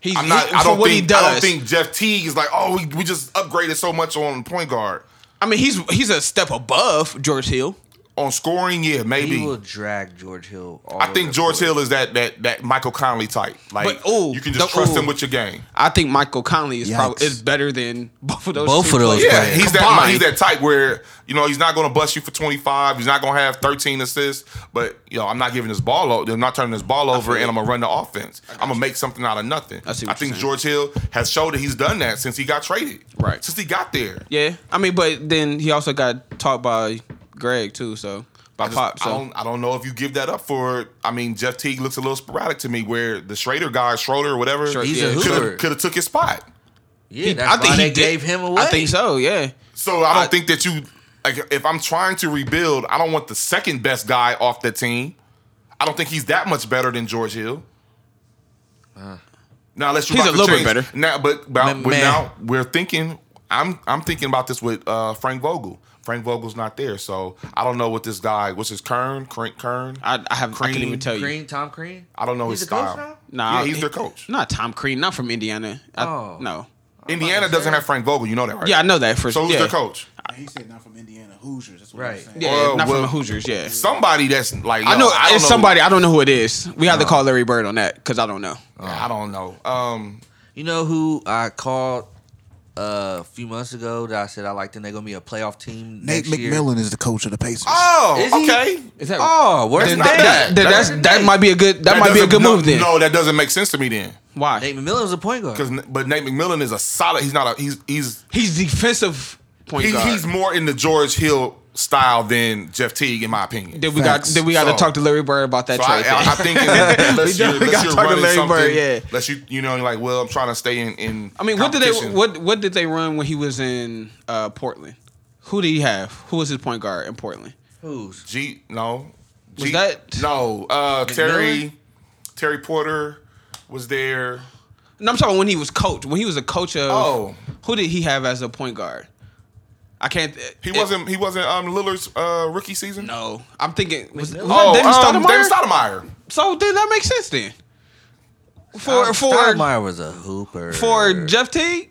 Speaker 4: He's
Speaker 1: I'm not.
Speaker 4: he-
Speaker 1: I
Speaker 4: for
Speaker 1: don't
Speaker 4: what
Speaker 1: think.
Speaker 4: he does.
Speaker 1: I don't think Jeff Teague is like. Oh, we, we just upgraded so much on point guard
Speaker 4: I mean, he's he's a step above George Hill.
Speaker 1: on scoring. Yeah,
Speaker 2: he
Speaker 1: maybe.
Speaker 2: will drag George Hill. All
Speaker 1: I think George Hill is that that that Michael Conley type. Like,
Speaker 4: But, ooh,
Speaker 1: you can just
Speaker 4: the-
Speaker 1: trust him
Speaker 4: ooh.
Speaker 1: with your game.
Speaker 4: I think Michael Conley is probably
Speaker 6: Yikes.
Speaker 4: is better than both of those.
Speaker 2: Both
Speaker 4: two
Speaker 2: of those
Speaker 4: players.
Speaker 1: Yeah,
Speaker 2: Right.
Speaker 1: he's that.
Speaker 4: Combined.
Speaker 1: He's that type where you know he's not going to bust you for 25. He's not going to have 13 assists. But you know, I'm not giving this ball. over. I'm not turning this ball over, and I'm gonna run the offense. I'm gonna make something out of nothing. I,
Speaker 4: see what
Speaker 1: think
Speaker 4: you're
Speaker 1: George Hill has showed that he's done that since he got traded.
Speaker 4: Right.
Speaker 1: Since he got there.
Speaker 4: Yeah, I mean, but then he also got taught by Greg too. So by
Speaker 1: I, just-
Speaker 4: Pop.
Speaker 1: I
Speaker 4: So
Speaker 1: don't. I don't know if you give that up for. I mean, Jeff Teague looks a little sporadic to me. Where the Schrader guy, Schroeder, or whatever,
Speaker 4: Schroeder,
Speaker 2: He's
Speaker 4: yeah.
Speaker 2: a hooper.
Speaker 1: could have took his spot.
Speaker 2: yeah, that's why they
Speaker 4: did-
Speaker 2: gave him away.
Speaker 4: I think so. Yeah.
Speaker 1: So I don't
Speaker 4: I-
Speaker 1: think that you like if I'm trying to rebuild, I don't want the second best guy off the team. I don't think he's that much better than George Hill. Now, unless you
Speaker 4: Uh. He's
Speaker 1: rock
Speaker 4: a
Speaker 1: the
Speaker 4: little bit
Speaker 1: chains.
Speaker 4: better.
Speaker 1: Now, but, but
Speaker 2: Man,
Speaker 1: but
Speaker 2: man.
Speaker 1: now we're thinking. I'm I'm thinking about this with uh, Frank Vogel. Frank Vogel's not there, so I don't know what this guy. What's his Kern? Kern? Kern? I,
Speaker 4: I, I have. I
Speaker 1: Crean,
Speaker 4: can't even tell you.
Speaker 2: Green, Tom Crean.
Speaker 1: don't know
Speaker 2: He's
Speaker 1: his
Speaker 2: the coach
Speaker 1: style.
Speaker 2: now?
Speaker 4: Nah,
Speaker 1: yeah, he's their
Speaker 4: he-
Speaker 1: coach.
Speaker 4: Not Tom Crean. Not from Indiana. I,
Speaker 2: Oh.
Speaker 4: No.
Speaker 1: Indiana
Speaker 2: about to
Speaker 1: doesn't
Speaker 2: say.
Speaker 1: have Frank Vogel. You know that, right?
Speaker 4: Yeah, I know that for
Speaker 1: So who's
Speaker 4: yeah.
Speaker 1: their coach?
Speaker 6: And he said not from Indiana Hoosiers. That's what I'm
Speaker 2: Right.
Speaker 6: saying.
Speaker 4: Yeah,
Speaker 1: Well,
Speaker 4: not from
Speaker 1: well,
Speaker 4: the Hoosiers. Yeah.
Speaker 1: Somebody that's like
Speaker 4: I
Speaker 1: yo,
Speaker 4: know
Speaker 1: I don't
Speaker 4: it's
Speaker 1: know.
Speaker 4: somebody. I don't know who it is. We have to call Larry Bird on that because I don't know.
Speaker 1: Uh, I don't know. Um,
Speaker 2: You know who I called uh, a few months ago that I said I like them. They're gonna be a playoff team
Speaker 6: Nate
Speaker 2: next year.
Speaker 6: McMillan is the coach of the Pacers.
Speaker 1: oh,
Speaker 2: Is he?
Speaker 1: okay.
Speaker 2: Is that oh, where's
Speaker 1: Then
Speaker 2: that?
Speaker 4: That, that, that- that's, that might be a good. That, might be a
Speaker 1: doesn't-
Speaker 4: good
Speaker 1: no,
Speaker 4: move then.
Speaker 1: No, that doesn't make sense to me then.
Speaker 4: Why?
Speaker 2: Nate McMillan was a point guard.
Speaker 1: Because but Nate McMillan is a solid. He's not a. He's he's
Speaker 4: He's defensive point
Speaker 1: he,
Speaker 4: guard.
Speaker 1: he's more in the George Hill style than Jeff Teague, in my opinion.
Speaker 4: Then we got.
Speaker 6: Facts.
Speaker 4: Then we got
Speaker 1: So-
Speaker 4: to talk to Larry Bird about that
Speaker 1: So I,
Speaker 4: trade.
Speaker 1: I, I
Speaker 4: I,
Speaker 1: think unless
Speaker 4: We
Speaker 1: you're,
Speaker 4: got- we
Speaker 1: unless
Speaker 4: got
Speaker 1: you're
Speaker 4: talking
Speaker 1: running
Speaker 4: Larry
Speaker 1: something,
Speaker 4: Bird, yeah.
Speaker 1: unless you you know like well I'm trying to stay in in.
Speaker 4: mean, what did they?
Speaker 1: competition.
Speaker 4: What What did they run when he was in uh, Portland? Who did he have? Who was his point guard in Portland?
Speaker 2: Who's
Speaker 1: G no.
Speaker 4: Was
Speaker 1: G-
Speaker 4: that-
Speaker 1: no uh, Terry
Speaker 2: McMillan?
Speaker 1: Terry Porter was there.
Speaker 4: No, I'm talking when he was coach. When he was a coach of.
Speaker 1: Oh.
Speaker 4: Who did he have as a point guard? I can't.
Speaker 1: He
Speaker 4: it-
Speaker 1: wasn't he wasn't um Lillard's uh, rookie season.
Speaker 4: No, I'm thinking. Was, was that
Speaker 1: Oh,
Speaker 4: David
Speaker 1: um,
Speaker 4: Stoudemire?
Speaker 1: David Stoudemire.
Speaker 4: So did that make sense then? For for
Speaker 2: Stoudemire was a hooper.
Speaker 4: for Jeff Teague?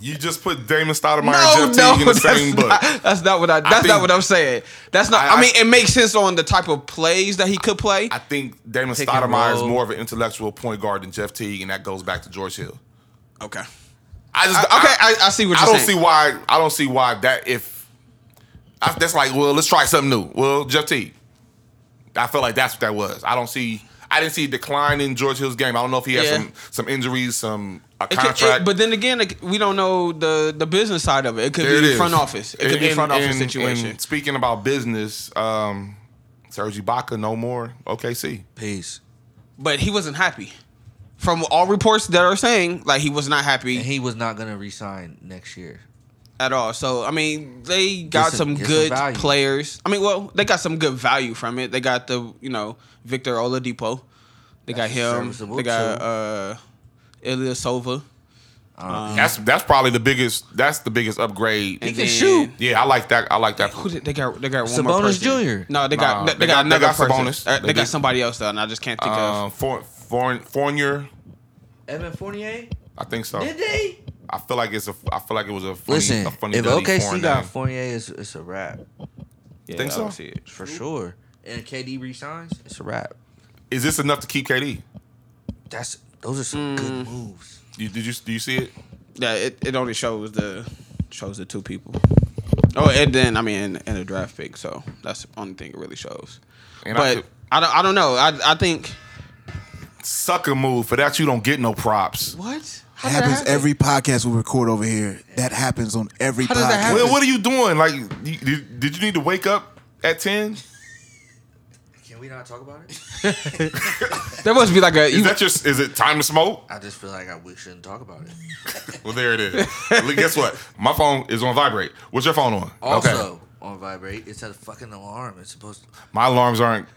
Speaker 1: You just put Damon Stoudemire
Speaker 4: No,
Speaker 1: and Jeff
Speaker 4: no,
Speaker 1: Teague in the
Speaker 4: that's,
Speaker 1: same book.
Speaker 4: not, that's not what I. That's
Speaker 1: think-
Speaker 4: not what I'm saying. That's not.
Speaker 1: I-
Speaker 4: I,
Speaker 1: I-
Speaker 4: mean, it makes sense on the type of plays that he could play.
Speaker 1: I think Damon
Speaker 2: Pick and
Speaker 1: Stoudemire is
Speaker 2: roll.
Speaker 1: more of an intellectual point guard than Jeff Teague, and that goes back to George Hill.
Speaker 4: okay.
Speaker 1: I just
Speaker 4: I, okay, I, I see what
Speaker 1: I
Speaker 4: you're
Speaker 1: don't see
Speaker 4: saying.
Speaker 1: why I don't see why that if I, that's like well let's try something new. Well, Jeff Teague, I felt like that's what that was. I don't see I didn't see a decline in George Hill's game. I don't know if he had
Speaker 4: Yeah.
Speaker 1: some some injuries, some a
Speaker 4: It could-
Speaker 1: contract.
Speaker 4: it- but then again, like, we don't know the the business side of it. It could
Speaker 1: There
Speaker 4: be
Speaker 1: is.
Speaker 4: front office. It could be
Speaker 1: And-
Speaker 4: front office
Speaker 1: and-
Speaker 4: situation.
Speaker 1: and speaking about business, um, Serge Ibaka no more OKC.
Speaker 2: Peace.
Speaker 4: but he wasn't happy. From all reports that are saying, like he was not happy
Speaker 2: And he was not gonna resign next year.
Speaker 4: at all. So I mean, they got
Speaker 2: some-
Speaker 4: some,
Speaker 2: get some
Speaker 4: good
Speaker 2: value.
Speaker 4: players. I mean, well, they got some good value from it. They got the you know Victor Oladipo. They
Speaker 2: That's
Speaker 4: got him.
Speaker 2: serviceable
Speaker 4: They got uh, Ilya Sova.
Speaker 1: That's that's probably the biggest. That's the biggest upgrade.
Speaker 4: Uh-huh. And
Speaker 2: can
Speaker 4: then-
Speaker 2: shoot.
Speaker 1: yeah, I like that. I like that.
Speaker 4: Who did, they got? They got one more
Speaker 2: Sabonis
Speaker 4: person.
Speaker 2: Jr..
Speaker 4: No, they got
Speaker 1: Nah,
Speaker 4: they,
Speaker 1: they
Speaker 4: they got,
Speaker 1: got- they
Speaker 4: another
Speaker 1: got
Speaker 4: person.
Speaker 1: Sabonis.
Speaker 4: Uh, They,
Speaker 1: They
Speaker 4: got
Speaker 1: did.
Speaker 4: somebody else though, and I just can't think
Speaker 1: Uh,
Speaker 4: of.
Speaker 1: for, foreign, foreigner,
Speaker 2: Evan Fournier?
Speaker 1: I think so.
Speaker 2: Did they?
Speaker 1: I feel like it's a. I feel like it was a funny.
Speaker 2: Listen,
Speaker 1: a funny
Speaker 2: if
Speaker 1: duddy
Speaker 2: OKC
Speaker 1: foreign
Speaker 2: got
Speaker 1: name.
Speaker 2: Fournier, it's, it's a wrap
Speaker 4: Yeah,
Speaker 1: think
Speaker 4: I
Speaker 1: so?
Speaker 4: don't see it.
Speaker 2: for sure. And KD resigns, it's a wrap.
Speaker 1: is this enough to keep KD?
Speaker 2: That's those are some good moves.
Speaker 1: You, did you do you see it?
Speaker 4: Yeah, it, it only shows the shows the two people. Oh, and then I mean, and the draft pick. So that's the only thing it really shows.
Speaker 1: And I
Speaker 4: but
Speaker 1: could-
Speaker 4: I, don't. I don't know. I I think
Speaker 1: Sucker move for that. You don't get no props.
Speaker 4: what How
Speaker 6: That
Speaker 4: did that
Speaker 6: happens
Speaker 4: happen?
Speaker 6: every podcast we record over here. That happens on every
Speaker 4: How does that
Speaker 6: podcast.
Speaker 4: happen?
Speaker 1: Well, what are you doing? Like, you, did, did you need to wake up at ten?
Speaker 2: Can we not talk about it?
Speaker 4: There must be like a.
Speaker 1: Is
Speaker 4: You,
Speaker 1: that your? Is it time to smoke?
Speaker 2: I just feel like I, we shouldn't talk about it.
Speaker 1: Well, there it is. Look, Guess what? My phone is on vibrate. What's your phone on?
Speaker 2: Also, on vibrate, it's a fucking alarm. It's supposed to.
Speaker 1: My alarms aren't.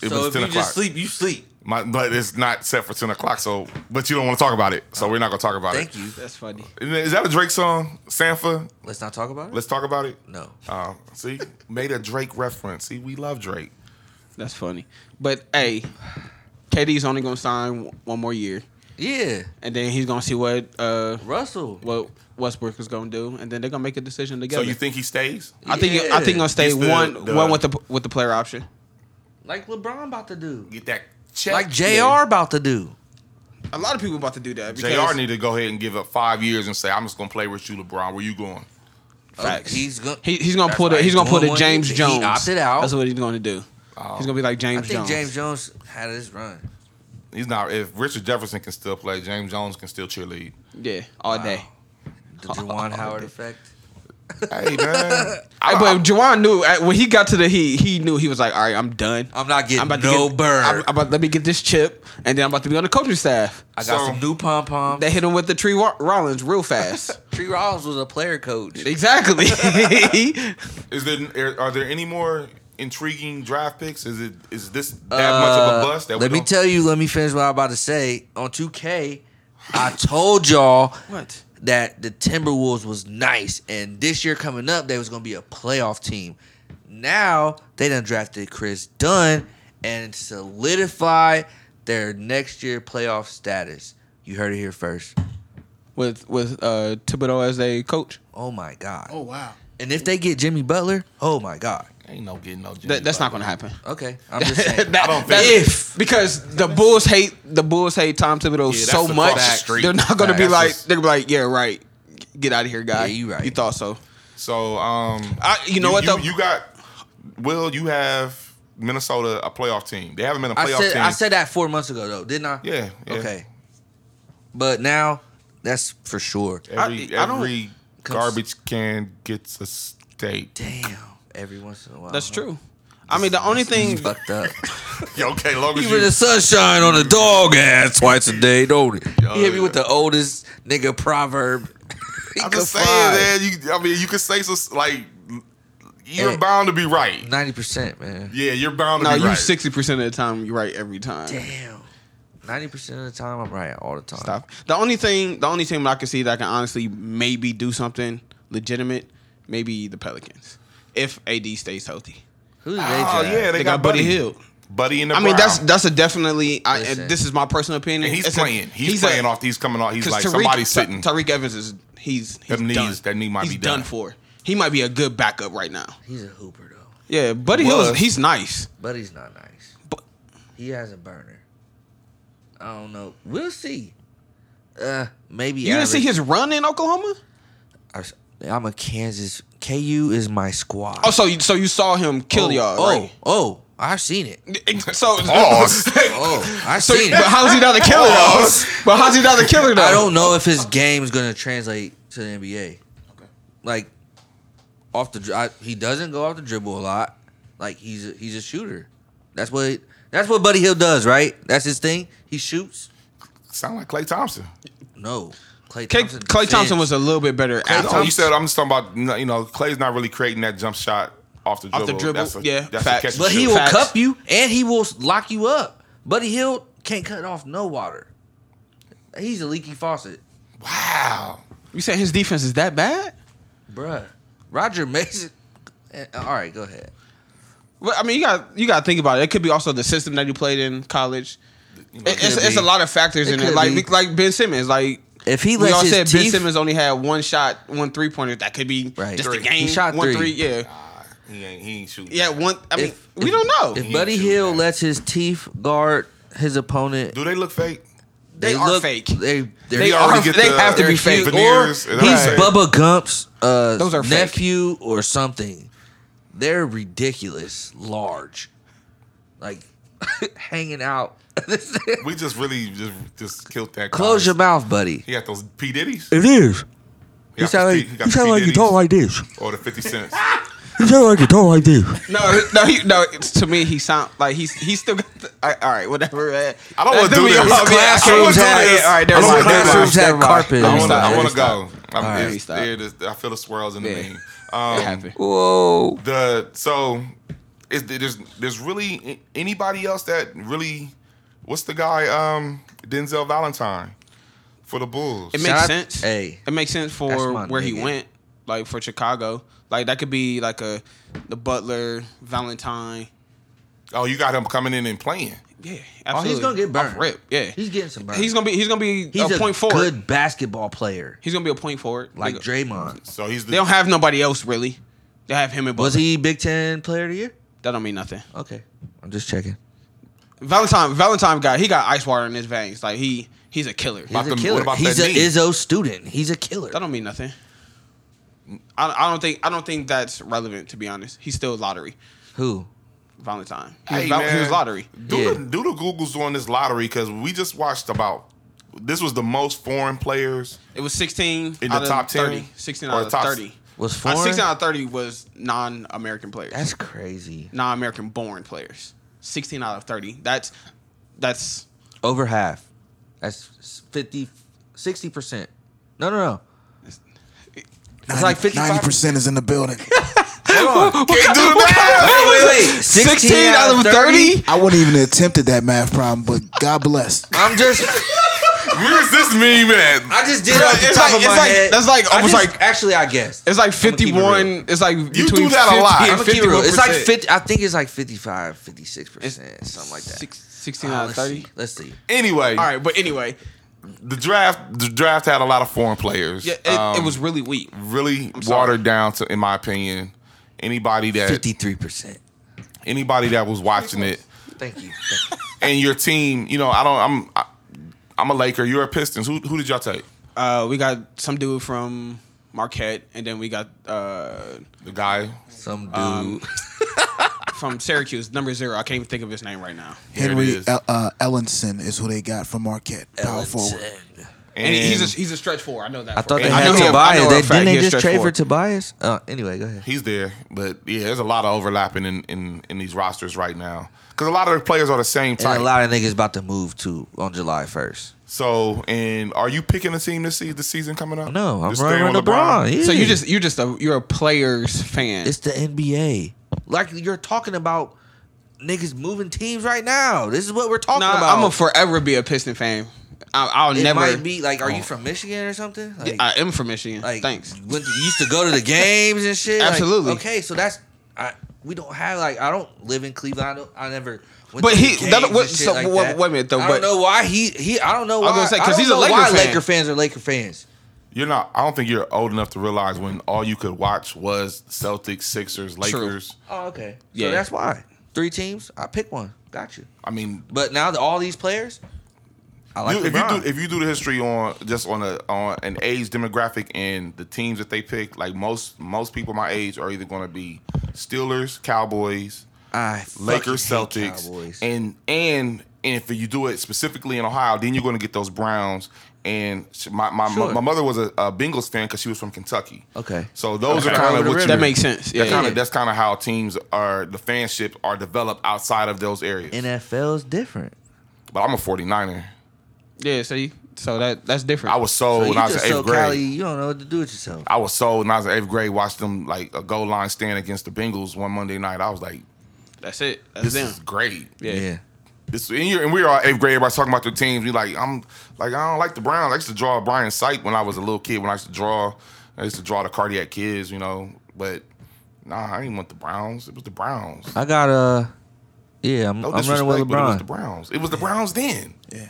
Speaker 1: It
Speaker 2: so
Speaker 1: was
Speaker 2: if
Speaker 1: ten
Speaker 2: you
Speaker 1: o'clock.
Speaker 2: just sleep, you sleep.
Speaker 1: My, but it's not set for ten o'clock. So, but you don't want to talk about it. So we're not gonna talk about
Speaker 2: Thank
Speaker 1: it.
Speaker 2: you.
Speaker 4: that's funny.
Speaker 1: Is that a Drake song, Sanfa?
Speaker 2: Let's not talk about it.
Speaker 1: Let's talk about it.
Speaker 2: no.
Speaker 1: Uh, see, made a Drake reference. See, we love Drake.
Speaker 4: That's funny. But hey, KD's only gonna sign w- one more year,
Speaker 2: Yeah,
Speaker 4: and then he's gonna see what uh
Speaker 2: Russell.
Speaker 4: what Westbrook is gonna do, and then they're gonna make a decision
Speaker 1: So
Speaker 4: together.
Speaker 1: you think he stays?
Speaker 4: I think
Speaker 2: Yeah.
Speaker 4: I think gonna stay
Speaker 1: It's the-
Speaker 4: one
Speaker 1: the-
Speaker 4: one with the with the player option.
Speaker 2: Like LeBron about to do.
Speaker 1: Get that check.
Speaker 2: Like JR
Speaker 4: Yeah.
Speaker 2: about to do.
Speaker 4: A lot of people about to do that.
Speaker 1: Jr. Need to go ahead and give up five years and say, "I'm just gonna play with you, LeBron. Where you going?"
Speaker 4: Facts.
Speaker 2: He's gonna.
Speaker 4: He, he's gonna
Speaker 2: That's
Speaker 4: pull
Speaker 2: right.
Speaker 4: the he's gonna pull
Speaker 2: Doing
Speaker 4: the
Speaker 2: one-
Speaker 4: James
Speaker 2: he
Speaker 4: Jones.
Speaker 2: opted out.
Speaker 4: That's what he's gonna do. He's gonna be like
Speaker 2: I
Speaker 4: James
Speaker 2: think
Speaker 4: Jones.
Speaker 2: James Jones had his run.
Speaker 1: He's not. If Richard Jefferson can still play, James Jones can still cheerlead.
Speaker 4: Yeah, all day.
Speaker 2: The Juwan Howard effect.
Speaker 1: Hey man, I,
Speaker 4: Hey, but Juwan knew uh, when he got to the heat, he knew he was like, all right, I'm done.
Speaker 2: I'm not getting
Speaker 4: I'm about
Speaker 2: no
Speaker 4: to get,
Speaker 2: bird.
Speaker 4: I'm, I'm about let me get this chip, and then I'm about to be on the coaching staff.
Speaker 2: I got
Speaker 1: So-
Speaker 2: some new pom poms.
Speaker 4: They hit him with the tree Wa- Rollins real fast.
Speaker 2: Tree Rollins was a player coach.
Speaker 4: exactly.
Speaker 1: is there are there any more intriguing draft picks? Is it is this that much of a
Speaker 2: Uh,
Speaker 1: bust? That we
Speaker 2: let me
Speaker 1: don't-
Speaker 2: tell you. Let me finish what I'm about to say. On 2K, I told y'all
Speaker 4: what?
Speaker 2: that the Timberwolves was nice, and this year coming up, they was gonna be a playoff team. Now they done drafted Chris Dunn and solidified their next year playoff status. You heard it here first.
Speaker 4: With with uh, Thibodeau as a coach,
Speaker 2: Oh my god!
Speaker 6: Oh wow.
Speaker 2: And if they get Jimmy Butler, oh my god.
Speaker 1: Ain't no getting no. Jimmy
Speaker 4: that, that's not
Speaker 1: Butler.
Speaker 4: going to happen.
Speaker 2: Okay, I'm just saying.
Speaker 4: That-
Speaker 1: don't
Speaker 4: that-
Speaker 1: think-
Speaker 4: if because the Bulls hate the Bulls hate Tom Thibodeau
Speaker 1: Yeah, that's
Speaker 4: so
Speaker 1: across
Speaker 4: much,
Speaker 1: the street.
Speaker 4: they're not going
Speaker 1: Nah,
Speaker 4: to be
Speaker 1: that's
Speaker 4: like
Speaker 1: just-
Speaker 4: they're gonna be like, yeah, right, get out of here, guy.
Speaker 2: Yeah, you right.
Speaker 4: You thought so?
Speaker 1: So um,
Speaker 4: I- you know what,
Speaker 1: you,
Speaker 4: though?
Speaker 1: you got Will. You have Minnesota a playoff team. They haven't been a
Speaker 2: I
Speaker 1: playoff
Speaker 2: said
Speaker 1: team.
Speaker 2: I said that four months ago though, didn't I?
Speaker 1: Yeah, yeah.
Speaker 2: Okay. But now that's for sure.
Speaker 1: every
Speaker 4: I- I don't-
Speaker 1: every garbage can gets a state.
Speaker 2: Damn. Every once in a while.
Speaker 4: That's
Speaker 2: huh?
Speaker 4: true. I mean, the only thing
Speaker 2: Fucked up.
Speaker 1: okay, long as
Speaker 2: Even
Speaker 1: you,
Speaker 2: the sunshine on a dog ass twice a day, don't it? He hit me with the oldest nigga proverb. He
Speaker 1: I'm
Speaker 2: could
Speaker 1: just saying,
Speaker 2: fly.
Speaker 1: man. You, I mean, you can say so like you're
Speaker 2: Hey.
Speaker 1: bound to be right.
Speaker 2: 90%, man.
Speaker 1: Yeah, you're bound to
Speaker 4: no,
Speaker 1: be
Speaker 4: you
Speaker 1: right.
Speaker 4: sixty percent of the time you're right every time.
Speaker 2: Damn. 90% of the time, I'm right all the time.
Speaker 4: Stop. The only thing, the only team that I can see that can honestly maybe do something legitimate, maybe the Pelicans, if AD stays healthy.
Speaker 2: Who's they
Speaker 1: Oh
Speaker 2: draft?
Speaker 1: yeah, they,
Speaker 4: They, got, Buddy Hill.
Speaker 1: Buddy in the.
Speaker 4: I mean, that's
Speaker 1: Brown.
Speaker 4: that's a definitely. I, and
Speaker 2: Listen.
Speaker 4: this is my personal opinion.
Speaker 1: And he's
Speaker 4: It's a-
Speaker 1: playing. he's,
Speaker 4: a-
Speaker 1: playing off. He's coming off. He's
Speaker 4: 'cause
Speaker 1: like
Speaker 4: Tariq-
Speaker 1: somebody's
Speaker 4: Ty-
Speaker 1: sitting.
Speaker 4: Tariq Evans is he's he's
Speaker 1: Them knees-
Speaker 4: done.
Speaker 1: that knee might
Speaker 4: he's
Speaker 1: be
Speaker 4: done.
Speaker 1: done.
Speaker 4: for. He might be a good backup right now.
Speaker 2: He's a hooper, though.
Speaker 4: Yeah, Buddy
Speaker 1: Was.
Speaker 4: Hill. is- He's nice.
Speaker 2: But he's not nice.
Speaker 4: But
Speaker 2: He has a burner. I don't know. We'll see. Uh, maybe
Speaker 4: you didn't see
Speaker 2: average.
Speaker 4: his run in Oklahoma.
Speaker 2: I s- I'm a Kansas. KU is my squad.
Speaker 4: Oh, so you, so you saw him kill y'all?
Speaker 2: Oh,
Speaker 4: right?
Speaker 2: oh, I've seen it.
Speaker 1: Oh.
Speaker 4: So
Speaker 1: Pause.
Speaker 2: Oh, I've
Speaker 4: So,
Speaker 2: seen
Speaker 4: but
Speaker 2: it.
Speaker 4: how's he not a killer though? But how's he not a killer though?
Speaker 2: I don't know if his game is going to translate to the NBA. Like, off the dri- I, he doesn't go off the dribble a lot. Like he's a, he's a shooter. That's what that's what Buddy Hill does, right? That's his thing. He shoots.
Speaker 1: Sound like Clay Thompson.
Speaker 2: No, Clay
Speaker 4: Clay,
Speaker 2: Thompson.
Speaker 4: Clay Thompson
Speaker 2: defends.
Speaker 4: was a little bit better.
Speaker 1: Clay
Speaker 4: athlete.
Speaker 1: Thompson. You said I'm just talking about you know Clay's not really creating that jump shot off the
Speaker 4: Off
Speaker 1: dribble.
Speaker 4: the dribble,
Speaker 1: That's a,
Speaker 4: yeah,
Speaker 1: that's
Speaker 4: facts.
Speaker 1: a catch and
Speaker 2: But he
Speaker 1: shoot.
Speaker 2: will
Speaker 4: Facts.
Speaker 2: cup you and he will lock you up. Buddy Hill can't cut off no water. He's a leaky faucet.
Speaker 1: Wow.
Speaker 4: You said his defense is that bad?
Speaker 2: Bruh. Roger Mason. eh, All right, go ahead.
Speaker 4: Well, I mean, you got you got to think about it. It could be also the system that he played in college.
Speaker 1: You know,
Speaker 4: It- it's,
Speaker 2: could
Speaker 4: it's a
Speaker 2: be.
Speaker 4: lot of factors
Speaker 2: It
Speaker 4: in it.
Speaker 2: could
Speaker 4: Like
Speaker 2: be.
Speaker 4: like Ben Simmons, like
Speaker 2: If he
Speaker 4: we
Speaker 2: lets
Speaker 4: all
Speaker 2: his
Speaker 4: said, Ben
Speaker 2: teeth-
Speaker 4: Simmons only had one shot, one three pointer. That could be
Speaker 2: Right.
Speaker 4: just
Speaker 2: Three.
Speaker 4: a game.
Speaker 2: He shot
Speaker 4: one
Speaker 2: three.
Speaker 4: three, yeah,
Speaker 1: nah, he ain't he ain't shooting.
Speaker 4: yeah. One. I mean,
Speaker 2: If-
Speaker 4: we
Speaker 2: if-
Speaker 4: don't know.
Speaker 2: If
Speaker 1: ain't
Speaker 2: Buddy
Speaker 1: shooting
Speaker 2: Hill
Speaker 1: that.
Speaker 2: lets his teeth guard his opponent,
Speaker 1: Do they look fake?
Speaker 4: they, are fake.
Speaker 2: They they're
Speaker 4: They
Speaker 1: You
Speaker 4: are-
Speaker 1: already get
Speaker 4: they have to
Speaker 2: they're
Speaker 4: be
Speaker 2: cute.
Speaker 4: fake.
Speaker 2: Or
Speaker 1: Veneers,
Speaker 2: he's
Speaker 1: and everything.
Speaker 2: Bubba Gump's uh,
Speaker 4: Those are fake.
Speaker 2: nephew or something. They're ridiculous, large, like hanging out.
Speaker 1: We just really just just killed that.
Speaker 2: Close
Speaker 1: guy.
Speaker 2: your mouth, buddy.
Speaker 1: He got those P Diddy's.
Speaker 7: It is.
Speaker 1: He got the P- he got the P. Diddy's
Speaker 7: like this.
Speaker 1: or the fifty cents.
Speaker 7: You sound like you talk like this.
Speaker 4: No, no, he, no. it's- To me, he sound like he's he's still. Got the, all, right, all right, whatever. Man.
Speaker 1: I don't wanna
Speaker 4: That's
Speaker 1: do
Speaker 4: me.
Speaker 1: this.
Speaker 4: Oh,
Speaker 1: His
Speaker 4: yeah, I don't wanna
Speaker 1: classroom's had it. I don't wanna do this.
Speaker 2: Classroom's
Speaker 4: do this. All right, never mind. never mind,
Speaker 2: had
Speaker 4: never mind.
Speaker 2: carpet.
Speaker 1: I
Speaker 2: Let me
Speaker 1: want to.
Speaker 2: stop,
Speaker 1: I
Speaker 2: let
Speaker 1: want
Speaker 4: me
Speaker 1: to go. I'm,
Speaker 4: All right,
Speaker 1: it's-
Speaker 4: let me stop.
Speaker 1: there it is. I feel the swirls in the
Speaker 4: Yeah.
Speaker 1: meme. Um,
Speaker 4: It happened.
Speaker 2: Whoa.
Speaker 1: the so is there's there's really a- anybody else that really what's the guy um Denzel Valentine for the Bulls?
Speaker 4: It
Speaker 2: Shout
Speaker 4: makes
Speaker 2: out-
Speaker 4: sense.
Speaker 2: Hey.
Speaker 4: it makes sense
Speaker 2: That's
Speaker 4: for
Speaker 2: my
Speaker 4: where he
Speaker 2: nigga.
Speaker 4: went, like for Chicago. Like that could be like a the Butler Valentine.
Speaker 1: oh, you got him coming in and playing.
Speaker 4: Yeah,
Speaker 2: Oh,
Speaker 4: absolutely.
Speaker 2: he's gonna get burned.
Speaker 4: Off rip. Yeah,
Speaker 2: he's getting some burn.
Speaker 4: he's gonna be he's gonna be
Speaker 2: He's
Speaker 4: a, Oh, point forward.
Speaker 2: good basketball player,
Speaker 4: He's gonna be a point forward.
Speaker 2: like
Speaker 4: They go-
Speaker 2: Draymond.
Speaker 1: So he's the
Speaker 4: They don't have nobody else really. They have him and Butler.
Speaker 2: Was he Big Ten Player of the Year?
Speaker 4: That don't mean nothing.
Speaker 2: Okay, I'm just checking.
Speaker 4: Valentine Valentine guy. He got ice water in his veins. Like he he's a killer.
Speaker 2: He's a
Speaker 1: them-
Speaker 2: killer.
Speaker 1: what about
Speaker 2: He's a
Speaker 1: that knee?
Speaker 2: Izzo student. He's a killer.
Speaker 4: That don't mean nothing. I, I don't think I don't think that's relevant to be honest. He's still lottery.
Speaker 2: Who?
Speaker 4: Valentine. He was,
Speaker 1: Hey,
Speaker 4: val- he
Speaker 1: man,
Speaker 4: was lottery.
Speaker 1: Do
Speaker 2: Yeah.
Speaker 1: the do the Googles on this lottery because we just watched about this was the most foreign players
Speaker 4: It was 16
Speaker 1: in
Speaker 4: out
Speaker 1: the
Speaker 4: of
Speaker 1: top ten.
Speaker 4: 30, 16 out
Speaker 1: the
Speaker 4: of
Speaker 1: top-
Speaker 4: 30.
Speaker 2: Was
Speaker 4: Uh,
Speaker 2: foreign.
Speaker 4: Six out of thirty was non-American players,
Speaker 2: That's crazy.
Speaker 4: non-American born players. Sixteen out of thirty. That's that's
Speaker 2: Over half. That's 50, 60%. No, no, no. It's like 55.
Speaker 6: percent is in the building.
Speaker 1: Can't do the math.
Speaker 2: Wait, wait, wait. 16, out of 30?
Speaker 6: I wouldn't even attempted that math problem, but God bless.
Speaker 2: I'm just,
Speaker 1: Where's this meme at?
Speaker 2: I just did it off the
Speaker 4: It's
Speaker 2: top of
Speaker 4: like- it's
Speaker 2: my
Speaker 4: like-
Speaker 2: head.
Speaker 4: that's like
Speaker 2: I
Speaker 4: almost
Speaker 2: just-
Speaker 4: like-
Speaker 2: Actually, I guess.
Speaker 4: it's like
Speaker 2: keep it real.
Speaker 4: fifty-one. It's like
Speaker 1: do
Speaker 4: between
Speaker 1: that a lot.
Speaker 4: 50 and
Speaker 1: I'ma
Speaker 2: I'm gonna keep it real. It's like
Speaker 4: 51%.
Speaker 2: 50. I think it's like 55, 56 percent, something like that.
Speaker 4: Six- 16
Speaker 2: Uh,
Speaker 4: out of
Speaker 2: let's see.
Speaker 4: 30.
Speaker 2: Let's see.
Speaker 1: Anyway,
Speaker 4: All right, but anyway,
Speaker 1: the draft the draft had a lot of foreign players.
Speaker 4: yeah, it, it
Speaker 1: Um,
Speaker 4: was really weak.
Speaker 1: really
Speaker 4: sorry.
Speaker 1: watered down to, in my opinion. Anybody that
Speaker 2: 53 percent.
Speaker 1: anybody that was watching it
Speaker 2: Thank you.
Speaker 1: and your team, you know, I don't. I'm I, I'm a Laker. You're a Pistons. Who who did y'all take?
Speaker 4: Uh, we got some dude from Marquette, and then we got uh,
Speaker 1: The guy
Speaker 2: Some dude.
Speaker 4: Um, from Syracuse, number zero. I can't even think of his name right now.
Speaker 1: Here it
Speaker 6: Henry
Speaker 1: is.
Speaker 6: El- uh, Ellenson is who they got from Marquette. Power forward.
Speaker 4: And, he's a, he's a stretch four. I know that.
Speaker 2: I
Speaker 4: for
Speaker 2: thought
Speaker 4: a
Speaker 2: they
Speaker 4: fact. I
Speaker 2: had
Speaker 4: know him- I
Speaker 2: Tobias.
Speaker 4: know for a
Speaker 2: They,
Speaker 4: fact
Speaker 2: didn't
Speaker 4: he
Speaker 2: they
Speaker 4: a
Speaker 2: just
Speaker 4: stretch
Speaker 2: trade for
Speaker 4: forward.
Speaker 2: Tobias? Uh, anyway, go ahead.
Speaker 1: He's there, but yeah, there's a lot of overlapping in, in, in these rosters right now because a lot of the players are the same
Speaker 2: And a
Speaker 1: type.
Speaker 2: lot of niggas about to move too on July 1st.
Speaker 1: So, and are you picking a team this season? The season coming up?
Speaker 2: No, I'm
Speaker 1: Just
Speaker 2: running
Speaker 1: staying with
Speaker 2: with LeBron. Yeah.
Speaker 4: So you just you just a you're a players fan.
Speaker 2: It's the NBA. Like you're talking about niggas moving teams right now. This is what we're talking
Speaker 4: nah,
Speaker 2: about.
Speaker 4: I'm gonna forever be a Piston fan. I, I'll
Speaker 2: it
Speaker 4: never Oh.
Speaker 2: might be like, are you from Michigan or something? Like,
Speaker 4: I am from Michigan.
Speaker 2: like
Speaker 4: Thanks.
Speaker 2: Went to, you used to go to the games and shit. Like,
Speaker 4: Absolutely.
Speaker 2: okay, so that's I. We don't have like I don't live in Cleveland. I, don't, I never. Went
Speaker 4: But
Speaker 2: to
Speaker 4: he-
Speaker 2: the games
Speaker 4: that-
Speaker 2: and
Speaker 4: what-
Speaker 2: shit
Speaker 4: so
Speaker 2: like
Speaker 4: what-
Speaker 2: that.
Speaker 4: wait a minute, though,
Speaker 2: I
Speaker 4: but-
Speaker 2: don't know why he he. I don't know why.
Speaker 4: was gonna say, 'cause
Speaker 2: I don't
Speaker 4: he's a
Speaker 2: know
Speaker 4: Laker
Speaker 2: why
Speaker 4: fan.
Speaker 2: Laker fans are Laker fans.
Speaker 1: You're not. I don't think you're old enough to realize when all you could watch was Celtics, Sixers, Lakers.
Speaker 2: Oh, okay.
Speaker 4: Yeah.
Speaker 2: So that's why three teams. I pick one. Got you.
Speaker 1: I mean,
Speaker 2: But now that all these players, I like
Speaker 1: you, if
Speaker 2: LeBron.
Speaker 1: you do if you do the history on just on a on an age demographic and the teams that they pick, like most most people my age are either going to be Steelers, Cowboys,
Speaker 2: I
Speaker 1: Lakers,
Speaker 2: fucking hate
Speaker 1: Celtics,
Speaker 2: Cowboys.
Speaker 1: and and and if you do it specifically in Ohio, then you're going to get those Browns. And she- my my,
Speaker 2: Sure.
Speaker 1: my mother was a, a Bengals fan because she was from Kentucky.
Speaker 2: Okay.
Speaker 1: so those
Speaker 2: Okay.
Speaker 1: are kind
Speaker 2: Over
Speaker 1: of
Speaker 2: the
Speaker 1: what you,
Speaker 4: That makes sense. Yeah.
Speaker 1: That kind
Speaker 2: Yeah.
Speaker 1: of that's kind of how teams are the fanship are developed outside of those areas.
Speaker 2: NFL is different.
Speaker 1: but I'm a 49er.
Speaker 4: yeah. So you, so that that's different.
Speaker 1: I was sold
Speaker 2: So you
Speaker 1: when I was in
Speaker 2: just
Speaker 1: eighth
Speaker 2: so
Speaker 1: grade.
Speaker 2: Cali, you don't know what to do with yourself.
Speaker 1: I was sold when I was in eighth grade. Watched them like a goal line stand against the Bengals one Monday night. I was like,
Speaker 4: That's it. That's
Speaker 1: "This
Speaker 4: them.
Speaker 1: is great."
Speaker 4: Yeah.
Speaker 1: This and, you and we were all eighth grade. Everybody's talking about their teams. We like, I'm like, I don't like the Browns. I used to draw Brian Sight when I was a little kid. When I used to draw, I used to draw the cardiac kids, you know. But nah, I didn't want the Browns. It was the Browns.
Speaker 2: I got uh yeah, I'm,
Speaker 1: No
Speaker 2: I'm running
Speaker 1: disrespect,
Speaker 2: with
Speaker 1: but it was
Speaker 2: LeBron.
Speaker 1: the Browns. It was the Browns then.
Speaker 6: Yeah,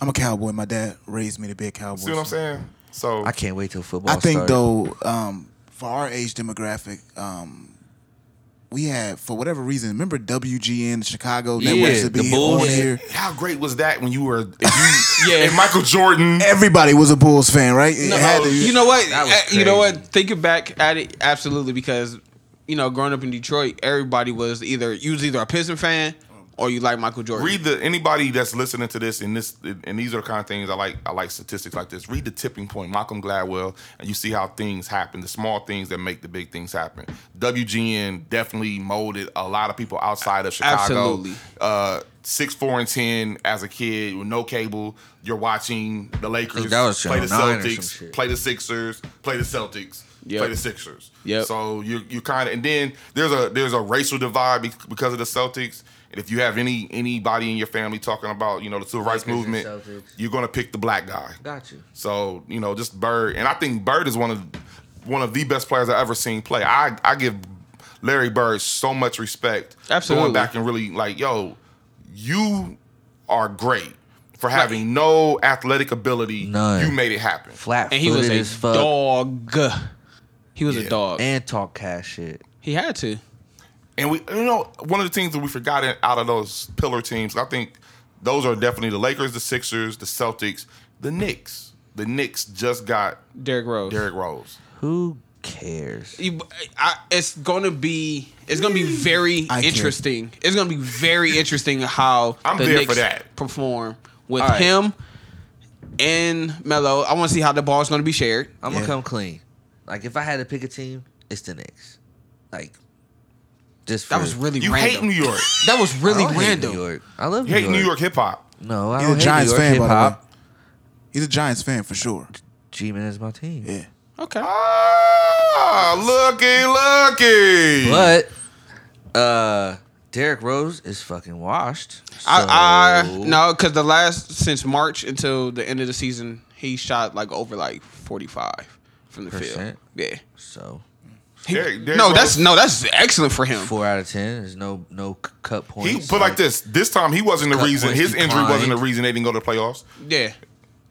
Speaker 6: I'm a cowboy. My dad raised me to be a cowboy.
Speaker 1: See what I'm
Speaker 6: so-
Speaker 1: saying? So
Speaker 2: I can't wait till football.
Speaker 6: I think
Speaker 2: starts.
Speaker 6: though, um, for our age demographic, um, we had for whatever reason. Remember WGN Chicago
Speaker 2: Yeah,
Speaker 6: networks to be
Speaker 2: the Bulls.
Speaker 6: on here.
Speaker 1: how great was that when you were if you,
Speaker 4: Yeah.
Speaker 1: and Michael Jordan?
Speaker 6: Everybody was a Bulls fan, right? It
Speaker 4: No,
Speaker 6: had to-
Speaker 4: Oh, you know what?
Speaker 2: That was
Speaker 4: Uh, You know
Speaker 2: crazy.
Speaker 4: what? Thinking back at it, absolutely, because you know, growing up in Detroit, everybody was either you was either a Piston fan or you like Michael Jordan.
Speaker 1: Read the anybody that's listening to this and this and these are the kind of things I like. I like statistics like this. Read the tipping point, Malcolm Gladwell, and you see how things happen. The small things that make the big things happen. WGN definitely molded a lot of people outside of Chicago.
Speaker 4: Absolutely.
Speaker 1: Uh, six, four, and ten as a kid with no cable. You're watching the Lakers
Speaker 2: that was
Speaker 1: play the
Speaker 2: Channel 9 or some
Speaker 1: Celtics,
Speaker 2: shit.
Speaker 1: play the Sixers, play the Celtics,
Speaker 4: Yep.
Speaker 1: play the Sixers.
Speaker 4: Yep.
Speaker 1: So you you kind of and then there's a there's a racial divide bec- because of the Celtics. And if you have any anybody in your family talking about you know the civil rights
Speaker 2: Lakers and
Speaker 1: movement,
Speaker 2: Celtics.
Speaker 1: you're gonna pick the black guy.
Speaker 2: got you.
Speaker 1: So you know just Bird, and I think Bird is one of one of the best players I've ever seen play. I I give Larry Bird so much respect.
Speaker 4: Absolutely.
Speaker 1: going back and really like yo, you are great for having no athletic ability.
Speaker 2: None.
Speaker 1: You made it happen.
Speaker 2: Flat
Speaker 4: and he was
Speaker 2: footed
Speaker 4: a
Speaker 2: as fuck
Speaker 4: dog. He was a
Speaker 1: Yeah.
Speaker 4: dog.
Speaker 2: and talk cash shit.
Speaker 4: he had to.
Speaker 1: And we, you know, one of the things that we forgot in- out of those pillar teams, I think those are definitely the Lakers, the Sixers, the Celtics, the Knicks. The Knicks just got
Speaker 4: Derrick Rose.
Speaker 1: Derrick Rose.
Speaker 2: Who cares?
Speaker 4: You- I- it's gonna be it's gonna be very
Speaker 6: I care.
Speaker 4: interesting. It's gonna be very interesting how
Speaker 1: I'm
Speaker 4: the
Speaker 1: there for
Speaker 4: Knicks
Speaker 1: that.
Speaker 4: perform with
Speaker 2: All right.
Speaker 4: him and Melo. I want to see how the ball is gonna be shared.
Speaker 2: I'm
Speaker 6: Yeah.
Speaker 2: gonna come clean. Like if I had to pick a team, it's the Knicks. Like just for,
Speaker 4: That was really
Speaker 1: You
Speaker 4: random.
Speaker 1: hate New York.
Speaker 4: That was
Speaker 2: I
Speaker 4: really
Speaker 2: don't hate
Speaker 4: random.
Speaker 2: New York. I love
Speaker 1: You hate New York hip hop.
Speaker 2: No, I
Speaker 6: He's
Speaker 2: don't
Speaker 6: a
Speaker 2: hate
Speaker 6: Giants
Speaker 2: New York
Speaker 6: fan, by the way.
Speaker 2: hip-hop.
Speaker 6: He's a Giants fan for sure.
Speaker 2: G-Man is my team.
Speaker 6: Yeah.
Speaker 4: Okay.
Speaker 1: Ah, looky, looky.
Speaker 2: But uh Derrick Rose is fucking washed.
Speaker 4: I, I
Speaker 2: So-
Speaker 4: no, because the last since March until the end of the season, he shot like over like forty five from the field.
Speaker 2: Percent?
Speaker 4: Yeah.
Speaker 2: So
Speaker 4: He-
Speaker 1: Derrick- Derrick
Speaker 4: no,
Speaker 1: Rose-
Speaker 4: that's no, that's excellent for him.
Speaker 2: four out of ten. There's no no c- cut points.
Speaker 1: He put like this. This time he wasn't the
Speaker 2: Cut
Speaker 1: reason.
Speaker 2: points
Speaker 1: His injury wasn't the
Speaker 2: declined.
Speaker 1: reason they didn't go to the playoffs.
Speaker 4: Yeah,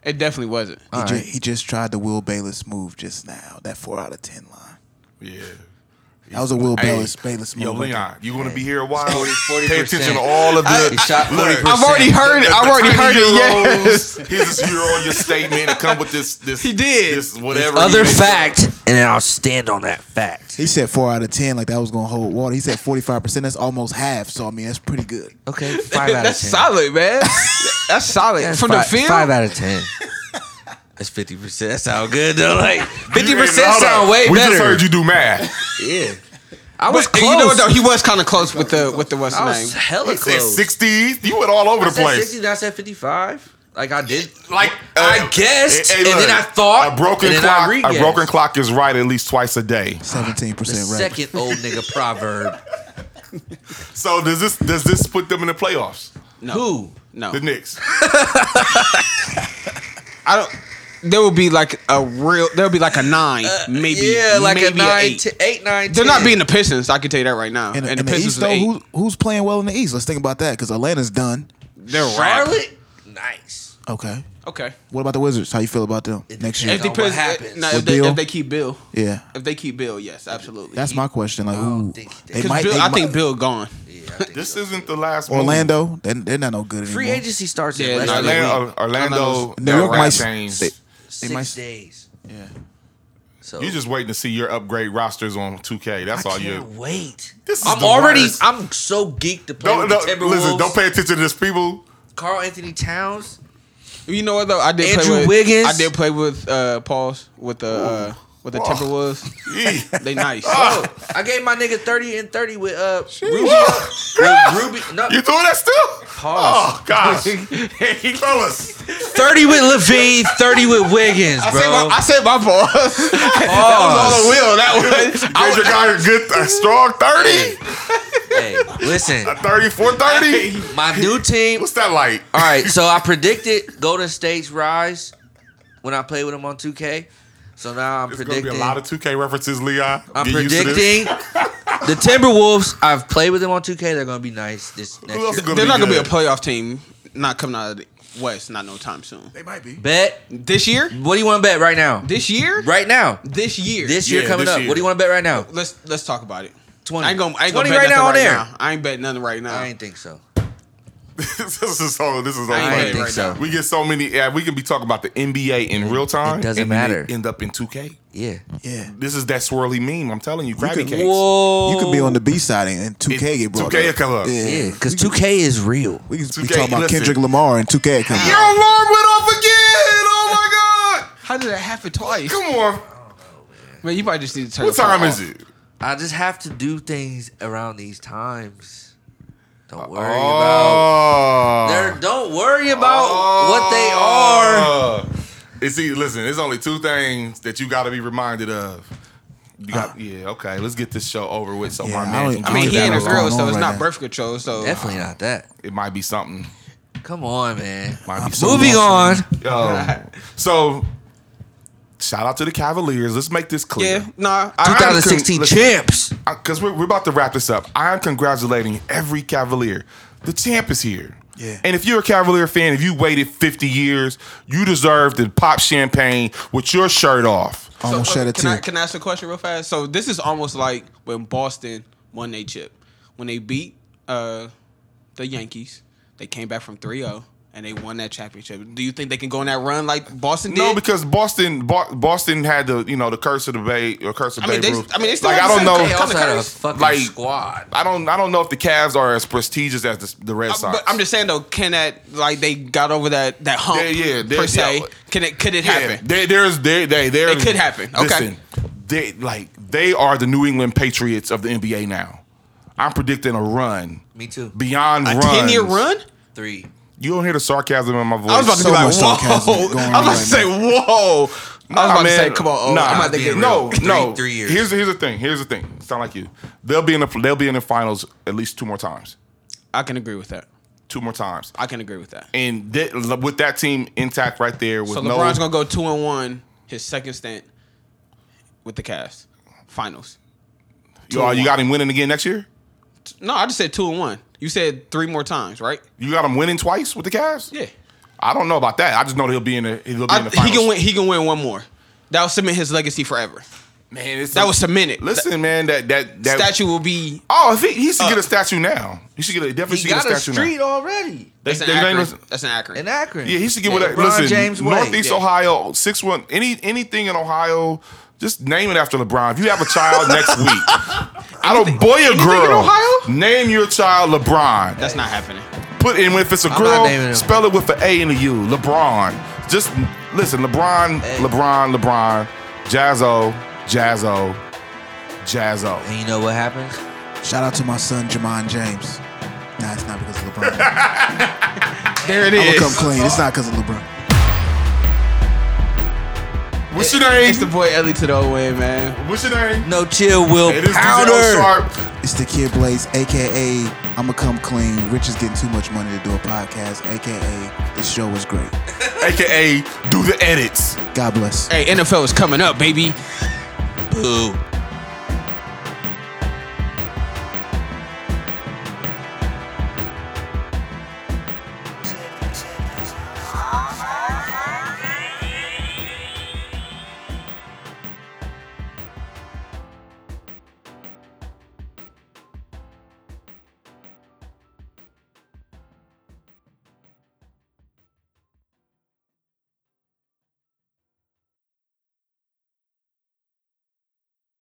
Speaker 4: it definitely wasn't.
Speaker 6: He,
Speaker 2: All
Speaker 6: ju-
Speaker 2: right.
Speaker 6: he just tried the Will Bayless move just now. That four out of ten line.
Speaker 1: Yeah.
Speaker 6: That was a Will
Speaker 1: Hey,
Speaker 6: Bayless Bayless move.
Speaker 1: Yo, Leon, you want to be here a while?
Speaker 2: 40%.
Speaker 1: Pay attention to all of the.
Speaker 2: He shot
Speaker 1: Look,
Speaker 2: 40%.
Speaker 4: I've already heard it. I've already heard it. Yes.
Speaker 1: Here's this hero on your statement and come with this. this
Speaker 4: He did.
Speaker 1: This whatever. he
Speaker 2: Other
Speaker 1: made.
Speaker 2: fact, and then I'll stand on that fact.
Speaker 6: He said four out of ten, like that was gonna hold water. He said forty five percent. That's almost half. So I mean, that's pretty good.
Speaker 2: Okay, five out
Speaker 4: that's
Speaker 2: of ten.
Speaker 4: solid, man. that's solid
Speaker 2: That's
Speaker 4: from
Speaker 2: five,
Speaker 4: the field.
Speaker 2: Five out of ten. That's fifty percent. That sound good though. Like fifty
Speaker 1: You-
Speaker 2: percent
Speaker 1: hold
Speaker 2: sound
Speaker 1: up.
Speaker 2: way
Speaker 1: We
Speaker 2: better.
Speaker 1: just heard you do math.
Speaker 2: Yeah, I was
Speaker 4: But
Speaker 2: close.
Speaker 4: you know what though, he was kind of close with the with the what's
Speaker 2: I
Speaker 4: the
Speaker 2: was
Speaker 4: name.
Speaker 2: hella
Speaker 1: He said
Speaker 2: close.
Speaker 1: 60. You went all over
Speaker 2: I
Speaker 1: the
Speaker 2: said
Speaker 1: place.
Speaker 2: sixty. then I said fifty-five. Like I did.
Speaker 1: Like
Speaker 2: I
Speaker 1: uh,
Speaker 2: guessed,
Speaker 1: hey, hey,
Speaker 2: and
Speaker 1: look,
Speaker 2: then I thought
Speaker 1: a broken
Speaker 2: and then I
Speaker 1: clock.
Speaker 2: re-guessed.
Speaker 1: a broken clock is right at least twice a day.
Speaker 6: Seventeen
Speaker 2: The
Speaker 6: percent. Right.
Speaker 2: second old nigga proverb.
Speaker 1: So does this does this put them in the playoffs?
Speaker 2: Who?
Speaker 4: No,
Speaker 1: The Knicks.
Speaker 4: I don't. There would be like a real. There would be like a nine, maybe.
Speaker 2: Uh, yeah, like
Speaker 4: maybe
Speaker 2: a nine,
Speaker 4: eight.
Speaker 2: t- eight, nine.
Speaker 4: They're not
Speaker 2: 10.
Speaker 4: being the Pistons. I can tell you that right now.
Speaker 6: In,
Speaker 4: And,
Speaker 6: the-
Speaker 4: the
Speaker 6: in the
Speaker 4: Pistons
Speaker 6: East
Speaker 4: are
Speaker 6: though,
Speaker 4: eight.
Speaker 6: who's who's playing well in the East? Let's think about that because Atlanta's done.
Speaker 4: They're wrapped.
Speaker 2: Charlotte. Nice.
Speaker 6: Okay,
Speaker 4: Okay.
Speaker 6: what about the Wizards? How you feel about them
Speaker 2: It
Speaker 6: next year?
Speaker 2: depends
Speaker 4: If,
Speaker 2: on
Speaker 4: the
Speaker 2: what
Speaker 4: Pistons,
Speaker 2: happens.
Speaker 4: no,
Speaker 6: With
Speaker 4: if, they,
Speaker 6: Bill?
Speaker 4: if they keep Bill,
Speaker 6: Yeah,
Speaker 4: if they keep Bill, yes, absolutely.
Speaker 6: that's my question. Like,
Speaker 2: don't
Speaker 6: who
Speaker 2: think they-
Speaker 6: they
Speaker 4: 'Cause
Speaker 6: might?
Speaker 4: Bill,
Speaker 6: they
Speaker 4: I
Speaker 6: might-
Speaker 4: think Bill gone.
Speaker 2: Yeah, I think
Speaker 1: This
Speaker 2: so.
Speaker 1: isn't the last move.
Speaker 6: Orlando. They, they're not no good anymore.
Speaker 2: Free agency starts
Speaker 4: Yeah,
Speaker 2: in less
Speaker 4: no,
Speaker 2: than
Speaker 4: they-
Speaker 2: a
Speaker 1: Orlando,
Speaker 2: week.
Speaker 1: Orlando
Speaker 6: New York
Speaker 1: that
Speaker 6: might-
Speaker 1: change.
Speaker 6: they-
Speaker 2: six
Speaker 6: might-
Speaker 2: days.
Speaker 6: Yeah.
Speaker 2: So
Speaker 1: You're just waiting to see your upgrade rosters on 2K.
Speaker 2: I
Speaker 1: That's all
Speaker 2: can't
Speaker 1: you.
Speaker 2: wait.
Speaker 1: This is
Speaker 2: I'm
Speaker 1: the
Speaker 2: already.
Speaker 1: worst.
Speaker 2: I'm so geeked to play
Speaker 1: Don't,
Speaker 2: with
Speaker 1: don't-
Speaker 2: the Timberwolves.
Speaker 1: listen. Don't pay attention to this, people.
Speaker 2: Carl Anthony Towns.
Speaker 4: You know what though? I did
Speaker 2: Andrew
Speaker 4: play with
Speaker 2: Wiggins.
Speaker 4: I did play with uh, Pauls with the uh, with the
Speaker 1: Oh.
Speaker 4: Timberwolves.
Speaker 1: Yee.
Speaker 4: They nice.
Speaker 1: Ah.
Speaker 2: Oh, I gave my nigga thirty and thirty with uh Ruby.
Speaker 1: Girl,
Speaker 2: Ruby no,
Speaker 1: you doing that still?
Speaker 2: Pause.
Speaker 1: Oh gosh, he told us.
Speaker 2: thirty with Levine, thirty with Wiggins,
Speaker 4: I said,
Speaker 2: bro.
Speaker 4: my, I said my Pauls.
Speaker 2: Pause.
Speaker 4: Oh, will that
Speaker 1: Gave
Speaker 4: was.
Speaker 1: your guy a good, a strong 30,
Speaker 2: Hey, listen,
Speaker 1: a 34, 30.
Speaker 2: my new team.
Speaker 1: What's that like?
Speaker 2: All right, so I predicted Golden State's rise when I played with him on 2K. So now I'm
Speaker 1: There's gonna
Speaker 2: predicting.
Speaker 1: be a lot of 2K references, Leon.
Speaker 2: I'm
Speaker 1: Get used to this.
Speaker 2: predicting the Timberwolves. I've played with them on 2K. They're gonna be nice this next
Speaker 1: else is
Speaker 2: year.
Speaker 1: gonna
Speaker 4: They're not gonna be a
Speaker 1: good.
Speaker 4: playoff team. Not coming out of the West. Not no time soon.
Speaker 6: They might be.
Speaker 2: Bet.
Speaker 4: This year.
Speaker 2: What do you want to bet right now?
Speaker 4: This year.
Speaker 2: Right now.
Speaker 4: This year.
Speaker 2: This
Speaker 1: Yeah,
Speaker 2: year coming
Speaker 1: this
Speaker 2: up.
Speaker 1: year.
Speaker 2: What do you want to bet right now?
Speaker 4: Let's let's talk about it.
Speaker 2: 20.
Speaker 4: I ain't gonna, I ain't
Speaker 2: 20
Speaker 4: gonna bet
Speaker 2: right
Speaker 4: nothing
Speaker 2: now on
Speaker 4: right
Speaker 2: air.
Speaker 4: now. I ain't bet nothing right now.
Speaker 2: I ain't think so.
Speaker 1: this is so. This is so
Speaker 4: I ain't
Speaker 1: funny.
Speaker 4: think
Speaker 1: right
Speaker 2: so.
Speaker 1: now. We get so many. Yeah, we could be talking about the NBA in real time.
Speaker 2: doesn't
Speaker 1: and we
Speaker 2: matter.
Speaker 1: End up in 2K.
Speaker 2: Yeah.
Speaker 6: Yeah.
Speaker 1: This is that swirly meme. I'm telling you, crabby
Speaker 6: could-
Speaker 1: cakes.
Speaker 2: Whoa.
Speaker 6: You could be on the B side and- and 2K
Speaker 1: It-
Speaker 6: get brought
Speaker 1: 2K
Speaker 6: up.
Speaker 1: come up.
Speaker 2: Yeah, because 2K is real.
Speaker 6: We can be
Speaker 1: 2K,
Speaker 6: talking about
Speaker 1: listen.
Speaker 6: Kendrick Lamar and 2K coming
Speaker 1: Your
Speaker 6: out.
Speaker 1: alarm went off again. Oh my god!
Speaker 4: How did that happen twice?
Speaker 1: Come on.
Speaker 4: Man, you might just need to turn.
Speaker 1: What
Speaker 4: the phone
Speaker 1: time is
Speaker 4: off.
Speaker 1: it?
Speaker 2: I just have to do things around these times. Don't worry about.
Speaker 1: Oh.
Speaker 2: They're, don't worry about what they are.
Speaker 1: And see, Ah. e, listen, there's only two things that you got to be reminded of. You
Speaker 2: Uh.
Speaker 1: got, yeah, okay. Let's get this show over with. So
Speaker 6: Yeah,
Speaker 1: my
Speaker 6: I
Speaker 1: man,
Speaker 6: don't-
Speaker 1: can
Speaker 4: I mean,
Speaker 1: keep
Speaker 4: he
Speaker 6: I
Speaker 1: that
Speaker 4: ain't a
Speaker 6: what's
Speaker 1: alone.
Speaker 4: girl,
Speaker 6: going
Speaker 4: so
Speaker 6: on
Speaker 4: it's
Speaker 6: right
Speaker 4: not
Speaker 6: now.
Speaker 4: birth control. So uh,
Speaker 2: Definitely not that.
Speaker 1: It might be something.
Speaker 2: Come on, man.
Speaker 1: Might be
Speaker 6: so
Speaker 2: Moving Uh, on.
Speaker 6: lost.
Speaker 1: Yo, so shout out to the Cavaliers. Let's make this clear.
Speaker 4: yeah, nah. I-
Speaker 2: 2016
Speaker 1: listen.
Speaker 2: champs.
Speaker 1: because we're, we're about to wrap this up. I am congratulating every Cavalier. The champ is here.
Speaker 6: Yeah.
Speaker 1: And if you're a Cavalier fan, if you waited 50 years, you deserve to pop champagne with your shirt off.
Speaker 6: Almost
Speaker 4: so, uh,
Speaker 6: shed a
Speaker 4: can I,
Speaker 6: tear.
Speaker 4: can I ask a question real fast? So this is almost like when Boston won they chip, when they beat uh, the Yankees, they came back from 3-0 and they won that championship. Do you think they can go on that run like Boston did?
Speaker 1: No, because Boston, Bo- Boston had the you know the curse of the Bay or curse of
Speaker 4: I mean,
Speaker 1: Babe
Speaker 4: they-
Speaker 1: Ruth.
Speaker 4: I mean, they still
Speaker 1: like I
Speaker 4: have
Speaker 1: don't
Speaker 4: the same
Speaker 1: know.
Speaker 2: They
Speaker 4: Come
Speaker 2: also
Speaker 4: on,
Speaker 2: had a
Speaker 4: Curtis.
Speaker 1: Oh,
Speaker 2: fucking
Speaker 1: Like-
Speaker 2: squad.
Speaker 1: I don't. I don't know if the Cavs are as prestigious as the, the Red
Speaker 4: Uh,
Speaker 1: Sox.
Speaker 4: But I'm just saying though, can that like they got over that that hump?
Speaker 1: Yeah, yeah, they-
Speaker 4: per se.
Speaker 1: yeah.
Speaker 4: Can it could it
Speaker 1: Yeah,
Speaker 4: happen?
Speaker 1: They, there's there they there
Speaker 4: It could happen. Okay.
Speaker 1: Listen, they like they are the New England Patriots of the NBA now. I'm predicting a run
Speaker 2: Me too.
Speaker 1: beyond
Speaker 4: A
Speaker 1: runs.
Speaker 4: ten year run?
Speaker 2: Three.
Speaker 1: You don't hear the sarcasm in my voice.
Speaker 4: I was about to
Speaker 6: So
Speaker 4: be like,
Speaker 6: much sarcasm
Speaker 4: whoa.
Speaker 6: going
Speaker 4: I was
Speaker 6: on
Speaker 4: about
Speaker 6: right
Speaker 4: to say, whoa. I was
Speaker 1: Nah,
Speaker 4: about to
Speaker 1: man.
Speaker 4: say, come on, oh,
Speaker 1: Nah,
Speaker 4: I'm about to
Speaker 2: be
Speaker 4: get
Speaker 2: real.
Speaker 1: no,
Speaker 2: Three-
Speaker 1: no.
Speaker 2: three years.
Speaker 1: Here's here's the thing. Here's the thing. Sound like you. They'll be in the they'll be in the finals at least two more times.
Speaker 4: I can agree with that.
Speaker 1: Two more times.
Speaker 4: I can agree with that.
Speaker 1: And that, with that team intact right there, with
Speaker 4: So
Speaker 1: no
Speaker 4: LeBron's gonna go two and one, his second stint with the Cavs. Finals.
Speaker 1: you, oh, you got him winning again next year.
Speaker 4: No, I just said two and one. You said three more times, right?
Speaker 1: You got him winning twice with the Cavs.
Speaker 4: Yeah.
Speaker 1: I don't know about that. I just know that he'll be in the he'll be
Speaker 4: I,
Speaker 1: in the
Speaker 4: he
Speaker 1: finals.
Speaker 4: can win he can win one more. That'll cement his legacy forever.
Speaker 1: Man, it's
Speaker 4: That was cemented.
Speaker 1: Listen, man, that that that
Speaker 4: Statue will be
Speaker 1: Oh, if he, he should get
Speaker 4: Uh,
Speaker 1: a statue now. He should get a definitely
Speaker 2: He
Speaker 1: should get
Speaker 2: got
Speaker 1: a
Speaker 2: a
Speaker 1: statue
Speaker 2: street
Speaker 1: now.
Speaker 2: already
Speaker 4: that's an
Speaker 1: they- they
Speaker 4: Akron.
Speaker 1: don't-
Speaker 4: That's an Akron.
Speaker 2: in Akron.
Speaker 1: Yeah, he should get what.
Speaker 2: LeBron
Speaker 1: Listen,
Speaker 2: James Way.
Speaker 1: Northeast
Speaker 4: Yeah.
Speaker 1: Ohio, six one. Any anything in Ohio, just name it after LeBron. If you have a child next week, I don't boy or girl.
Speaker 4: in Ohio?
Speaker 1: Name your child LeBron.
Speaker 4: That's not happening.
Speaker 1: Put in if it's a
Speaker 2: not naming
Speaker 1: girl,
Speaker 2: him.
Speaker 1: spell it with an A and a U. LeBron. Just listen, LeBron,
Speaker 2: Hey.
Speaker 1: LeBron, LeBron, Jazzo, Jazzo, Jazzo.
Speaker 2: And you know what happens?
Speaker 6: Shout out to my son Jamon James. Nah, it's not because of LeBron.
Speaker 4: There it
Speaker 6: I'm gonna come
Speaker 4: is.
Speaker 6: clean. It's not because of LeBron.
Speaker 1: What's your name?
Speaker 4: It's the boy Ellie to the old way, man.
Speaker 1: What's your name?
Speaker 2: No chill, Will
Speaker 1: It is DJ
Speaker 2: Pounder.
Speaker 1: Sharp.
Speaker 6: It's the Kid Blaze, aka I'ma come clean. Rich is getting too much money to do a podcast, aka this show was great.
Speaker 1: aka do the edits.
Speaker 6: God bless.
Speaker 4: Hey, NFL is coming up, baby.
Speaker 2: Boo.